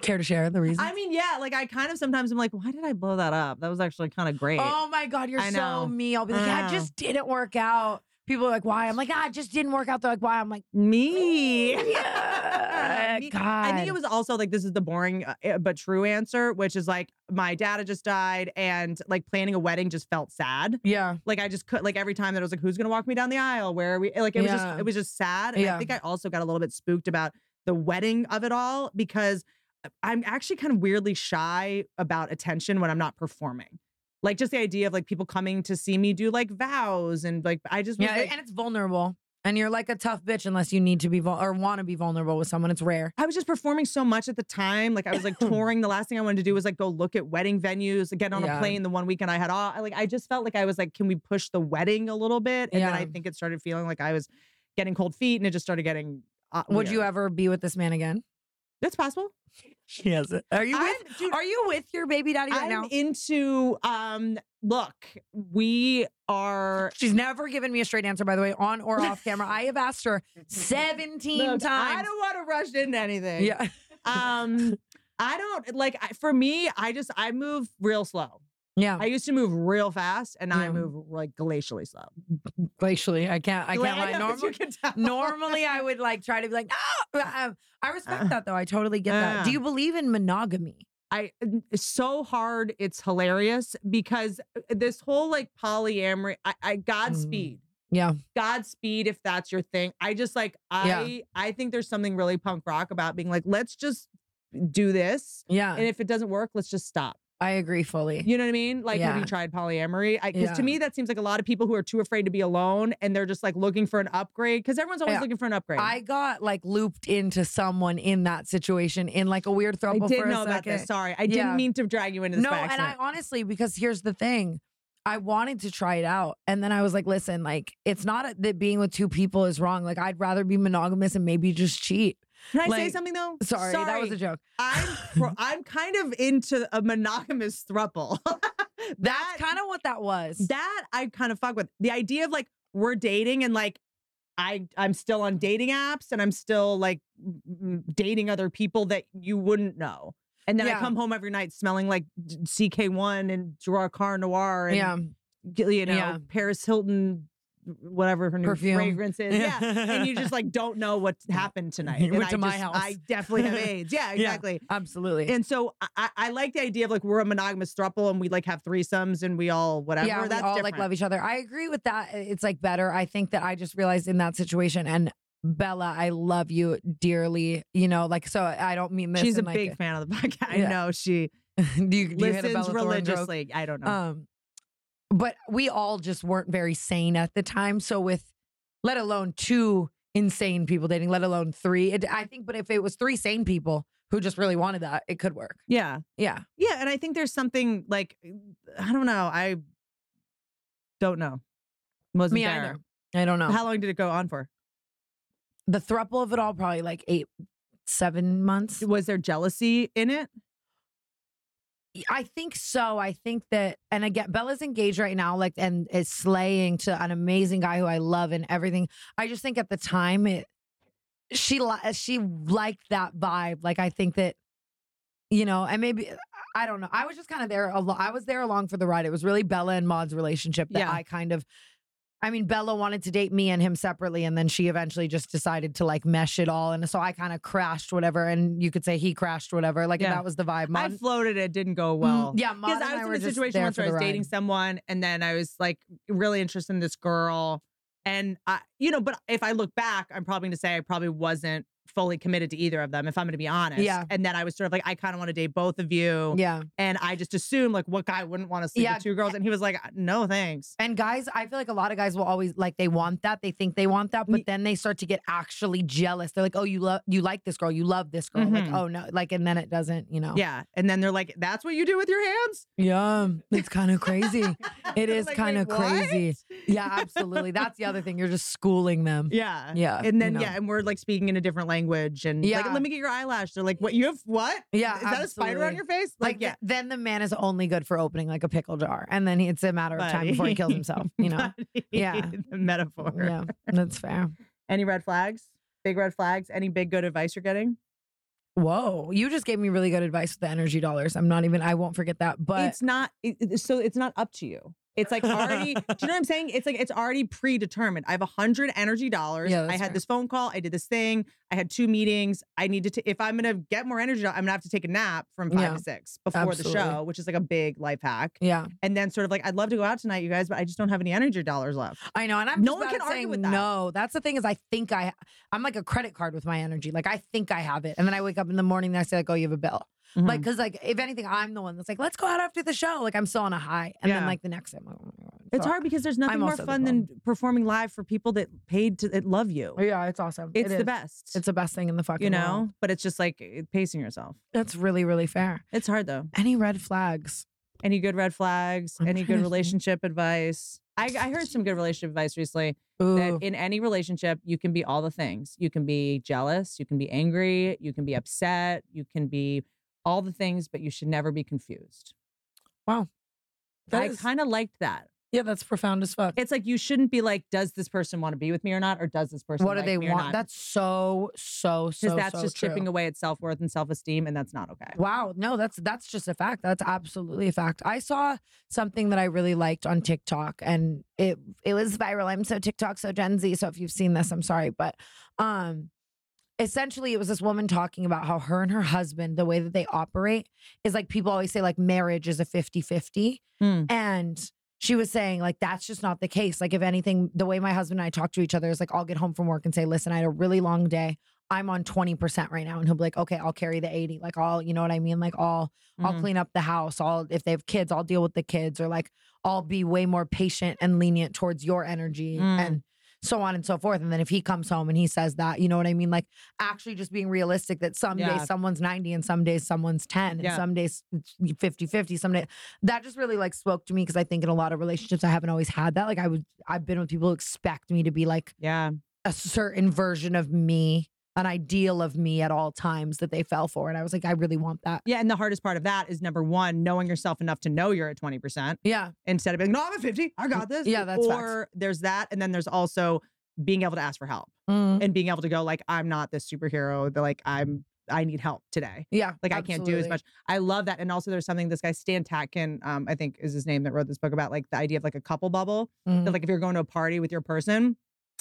Speaker 3: Care to share the reason?
Speaker 5: I mean, yeah, like I kind of sometimes I'm like, why did I blow that up? That was actually kind of great.
Speaker 3: Oh my God, you're
Speaker 5: I
Speaker 3: so
Speaker 5: know. Uh.
Speaker 3: me. I'll be like,
Speaker 5: I
Speaker 3: yeah, it
Speaker 5: know.
Speaker 3: just didn't work out. People are like, why? I'm like, ah, it just didn't work out. They're like, why? I'm like,
Speaker 5: Me.
Speaker 3: yeah.
Speaker 5: Me.
Speaker 3: Uh, God.
Speaker 5: I think it was also like this is the boring uh, eh, but true answer, which is like my dad had just died, and like planning a wedding just felt sad.
Speaker 3: Yeah.
Speaker 5: Like I just could like every time that I was like, who's gonna walk me down the aisle? Where are we? Like it was
Speaker 3: Yeah.
Speaker 5: just it was just sad. And
Speaker 3: Yeah.
Speaker 5: I think I also got a little bit spooked about the wedding of it all because uh, I'm actually kind of weirdly shy about attention when I'm not performing. Like just the idea of like people coming to see me do like vows and like I just was,
Speaker 3: Yeah.
Speaker 5: like,
Speaker 3: and it's vulnerable. And you're like a tough bitch unless you need to be vul- or want to be vulnerable with someone. It's rare.
Speaker 5: I was just performing so much at the time. Like I was like touring. The last thing I wanted to do was like go look at wedding venues, get on
Speaker 3: Yeah.
Speaker 5: a plane the one weekend I had off. I, Like I just felt like I was like, can we push the wedding a little bit? And then I
Speaker 3: Yeah.
Speaker 5: think it started feeling like I was getting cold feet and it just started getting uh,
Speaker 3: Would you
Speaker 5: weird.
Speaker 3: ever be with this man again?
Speaker 1: That's possible.
Speaker 3: She has it. Are you with?
Speaker 1: I'm- dude,
Speaker 3: Are you with your baby daddy right
Speaker 1: I'm
Speaker 3: now?
Speaker 1: into um look, we are
Speaker 3: She's never given me a straight answer, by the way, on or off camera. I have asked her 17
Speaker 1: Look, I
Speaker 3: times.
Speaker 1: don't want to rush into anything.
Speaker 3: Yeah.
Speaker 1: Um I don't like I- for me, I just I move real slow.
Speaker 3: Yeah.
Speaker 1: I used to move real fast and now
Speaker 3: Oh. Yeah.
Speaker 1: I move like glacially slow.
Speaker 3: glacially. I can't I can't
Speaker 1: Like, know, but you
Speaker 3: lie. Normally,
Speaker 1: can tell.
Speaker 3: normally I would like try to be like, no. Um, I respect
Speaker 1: Uh,
Speaker 3: that though. I totally get that. Do
Speaker 1: uh.
Speaker 3: you believe in monogamy?
Speaker 1: I it's so hard. It's hilarious because uh, this whole like polyamory. I, I Godspeed.
Speaker 3: Mm. Yeah.
Speaker 1: Godspeed if that's your thing. I just like I
Speaker 3: Yeah.
Speaker 1: I think there's something really punk rock about being like let's just do this
Speaker 3: Yeah.
Speaker 1: and if it doesn't work let's just stop.
Speaker 3: I agree fully.
Speaker 1: You know what I mean? Like have
Speaker 3: Eh, Yeah.
Speaker 1: you tried polyamory? I cuz
Speaker 3: Yeah.
Speaker 1: to me that seems like a lot of people who are too afraid to be alone and they're just like looking for an upgrade cuz everyone's always
Speaker 3: Yeah.
Speaker 1: looking for an upgrade.
Speaker 3: I got like looped into someone in that situation in like a weird
Speaker 1: I
Speaker 3: throuble for
Speaker 1: didn't
Speaker 3: a
Speaker 1: know
Speaker 3: second.
Speaker 1: about this. Sorry. I
Speaker 3: Yeah.
Speaker 1: didn't mean to drag you into this
Speaker 3: no
Speaker 1: by
Speaker 3: and i
Speaker 1: accident.
Speaker 3: honestly because here's the thing i wanted to try it out and then i was like listen like it's not a- that being with two people is wrong like i'd rather be monogamous and maybe just cheat
Speaker 1: Can I say
Speaker 3: like,
Speaker 1: something though?
Speaker 3: sorry, that was a joke
Speaker 1: I'm pro- I'm kind of into a monogamous throuple. that
Speaker 3: that's kind of what that was
Speaker 1: that I kind of fuck with the idea of like we're dating and like I I'm still on dating apps and I'm still like m- m- dating other people that you wouldn't know. And then
Speaker 3: Yeah.
Speaker 1: I come home every night smelling like CK1 and Car Noir and
Speaker 3: yeah
Speaker 1: you know
Speaker 3: Yeah.
Speaker 1: Paris Hilton whatever her new
Speaker 3: Perfume.
Speaker 1: fragrance is. Yeah. and you just like don't know what happened tonight.
Speaker 3: You
Speaker 1: And
Speaker 3: went to
Speaker 1: I
Speaker 3: my
Speaker 1: just-
Speaker 3: house.
Speaker 1: I definitely have AIDS. Yeah, exactly.
Speaker 3: absolutely
Speaker 1: And so I- I, I like the idea of like we're a monogamous throuple and we like have threesomes and we all whatever.
Speaker 3: yeah, we
Speaker 1: That's
Speaker 3: all like
Speaker 1: different.
Speaker 3: love each other. I agree with that. It's like better. I think that I just realized in that situation, and Bella, I love you dearly. You know, like so. I don't mean this.
Speaker 1: She's a
Speaker 3: in, like,
Speaker 1: big fan of the podcast.
Speaker 3: Yeah.
Speaker 1: I know she
Speaker 3: do you, do you hit a
Speaker 1: listens
Speaker 3: Bella Thorne joke?
Speaker 1: religiously. I don't know.
Speaker 3: Um, but we all just weren't very sane at the time. So with, let alone two insane people dating, let alone three. It, I think, but if it was three sane people who just really wanted that, it could work.
Speaker 1: yeah,
Speaker 3: Yeah,
Speaker 1: yeah, and I think there's something like I don't know. I don't know. Wasn't
Speaker 3: me
Speaker 1: there?
Speaker 3: either. I don't know
Speaker 1: How long did it go on for?
Speaker 3: the thruple of it all. Probably like eight, seven months.
Speaker 1: Was there jealousy in it?
Speaker 3: I think so. I think that, and again, Bella's engaged right now, like, and is slaying to an amazing guy who I love and everything. I just think at the time, it she li- she liked that vibe. Like, I think that, you know, and maybe I don't know. I was just kind of there. Al- I was there along for the ride. It was really Bella and Maud's relationship that
Speaker 1: Yeah.
Speaker 3: I kind of. I mean, Bella wanted to date me and him separately, and then she eventually just decided to like mesh it all, and so I kind of crashed whatever, and you could say he crashed whatever. Like
Speaker 1: Yeah.
Speaker 3: that was the vibe.
Speaker 1: I
Speaker 3: Maud,
Speaker 1: floated. It didn't go well.
Speaker 3: Mm, yeah,
Speaker 1: because
Speaker 3: Maud and
Speaker 1: I was
Speaker 3: were
Speaker 1: in a
Speaker 3: just
Speaker 1: situation
Speaker 3: there
Speaker 1: once
Speaker 3: for
Speaker 1: where I
Speaker 3: the
Speaker 1: was dating
Speaker 3: ride.
Speaker 1: someone, and then I was like really interested in this girl, and I, you know, but if I look back, I'm probably going to say I probably wasn't fully committed to either of them, if I'm going to be honest.
Speaker 3: Yeah.
Speaker 1: And then I was sort of like, I kind of want to date both of you,
Speaker 3: Yeah.
Speaker 1: and I just assumed like, what guy wouldn't want to sleep
Speaker 3: Yeah.
Speaker 1: with two girls? And he was like, "Uh, no, thanks.
Speaker 3: And guys, I feel like a lot of guys will always like they want that, they think they want that, but
Speaker 1: Ye-
Speaker 3: then they start to get actually jealous. They're like, "Oh, you love you like this girl, you love this girl." Like,
Speaker 1: Mhm.
Speaker 3: "Oh no," like and then it doesn't, you know.
Speaker 1: Yeah. And then they're like, that's what you do with your hands?
Speaker 3: Yeah, it's kind of crazy. It
Speaker 1: I
Speaker 3: is
Speaker 1: was like,
Speaker 3: kind of
Speaker 1: "Wait, what?"
Speaker 3: crazy. Yeah, absolutely. That's the other thing. You're just schooling them.
Speaker 1: Yeah.
Speaker 3: Yeah. you
Speaker 1: And then
Speaker 3: know.
Speaker 1: yeah, and we're like speaking in a different language, and
Speaker 3: Yeah.
Speaker 1: like, let me get your eyelash. They're like, what you have? What?
Speaker 3: Yeah,
Speaker 1: is that a spider
Speaker 3: absolutely.
Speaker 1: on your face? Like,
Speaker 3: Like,
Speaker 1: yeah,
Speaker 3: th- then the man is only good for opening like a pickle jar, and then he, it's a matter of time before he kills
Speaker 1: Buddy.
Speaker 3: himself. You know?
Speaker 1: Buddy,
Speaker 3: Yeah.
Speaker 1: the metaphor.
Speaker 3: yeah, that's fair.
Speaker 1: Any red flags? Big red flags? Any big good advice you're getting?
Speaker 3: Whoa, you just gave me really good advice with the energy dollars. I'm not even. I won't forget that. But
Speaker 1: it's not. it- it- so it's not up to you. It's like already. do you know what I'm saying? It's like it's already predetermined. I have a hundred energy dollars.
Speaker 3: Yeah,
Speaker 1: I
Speaker 3: that's
Speaker 1: had
Speaker 3: fair.
Speaker 1: this phone call. I did this thing. I had two meetings. I needed to. If I'm gonna get more energy, I'm gonna have to take a nap from five
Speaker 3: Yeah,
Speaker 1: to six before
Speaker 3: absolutely.
Speaker 1: the show, which is like a big life hack.
Speaker 3: yeah,
Speaker 1: And then sort of like, I'd love to go out tonight, you guys, but I just don't have any energy dollars left.
Speaker 3: I know, and I'm
Speaker 1: No
Speaker 3: just
Speaker 1: one
Speaker 3: bad
Speaker 1: can
Speaker 3: at
Speaker 1: argue
Speaker 3: saying
Speaker 1: with that.
Speaker 3: No, that's the thing is, I think I, I'm like a credit card with my energy. Like I think I have it, and then I wake up in the morning and I say like, oh, you have a bill. Like, cause like if anything, I'm the one that's like, let's go out after the show. Like I'm still on a high, and then
Speaker 1: Yeah.
Speaker 3: like the next day, I'm like, oh my god,
Speaker 1: It's
Speaker 3: So-
Speaker 1: hard because there's nothing
Speaker 3: I'm
Speaker 1: more
Speaker 3: also the
Speaker 1: fun than performing live for people that paid to that love you.
Speaker 3: Yeah, it's awesome. It
Speaker 1: It's the
Speaker 3: is.
Speaker 1: best.
Speaker 3: It's the best thing in the
Speaker 1: you
Speaker 3: fucking world.
Speaker 1: know, but it's just like eh, pacing yourself.
Speaker 3: That's really really fair.
Speaker 1: It's hard though.
Speaker 3: Any red flags?
Speaker 1: Any good red flags?
Speaker 3: I'm
Speaker 1: any
Speaker 3: trying
Speaker 1: good
Speaker 3: to think.
Speaker 1: relationship advice? I, I heard some good relationship advice recently that
Speaker 3: Ooh.
Speaker 1: in any relationship, you can be all the things. You can be jealous, you can be angry, you can be upset, you can be all the things, but you should never be confused.
Speaker 3: That
Speaker 1: I
Speaker 3: is-
Speaker 1: kind of liked that.
Speaker 3: yeah, that's profound as fuck.
Speaker 1: It's like you shouldn't be like, does this person want to be with me or not? Or does this person
Speaker 3: what do
Speaker 1: like
Speaker 3: they
Speaker 1: me or
Speaker 3: want?
Speaker 1: not?
Speaker 3: That's so so so.
Speaker 1: because that's
Speaker 3: so
Speaker 1: just
Speaker 3: true.
Speaker 1: chipping away at self worth and self esteem, and that's not okay.
Speaker 3: Wow, no, that's that's just a fact. That's absolutely a fact. I saw something that I really liked on TikTok, and it it was viral. I'm so TikTok, so Gen Z. So if you've seen this, I'm sorry, but um, essentially, it was this woman talking about how her and her husband, the way that they operate, is like people always say like marriage is a 50-50.
Speaker 1: Mm.
Speaker 3: and she was saying like that's just not the case. Like if anything, the way my husband and I talk to each other is like I'll get home from work and say, listen, I had a really long day. I'm on 20% right now. And he'll be like, okay, I'll carry the 80. Like I'll, you know what I mean? Like I'll, I'll
Speaker 1: Mhm.
Speaker 3: clean up the house. I'll, if they have kids, I'll deal with the kids or like, I'll be way more patient and lenient towards your energy
Speaker 1: Mm.
Speaker 3: and so on and so forth. And then if he comes home and he says that, you know what I mean? Like actually just being realistic that some
Speaker 1: Yeah.
Speaker 3: days someone's 90 and some days someone's 10 and
Speaker 1: Yeah.
Speaker 3: some days it's 50, 50, some days that just really like spoke to me. Cause I think in a lot of relationships, I haven't always had that. Like I would, I've been with people who expect me to be like,
Speaker 1: Yeah.
Speaker 3: a certain version of me, an ideal of me at all times that they fell for. And I was like, I really want that.
Speaker 1: Yeah. And the hardest part of that is number one, knowing yourself enough to know you're at 20%
Speaker 3: Yeah.
Speaker 1: instead of being, no, I'm at 50. I got this.
Speaker 3: Mm, Yeah, that's facts.
Speaker 1: Or there's that. And then there's also being able to ask for help
Speaker 3: Mm-hmm.
Speaker 1: and being able to go, like, I'm not this superhero that, like, I'm, I need help today.
Speaker 3: Yeah.
Speaker 1: Like, I can't do as
Speaker 3: absolutely.
Speaker 1: much. I love that. And also, there's something this guy, Stan Tatkin, um, I think is his name that wrote this book about, like, the idea of like a couple bubble.
Speaker 3: Mhm.
Speaker 1: That, like, if you're going to a party with your person,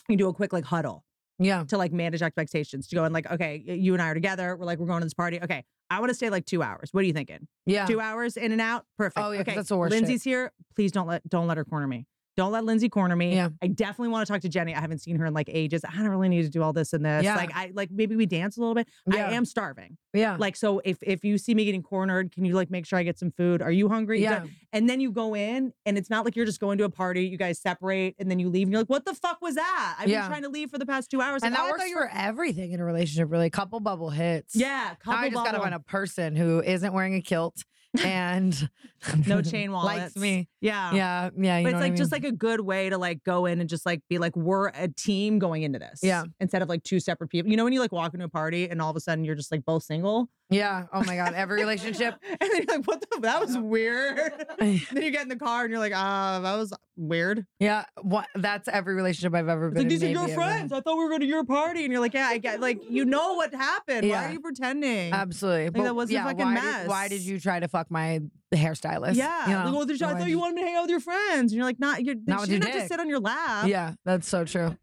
Speaker 1: you do a quick, like, huddle.
Speaker 3: Mm-hmm. Yeah.
Speaker 1: to like manage expectations to go and like okay y- you and i are together we're like we're going to this party okay i want to stay like two hours what are you thinking
Speaker 3: Yeah.
Speaker 1: two hours in and out perfect
Speaker 3: Oh, yeah, 'cause
Speaker 1: okay
Speaker 3: that's the worst shit.
Speaker 1: lindsay's here please don't let don't let her corner me don't let lindsay corner me
Speaker 3: Yeah.
Speaker 1: i definitely want to talk to jenny i haven't seen her in like ages i don't really need to do all this and this
Speaker 3: Yeah.
Speaker 1: like i like maybe we dance a little bit
Speaker 3: Yeah. Uh.
Speaker 1: i am starving
Speaker 3: yeah.
Speaker 1: like so if if you see me getting cornered can you like make sure i get some food are you hungry You
Speaker 3: yeah.
Speaker 1: don't- and then you go in and it's not like you're just going to a party you guys separate and then you leave and you're like what the fuck was that i've
Speaker 3: Yeah.
Speaker 1: been trying to leave for the past two hours
Speaker 3: And
Speaker 1: Like,
Speaker 3: that
Speaker 1: "Oh, I
Speaker 3: works
Speaker 1: thought you were
Speaker 3: for everything in a relationship, really. Couple bubble hits.
Speaker 1: yeah,
Speaker 3: Now I
Speaker 1: couple
Speaker 3: just gotta
Speaker 1: bubble.
Speaker 3: find a person who isn't wearing a kilt and
Speaker 1: no chain wallets.
Speaker 3: likes me.
Speaker 1: Yeah.
Speaker 3: Yeah, yeah. You
Speaker 1: But
Speaker 3: know
Speaker 1: it's
Speaker 3: what I
Speaker 1: like just
Speaker 3: mean?
Speaker 1: like a good way to like go in and just like be like we're a team going into this.
Speaker 3: Yeah.
Speaker 1: Instead of like two separate people. You know when you like walk into a party and all of a sudden you're just like both single.
Speaker 3: yeah. Oh my god, every relationship.
Speaker 1: and then you're like, what the? That was weird. then you get in the car and you're like, ah, that was weird.
Speaker 3: Yeah, what? That's every relationship I've ever
Speaker 1: It's
Speaker 3: been.
Speaker 1: like
Speaker 3: in,
Speaker 1: these are your
Speaker 3: maybe ever had.
Speaker 1: friends. I thought we were going to your party, and you're like, yeah, I get. Like you know what happened. Why
Speaker 3: Yeah.
Speaker 1: are you pretending?
Speaker 3: Absolutely. But
Speaker 1: that was a
Speaker 3: yeah,
Speaker 1: fucking
Speaker 3: why Did, why
Speaker 1: mess.
Speaker 3: did you try to fuck my hairstylist?
Speaker 1: yeah.
Speaker 3: You
Speaker 1: Like,
Speaker 3: know?
Speaker 1: well, there's-
Speaker 3: Or
Speaker 1: I
Speaker 3: why
Speaker 1: thought
Speaker 3: did
Speaker 1: you wanted to hang out with your friends, and you're like, not. You're,
Speaker 3: Not with
Speaker 1: she
Speaker 3: your
Speaker 1: didn't have
Speaker 3: dick.
Speaker 1: to sit on your lap.
Speaker 3: Yeah, that's so true.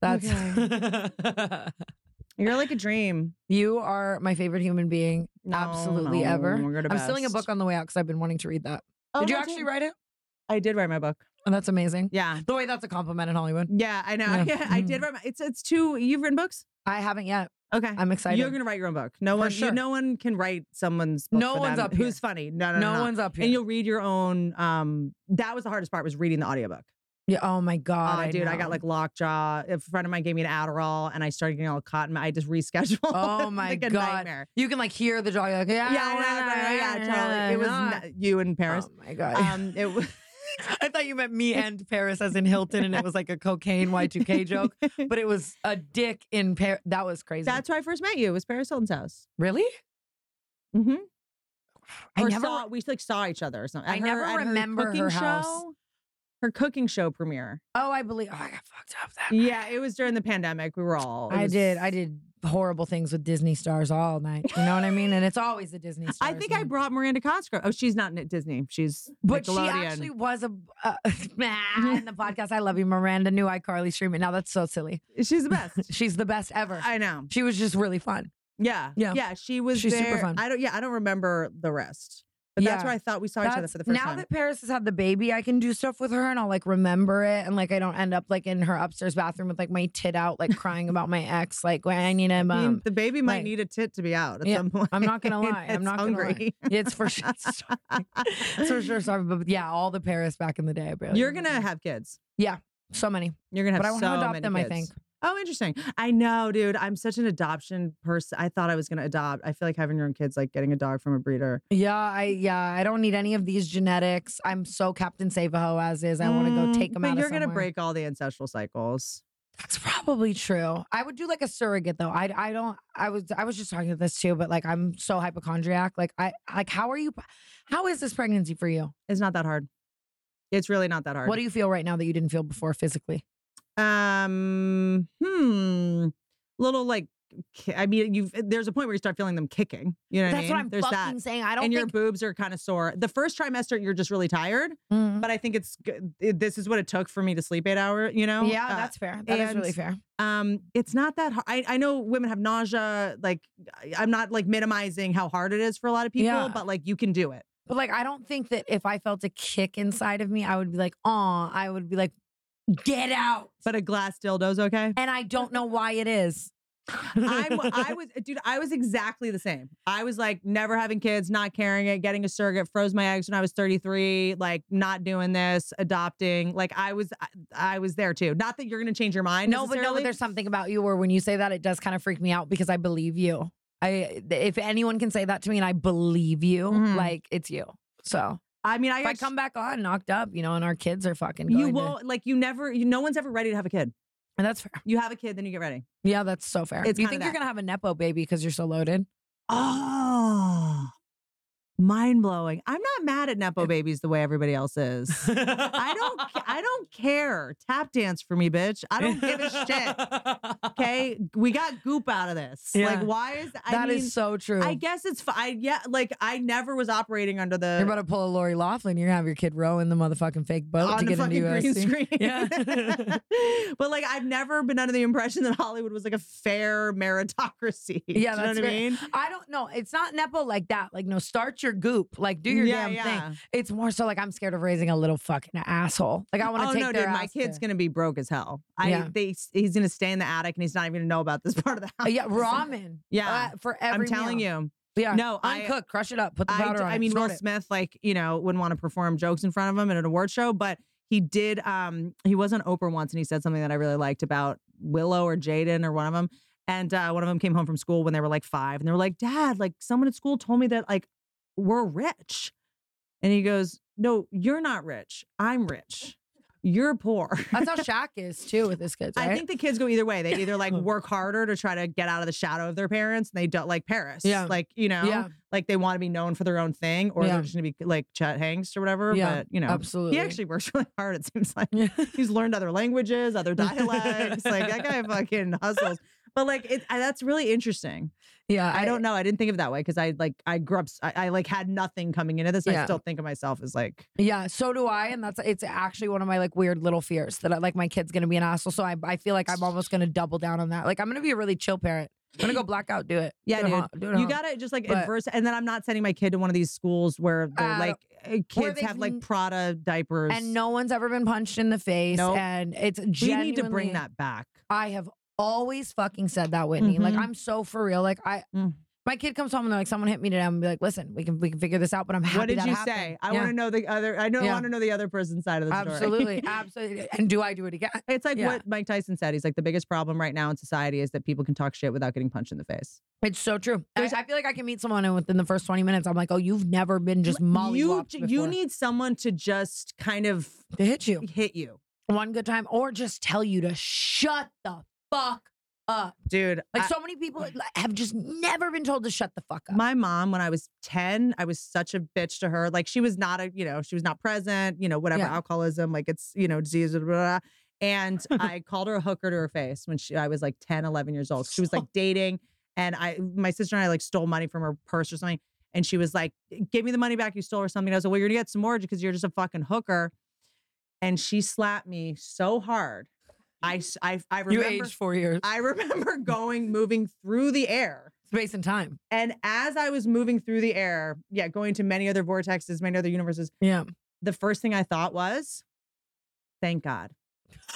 Speaker 3: That's
Speaker 1: You're like a dream.
Speaker 3: you are my favorite human being.
Speaker 1: No,
Speaker 3: Absolutely
Speaker 1: no,
Speaker 3: ever.
Speaker 1: we're the
Speaker 3: I'm stealing a
Speaker 1: best.
Speaker 3: book on the way out because I've been wanting to read that.
Speaker 1: Oh,
Speaker 3: Did you
Speaker 1: no,
Speaker 3: actually
Speaker 1: dude.
Speaker 3: write it?
Speaker 1: I did write my book.
Speaker 3: Oh, that's amazing.
Speaker 1: Yeah.
Speaker 3: The way that's a compliment in Hollywood.
Speaker 1: Yeah, I know.
Speaker 3: Yeah. Mm-hmm.
Speaker 1: Yeah, I did write my it's it's two you've written books?
Speaker 3: I haven't yet.
Speaker 1: Okay.
Speaker 3: I'm excited.
Speaker 1: You're gonna write your own book. No
Speaker 3: For
Speaker 1: one
Speaker 3: sure.
Speaker 1: you, no one can write someone's book
Speaker 3: No
Speaker 1: for
Speaker 3: one's
Speaker 1: them
Speaker 3: up
Speaker 1: who's
Speaker 3: here.
Speaker 1: funny. No, no,
Speaker 3: no
Speaker 1: no. no.
Speaker 3: one's up here.
Speaker 1: And you'll read your own um that was the hardest part was reading the audiobook.
Speaker 3: yeah, oh my god,
Speaker 1: Oh, dude, I
Speaker 3: know.
Speaker 1: got like lockjaw. A friend of mine gave me an Adderall and I started getting all cotton. I just rescheduled.
Speaker 3: Oh
Speaker 1: It's
Speaker 3: my
Speaker 1: like a
Speaker 3: God.
Speaker 1: Nightmare.
Speaker 3: you can like hear the jaw. You're like, yeah,
Speaker 1: Yeah, I know, yeah, totally. It was n- you in Paris.
Speaker 3: Oh my god.
Speaker 1: Um it was
Speaker 3: I thought you meant me and Paris as in Hilton, and it was like a cocaine Y2K joke, but it was a dick in Paris. That was crazy.
Speaker 1: That's where I first met you. It was Paris Hilton's house.
Speaker 3: really.
Speaker 1: Mm-hmm.
Speaker 3: I
Speaker 1: or
Speaker 3: never-
Speaker 1: saw we like saw each other or something.
Speaker 3: I
Speaker 1: At her-
Speaker 3: never
Speaker 1: at her
Speaker 3: remember
Speaker 1: cooking
Speaker 3: her house.
Speaker 1: show- her cooking show premiere.
Speaker 3: Oh, I believe. Oh, I got fucked up that.
Speaker 1: Yeah, it was during the pandemic. We were all. it
Speaker 3: I
Speaker 1: was-
Speaker 3: did. I did horrible things with Disney stars all night. You know what I mean? And it's always the Disney stars.
Speaker 1: I think I
Speaker 3: man.
Speaker 1: brought Miranda Cosgrove. Oh, she's not at Disney. She's
Speaker 3: But she
Speaker 1: Nickelodeon.
Speaker 3: actually was a uh, in the podcast. I love you, Miranda. New iCarly stream it now. That's so silly.
Speaker 1: she's the best.
Speaker 3: She's the best ever.
Speaker 1: I know.
Speaker 3: She was just really fun.
Speaker 1: Yeah,
Speaker 3: Yeah.
Speaker 1: yeah. She was.
Speaker 3: She's super
Speaker 1: there.
Speaker 3: fun.
Speaker 1: I don't. Yeah, I don't remember the rest. But that's
Speaker 3: Yeah.
Speaker 1: where I thought we saw each other
Speaker 3: That's-
Speaker 1: for the first
Speaker 3: now
Speaker 1: time.
Speaker 3: that Paris has had the baby, I can do stuff with her and I'll like remember it and like I don't end up like in her upstairs bathroom with like my tit out, like crying about my ex, like when I need
Speaker 1: I
Speaker 3: him.
Speaker 1: mean,
Speaker 3: Um,
Speaker 1: the baby might
Speaker 3: like-
Speaker 1: need a tit to be out at
Speaker 3: Yeah,
Speaker 1: some point.
Speaker 3: I'm not gonna lie. I'm
Speaker 1: It's
Speaker 3: not gonna lie.
Speaker 1: hungry.
Speaker 3: it's for sure. It's for sure. Sorry, but yeah, all the Paris back in the day. I barely
Speaker 1: You're
Speaker 3: remember
Speaker 1: gonna
Speaker 3: them.
Speaker 1: have kids.
Speaker 3: so many,
Speaker 1: You're gonna
Speaker 3: but I
Speaker 1: have
Speaker 3: want
Speaker 1: so
Speaker 3: to adopt
Speaker 1: many
Speaker 3: them. I
Speaker 1: kids.
Speaker 3: think
Speaker 1: Oh, interesting. I know, dude. I'm such an adoption person. I thought I was gonna adopt. I feel like having your own kids, like getting a dog from a breeder.
Speaker 3: Yeah, I yeah, I don't need any of these genetics. I'm so Captain Save a Ho as is. I want to go
Speaker 1: Mm,
Speaker 3: take them
Speaker 1: but
Speaker 3: out. of
Speaker 1: You're gonna
Speaker 3: somewhere.
Speaker 1: break all the ancestral cycles.
Speaker 3: That's probably true. I would do like a surrogate though. I I don't. I was I was just talking to this too, but like I'm so hypochondriac. Like I like how are you? How is this pregnancy for you?
Speaker 1: It's not that hard. It's really not that hard.
Speaker 3: What do you feel right now that you didn't feel before physically?
Speaker 1: Um, hmm. Little like, ki- I mean, you. have There's a point where you start feeling them kicking. You know what I
Speaker 3: That's
Speaker 1: mean?
Speaker 3: what I'm
Speaker 1: there's
Speaker 3: fucking
Speaker 1: that.
Speaker 3: saying. I don't
Speaker 1: And your
Speaker 3: think.
Speaker 1: boobs are kind of sore. The first trimester, you're just really tired.
Speaker 3: Mm.
Speaker 1: But I think it's good. it- this is what it took for me to sleep eight hours. You know?
Speaker 3: yeah,
Speaker 1: Uh,
Speaker 3: that's fair. That is really
Speaker 1: and-
Speaker 3: fair.
Speaker 1: um. It's not that hard. I, I know women have nausea. Like I- I'm not like minimizing how hard it is for a lot of people,
Speaker 3: Yeah.
Speaker 1: but like you can do it.
Speaker 3: But like, I don't think that if I felt a kick inside of me, I would be like, "Aw," I would be like, "Get out!"
Speaker 1: But a glass dildo's okay.
Speaker 3: And I don't know why it is.
Speaker 1: I'm, I was, dude, I was exactly the same. I was like never having kids, not carrying it, getting a surrogate, froze my eggs when I was 33, like not doing this, adopting. Like I was, I, I was there too. Not that you're going to change your mind.
Speaker 3: no, but no, but
Speaker 1: necessarily.
Speaker 3: there's something about you where when you say that, it does kind of freak me out because I believe you. I if anyone can say that to me and I believe you,
Speaker 1: Mhm.
Speaker 3: like it's you. So
Speaker 1: I mean, I,
Speaker 3: if I
Speaker 1: got
Speaker 3: come back on knocked up, you know, and our kids are fucking. Going
Speaker 1: you
Speaker 3: to-
Speaker 1: won't, like you never, you, no one's ever ready to have a kid.
Speaker 3: and that's fair.
Speaker 1: You have a kid, then you get ready.
Speaker 3: Yeah, that's so fair.
Speaker 1: It's
Speaker 3: Do you
Speaker 1: kinda
Speaker 3: think you're
Speaker 1: that.
Speaker 3: gonna have a nepo baby because you're so loaded?
Speaker 1: Oh, mind blowing. I'm not mad at Nepo babies the way everybody else is. I don't, ca- I don't care. Tap dance for me, bitch. I don't give a shit. Okay, we got goop out of this.
Speaker 3: Yeah.
Speaker 1: Like, why is I
Speaker 3: That is
Speaker 1: mean,
Speaker 3: so true.
Speaker 1: I guess it's fine. Yeah, like I never was operating under the
Speaker 3: you're about to pull a Lori Laughlin. You're gonna have your kid row in the motherfucking fake boat to
Speaker 1: on the
Speaker 3: get
Speaker 1: fucking
Speaker 3: into
Speaker 1: green
Speaker 3: USC.
Speaker 1: screen.
Speaker 3: Yeah.
Speaker 1: but like I've never been under the impression that Hollywood was like a fair meritocracy. Do
Speaker 3: Yeah,
Speaker 1: you know
Speaker 3: that's
Speaker 1: what I
Speaker 3: fair.
Speaker 1: mean.
Speaker 3: I don't know. It's not nepo like that. Like no, start your goop. Like do your
Speaker 1: yeah,
Speaker 3: damn thing.
Speaker 1: yeah.
Speaker 3: It's more so like I'm scared of raising a little fucking asshole. Like I want to
Speaker 1: oh
Speaker 3: take
Speaker 1: no,
Speaker 3: their
Speaker 1: dude! My
Speaker 3: ass
Speaker 1: kid's
Speaker 3: to-
Speaker 1: gonna be broke as hell. I
Speaker 3: Yeah.
Speaker 1: they he's gonna stay in the attic and he's not even gonna know about this part of the
Speaker 3: Uh,
Speaker 1: house.
Speaker 3: yeah, ramen.
Speaker 1: Yeah.
Speaker 3: uh, for
Speaker 1: I'm
Speaker 3: every.
Speaker 1: telling you.
Speaker 3: you, yeah,
Speaker 1: No, I-
Speaker 3: uncooked, crush it up, put the
Speaker 1: I,
Speaker 3: powder
Speaker 1: d-
Speaker 3: on.
Speaker 1: I
Speaker 3: it,
Speaker 1: mean, Will
Speaker 3: snort it.
Speaker 1: Smith, like, you know, wouldn't want to perform jokes in front of him at an award show, but he did. Um, he was on Oprah once and he said something that I really liked about Willow or Jaden or one of them. And uh, one of them came home from school when they were like five and they were like, Dad, like, someone at school told me that, like, we're rich. And he goes, No, you're not rich. I'm rich. You're poor.
Speaker 3: That's how Shaq is too with his kids. Right?
Speaker 1: I think the kids go either way. They either like work harder to try to get out of the shadow of their parents, and they don't like Paris.
Speaker 3: Yeah.
Speaker 1: Like, you know,
Speaker 3: yeah,
Speaker 1: like they want to be known for their own thing, or
Speaker 3: Yeah.
Speaker 1: they're just gonna be like Chet Hanks or whatever.
Speaker 3: Yeah,
Speaker 1: But you know,
Speaker 3: absolutely.
Speaker 1: he actually works really hard, it seems like.
Speaker 3: Yeah.
Speaker 1: He's learned other languages, other dialects. like that guy fucking hustles. But like it, I, that's really interesting.
Speaker 3: yeah,
Speaker 1: I, don't know. I didn't think of it that way because I like I grew up. s- I, I, like had nothing coming into this.
Speaker 3: Yeah.
Speaker 1: I still think of myself as like
Speaker 3: Yeah, so do I, and that's it's actually one of my like weird little fears that I, like my kid's gonna be an asshole. So I, I feel like I'm almost gonna double down on that. Like I'm gonna be a really chill parent. I'm gonna go blackout, do it.
Speaker 1: Yeah,
Speaker 3: do it
Speaker 1: dude.
Speaker 3: hon- do it
Speaker 1: you
Speaker 3: hon-
Speaker 1: gotta just like
Speaker 3: Uh-huh. But-
Speaker 1: adverse. And then I'm not sending my kid to one of these schools where they're
Speaker 3: Uh,
Speaker 1: like uh, kids
Speaker 3: they've
Speaker 1: have like
Speaker 3: n-
Speaker 1: Prada diapers.
Speaker 3: And no one's ever been punched in the face,
Speaker 1: Nope.
Speaker 3: and it's
Speaker 1: we
Speaker 3: genuinely.
Speaker 1: need to bring that back.
Speaker 3: I have always fucking said that, Whitney. Like
Speaker 1: Mhm.
Speaker 3: I'm so for real. Like I,
Speaker 1: Mm.
Speaker 3: my kid comes home and they're like, someone hit me today. I'm gonna be like, listen, we can we can figure this out. But I'm happy.
Speaker 1: What did
Speaker 3: that
Speaker 1: you
Speaker 3: happened."
Speaker 1: say? I
Speaker 3: Yeah.
Speaker 1: want to know the other. I know.
Speaker 3: Yeah.
Speaker 1: I want to know the other person's side of the story.
Speaker 3: Absolutely, absolutely. And do I do it again?
Speaker 1: It's like
Speaker 3: Yeah.
Speaker 1: what Mike Tyson said. He's like the biggest problem right now in society is that people can talk shit without getting punched in the face.
Speaker 3: It's so true. I,
Speaker 1: There's-
Speaker 3: I feel like I can meet someone and within the first 20 minutes, I'm like, oh, you've never been just molly
Speaker 1: you you need someone to just kind of
Speaker 3: to hit you
Speaker 1: hit you,
Speaker 3: one good time or just tell you to shut the fuck up.
Speaker 1: dude.
Speaker 3: Like
Speaker 1: I-
Speaker 3: so many people like, have just never been told to shut the fuck up.
Speaker 1: My mom, when I was 10, I was such a bitch to her. Like she was not a, you know, she was not present, you know, whatever,
Speaker 3: Yeah.
Speaker 1: alcoholism, like it's, you know, disease, blah, blah, blah. And I called her a hooker to her face when she, I was like 10, 11 years old. She was like dating. And I, my sister and I like stole money from her purse or something. And she was like, give me the money back you stole or something. I was like, well, you're gonna get some more because you're just a fucking hooker. And she slapped me so hard. I, s- I, I
Speaker 3: you
Speaker 1: remember,
Speaker 3: aged four years.
Speaker 1: I remember going, moving through the air.
Speaker 3: Space and time.
Speaker 1: And as I was moving through the air, yeah, going to many other vortexes, many other universes,
Speaker 3: Yeah.
Speaker 1: the first thing I thought was, thank God.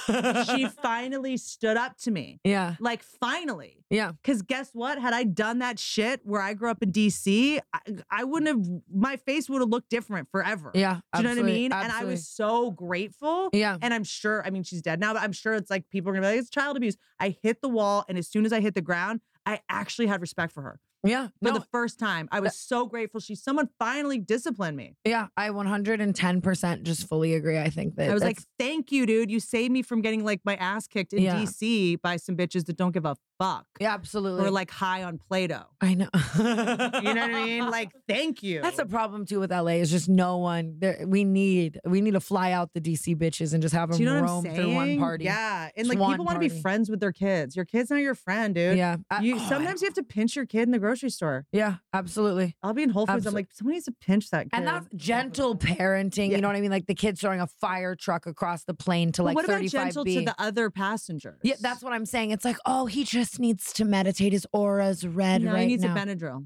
Speaker 1: she finally stood up to me.
Speaker 3: yeah.
Speaker 1: Like, finally.
Speaker 3: Yeah.
Speaker 1: Because guess what? Had I done that shit where I grew up in DC, I, I wouldn't have, my face would have looked different forever.
Speaker 3: Yeah.
Speaker 1: Do you know what I
Speaker 3: absolutely,
Speaker 1: mean? And I was so grateful.
Speaker 3: absolutely. Yeah.
Speaker 1: And I'm sure, I mean, she's dead now, but I'm sure it's like people are gonna be like, it's child abuse. I hit the wall, and as soon as I hit the ground, I actually had respect for her
Speaker 3: Yeah.
Speaker 1: for
Speaker 3: No,
Speaker 1: the first time. I was so grateful. She, someone finally disciplined me.
Speaker 3: yeah. I 110% just fully agree. I think that
Speaker 1: I was like,
Speaker 3: that's-
Speaker 1: thank you, dude. You saved me from getting like my ass kicked in
Speaker 3: Yeah.
Speaker 1: DC by some bitches that don't give a fuck.
Speaker 3: yeah, absolutely.
Speaker 1: Or like high on Play Doh.
Speaker 3: I know. you
Speaker 1: You know what I mean? Like, thank you.
Speaker 3: That's a problem too with LA. Is just no one. There, we need we need to fly out the DC bitches and just have them
Speaker 1: Do you know what I'm
Speaker 3: roam
Speaker 1: saying?
Speaker 3: through one party.
Speaker 1: Yeah. And
Speaker 3: It's
Speaker 1: like
Speaker 3: one
Speaker 1: people want to
Speaker 3: party.
Speaker 1: be friends with their kids. Your kid's not your friend, dude.
Speaker 3: yeah. I-
Speaker 1: You,
Speaker 3: oh, I-
Speaker 1: sometimes you have to pinch your kid in the grocery store.
Speaker 3: yeah, absolutely.
Speaker 1: I'll be in Whole Foods.
Speaker 3: Absol-
Speaker 1: I'm like, somebody needs to pinch that kid.
Speaker 3: And that's gentle parenting. You know what I mean? Like the kids throwing a fire truck across the plane to
Speaker 1: But
Speaker 3: like
Speaker 1: what about
Speaker 3: 35
Speaker 1: gentle
Speaker 3: B.
Speaker 1: to the other passengers?
Speaker 3: yeah, that's what I'm saying. It's like, oh, he just needs to meditate. His aura's red
Speaker 1: no,
Speaker 3: right
Speaker 1: he needs
Speaker 3: now.
Speaker 1: a Benadryl.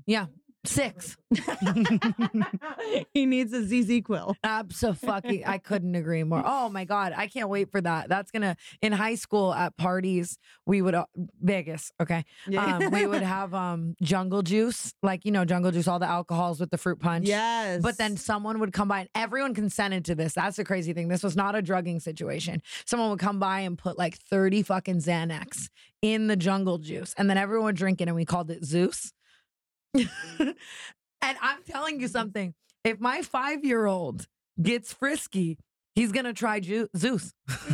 Speaker 3: Six.
Speaker 1: he needs a ZZ Quill.
Speaker 3: Absolutely. I couldn't agree more. Oh my God. I can't wait for that. That's going to, in high school at parties, we would, uh, Vegas, okay. Um, we would have um jungle juice, like, you know, jungle juice, all the alcohols with the fruit punch.
Speaker 1: yes.
Speaker 3: But then someone would come by and everyone consented to this. That's the crazy thing. This was not a drugging situation. Someone would come by and put like 30 fucking Xanax in the jungle juice. And then everyone would drink it and we called it Zeus. and I'm telling you something. If my five year old gets frisky, he's going to try Ju- Zeus.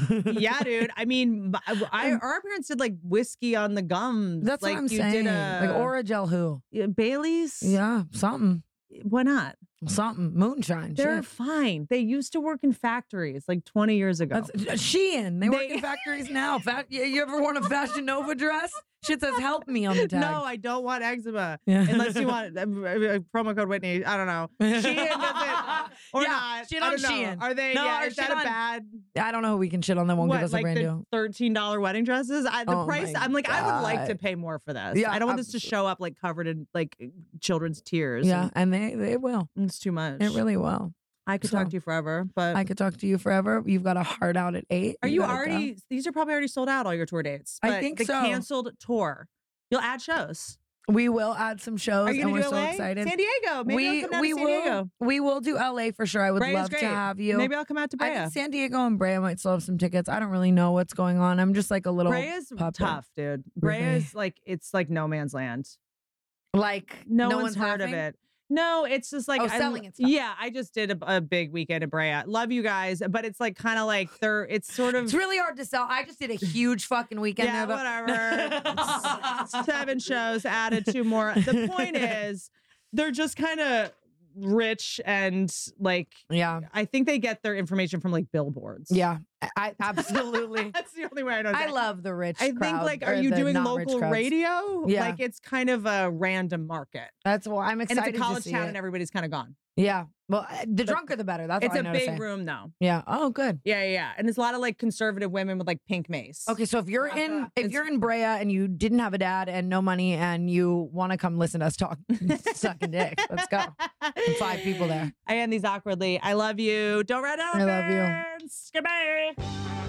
Speaker 1: yeah, dude. I mean, b- I, I-
Speaker 3: Um,
Speaker 1: our parents did like whiskey on the gums.
Speaker 3: That's
Speaker 1: like,
Speaker 3: what I'm
Speaker 1: you
Speaker 3: saying.
Speaker 1: Did a,
Speaker 3: like Aura Gel Who.
Speaker 1: uh, Bailey's.
Speaker 3: Yeah, something,
Speaker 1: Why not?
Speaker 3: something, moonshine.
Speaker 1: They're
Speaker 3: Shit.
Speaker 1: fine. They used to work in factories like 20 years ago.
Speaker 3: That's uh, Shein. They work
Speaker 1: They-
Speaker 3: in factories now. Fa- you you ever worn a Fashion Nova dress? Shit says "Help me" on the tag.
Speaker 1: no, I don't want eczema.
Speaker 3: yeah.
Speaker 1: Unless you want uh, uh, promo code Whitney. I don't know. Shein does it or
Speaker 3: Yeah,
Speaker 1: not.
Speaker 3: shit
Speaker 1: I
Speaker 3: on
Speaker 1: don't know.
Speaker 3: Shein.
Speaker 1: Are they?
Speaker 3: No,
Speaker 1: yeah,
Speaker 3: or
Speaker 1: is
Speaker 3: shit
Speaker 1: that a
Speaker 3: on-
Speaker 1: bad?
Speaker 3: I don't know who we can shit on that won't
Speaker 1: what
Speaker 3: give us a
Speaker 1: like
Speaker 3: brand
Speaker 1: the
Speaker 3: deal.
Speaker 1: thirteen dollar wedding dresses? I, the
Speaker 3: Oh
Speaker 1: price.
Speaker 3: my
Speaker 1: I'm like, I would like to
Speaker 3: God.
Speaker 1: pay more for this.
Speaker 3: Yeah,
Speaker 1: I don't want this to
Speaker 3: absolutely.
Speaker 1: show up like covered in like eh, children's tears.
Speaker 3: Yeah, and they they will.
Speaker 1: and it's too much.
Speaker 3: It really will.
Speaker 1: I could
Speaker 3: so.
Speaker 1: talk to you forever, but
Speaker 3: I could talk to you forever. You've got a heart out at eight.
Speaker 1: are you
Speaker 3: gotta go.
Speaker 1: already? These are probably already sold out. All your tour dates.
Speaker 3: I
Speaker 1: but
Speaker 3: think
Speaker 1: the
Speaker 3: so.
Speaker 1: Canceled tour. You'll add shows.
Speaker 3: We will add some shows,
Speaker 1: Are you
Speaker 3: and
Speaker 1: gonna
Speaker 3: we're
Speaker 1: do
Speaker 3: so
Speaker 1: LA?
Speaker 3: excited.
Speaker 1: San Diego. Maybe I'll come down
Speaker 3: we
Speaker 1: to San
Speaker 3: will
Speaker 1: Diego.
Speaker 3: we will do LA for sure. I would
Speaker 1: Brea's
Speaker 3: love to
Speaker 1: great.
Speaker 3: have you.
Speaker 1: Maybe I'll come out to
Speaker 3: I
Speaker 1: Brea.
Speaker 3: think San Diego and Brea might still have some tickets. I don't really know what's going on. I'm just like a little Mm-hmm.
Speaker 1: Brea is
Speaker 3: puppet.
Speaker 1: tough, dude. Brea
Speaker 3: Really?
Speaker 1: is like it's like no man's land.
Speaker 3: like
Speaker 1: No,
Speaker 3: one's
Speaker 1: one's, heard
Speaker 3: laughing?
Speaker 1: of it. No, it's just like
Speaker 3: Oh,
Speaker 1: I-
Speaker 3: selling it's tough.
Speaker 1: Yeah, I just did a, a big weekend in Brea. Love you guys, but it's like kind of like they're. It's sort of
Speaker 3: It's really hard to sell. I just did a huge fucking weekend
Speaker 1: yeah,
Speaker 3: there.
Speaker 1: whatever. S- Seven shows added two more. The point is, they're just kind of rich and like
Speaker 3: But yeah,
Speaker 1: I think they get their information from like billboards.
Speaker 3: yeah, I, I- absolutely.
Speaker 1: that's the only way I know.
Speaker 3: I
Speaker 1: exactly.
Speaker 3: love the rich.
Speaker 1: I think
Speaker 3: crowd,
Speaker 1: like, are
Speaker 3: or
Speaker 1: you
Speaker 3: the
Speaker 1: doing
Speaker 3: not-rich
Speaker 1: local
Speaker 3: crowds.
Speaker 1: radio?
Speaker 3: Yeah.
Speaker 1: Like it's kind of a random market,
Speaker 3: That's why I'm
Speaker 1: and
Speaker 3: excited.
Speaker 1: it's a college
Speaker 3: to see
Speaker 1: town,
Speaker 3: it.
Speaker 1: and everybody's kind of gone.
Speaker 3: yeah. Well, uh, the drunker the better. That's
Speaker 1: it's a
Speaker 3: all I know to
Speaker 1: big
Speaker 3: say.
Speaker 1: room though.
Speaker 3: Yeah. Oh, good.
Speaker 1: Yeah, yeah, yeah, and it's a lot of like conservative women with like pink mace.
Speaker 3: Okay, so if you're
Speaker 11: Love
Speaker 3: in
Speaker 11: that.
Speaker 3: if
Speaker 1: It's-
Speaker 3: you're in Brea and you didn't have a dad and no money and you want to come listen to us talk sucking dick, let's go. five people there.
Speaker 1: I end these awkwardly. I love you. Don't run out.
Speaker 3: I love you.
Speaker 1: Goodbye.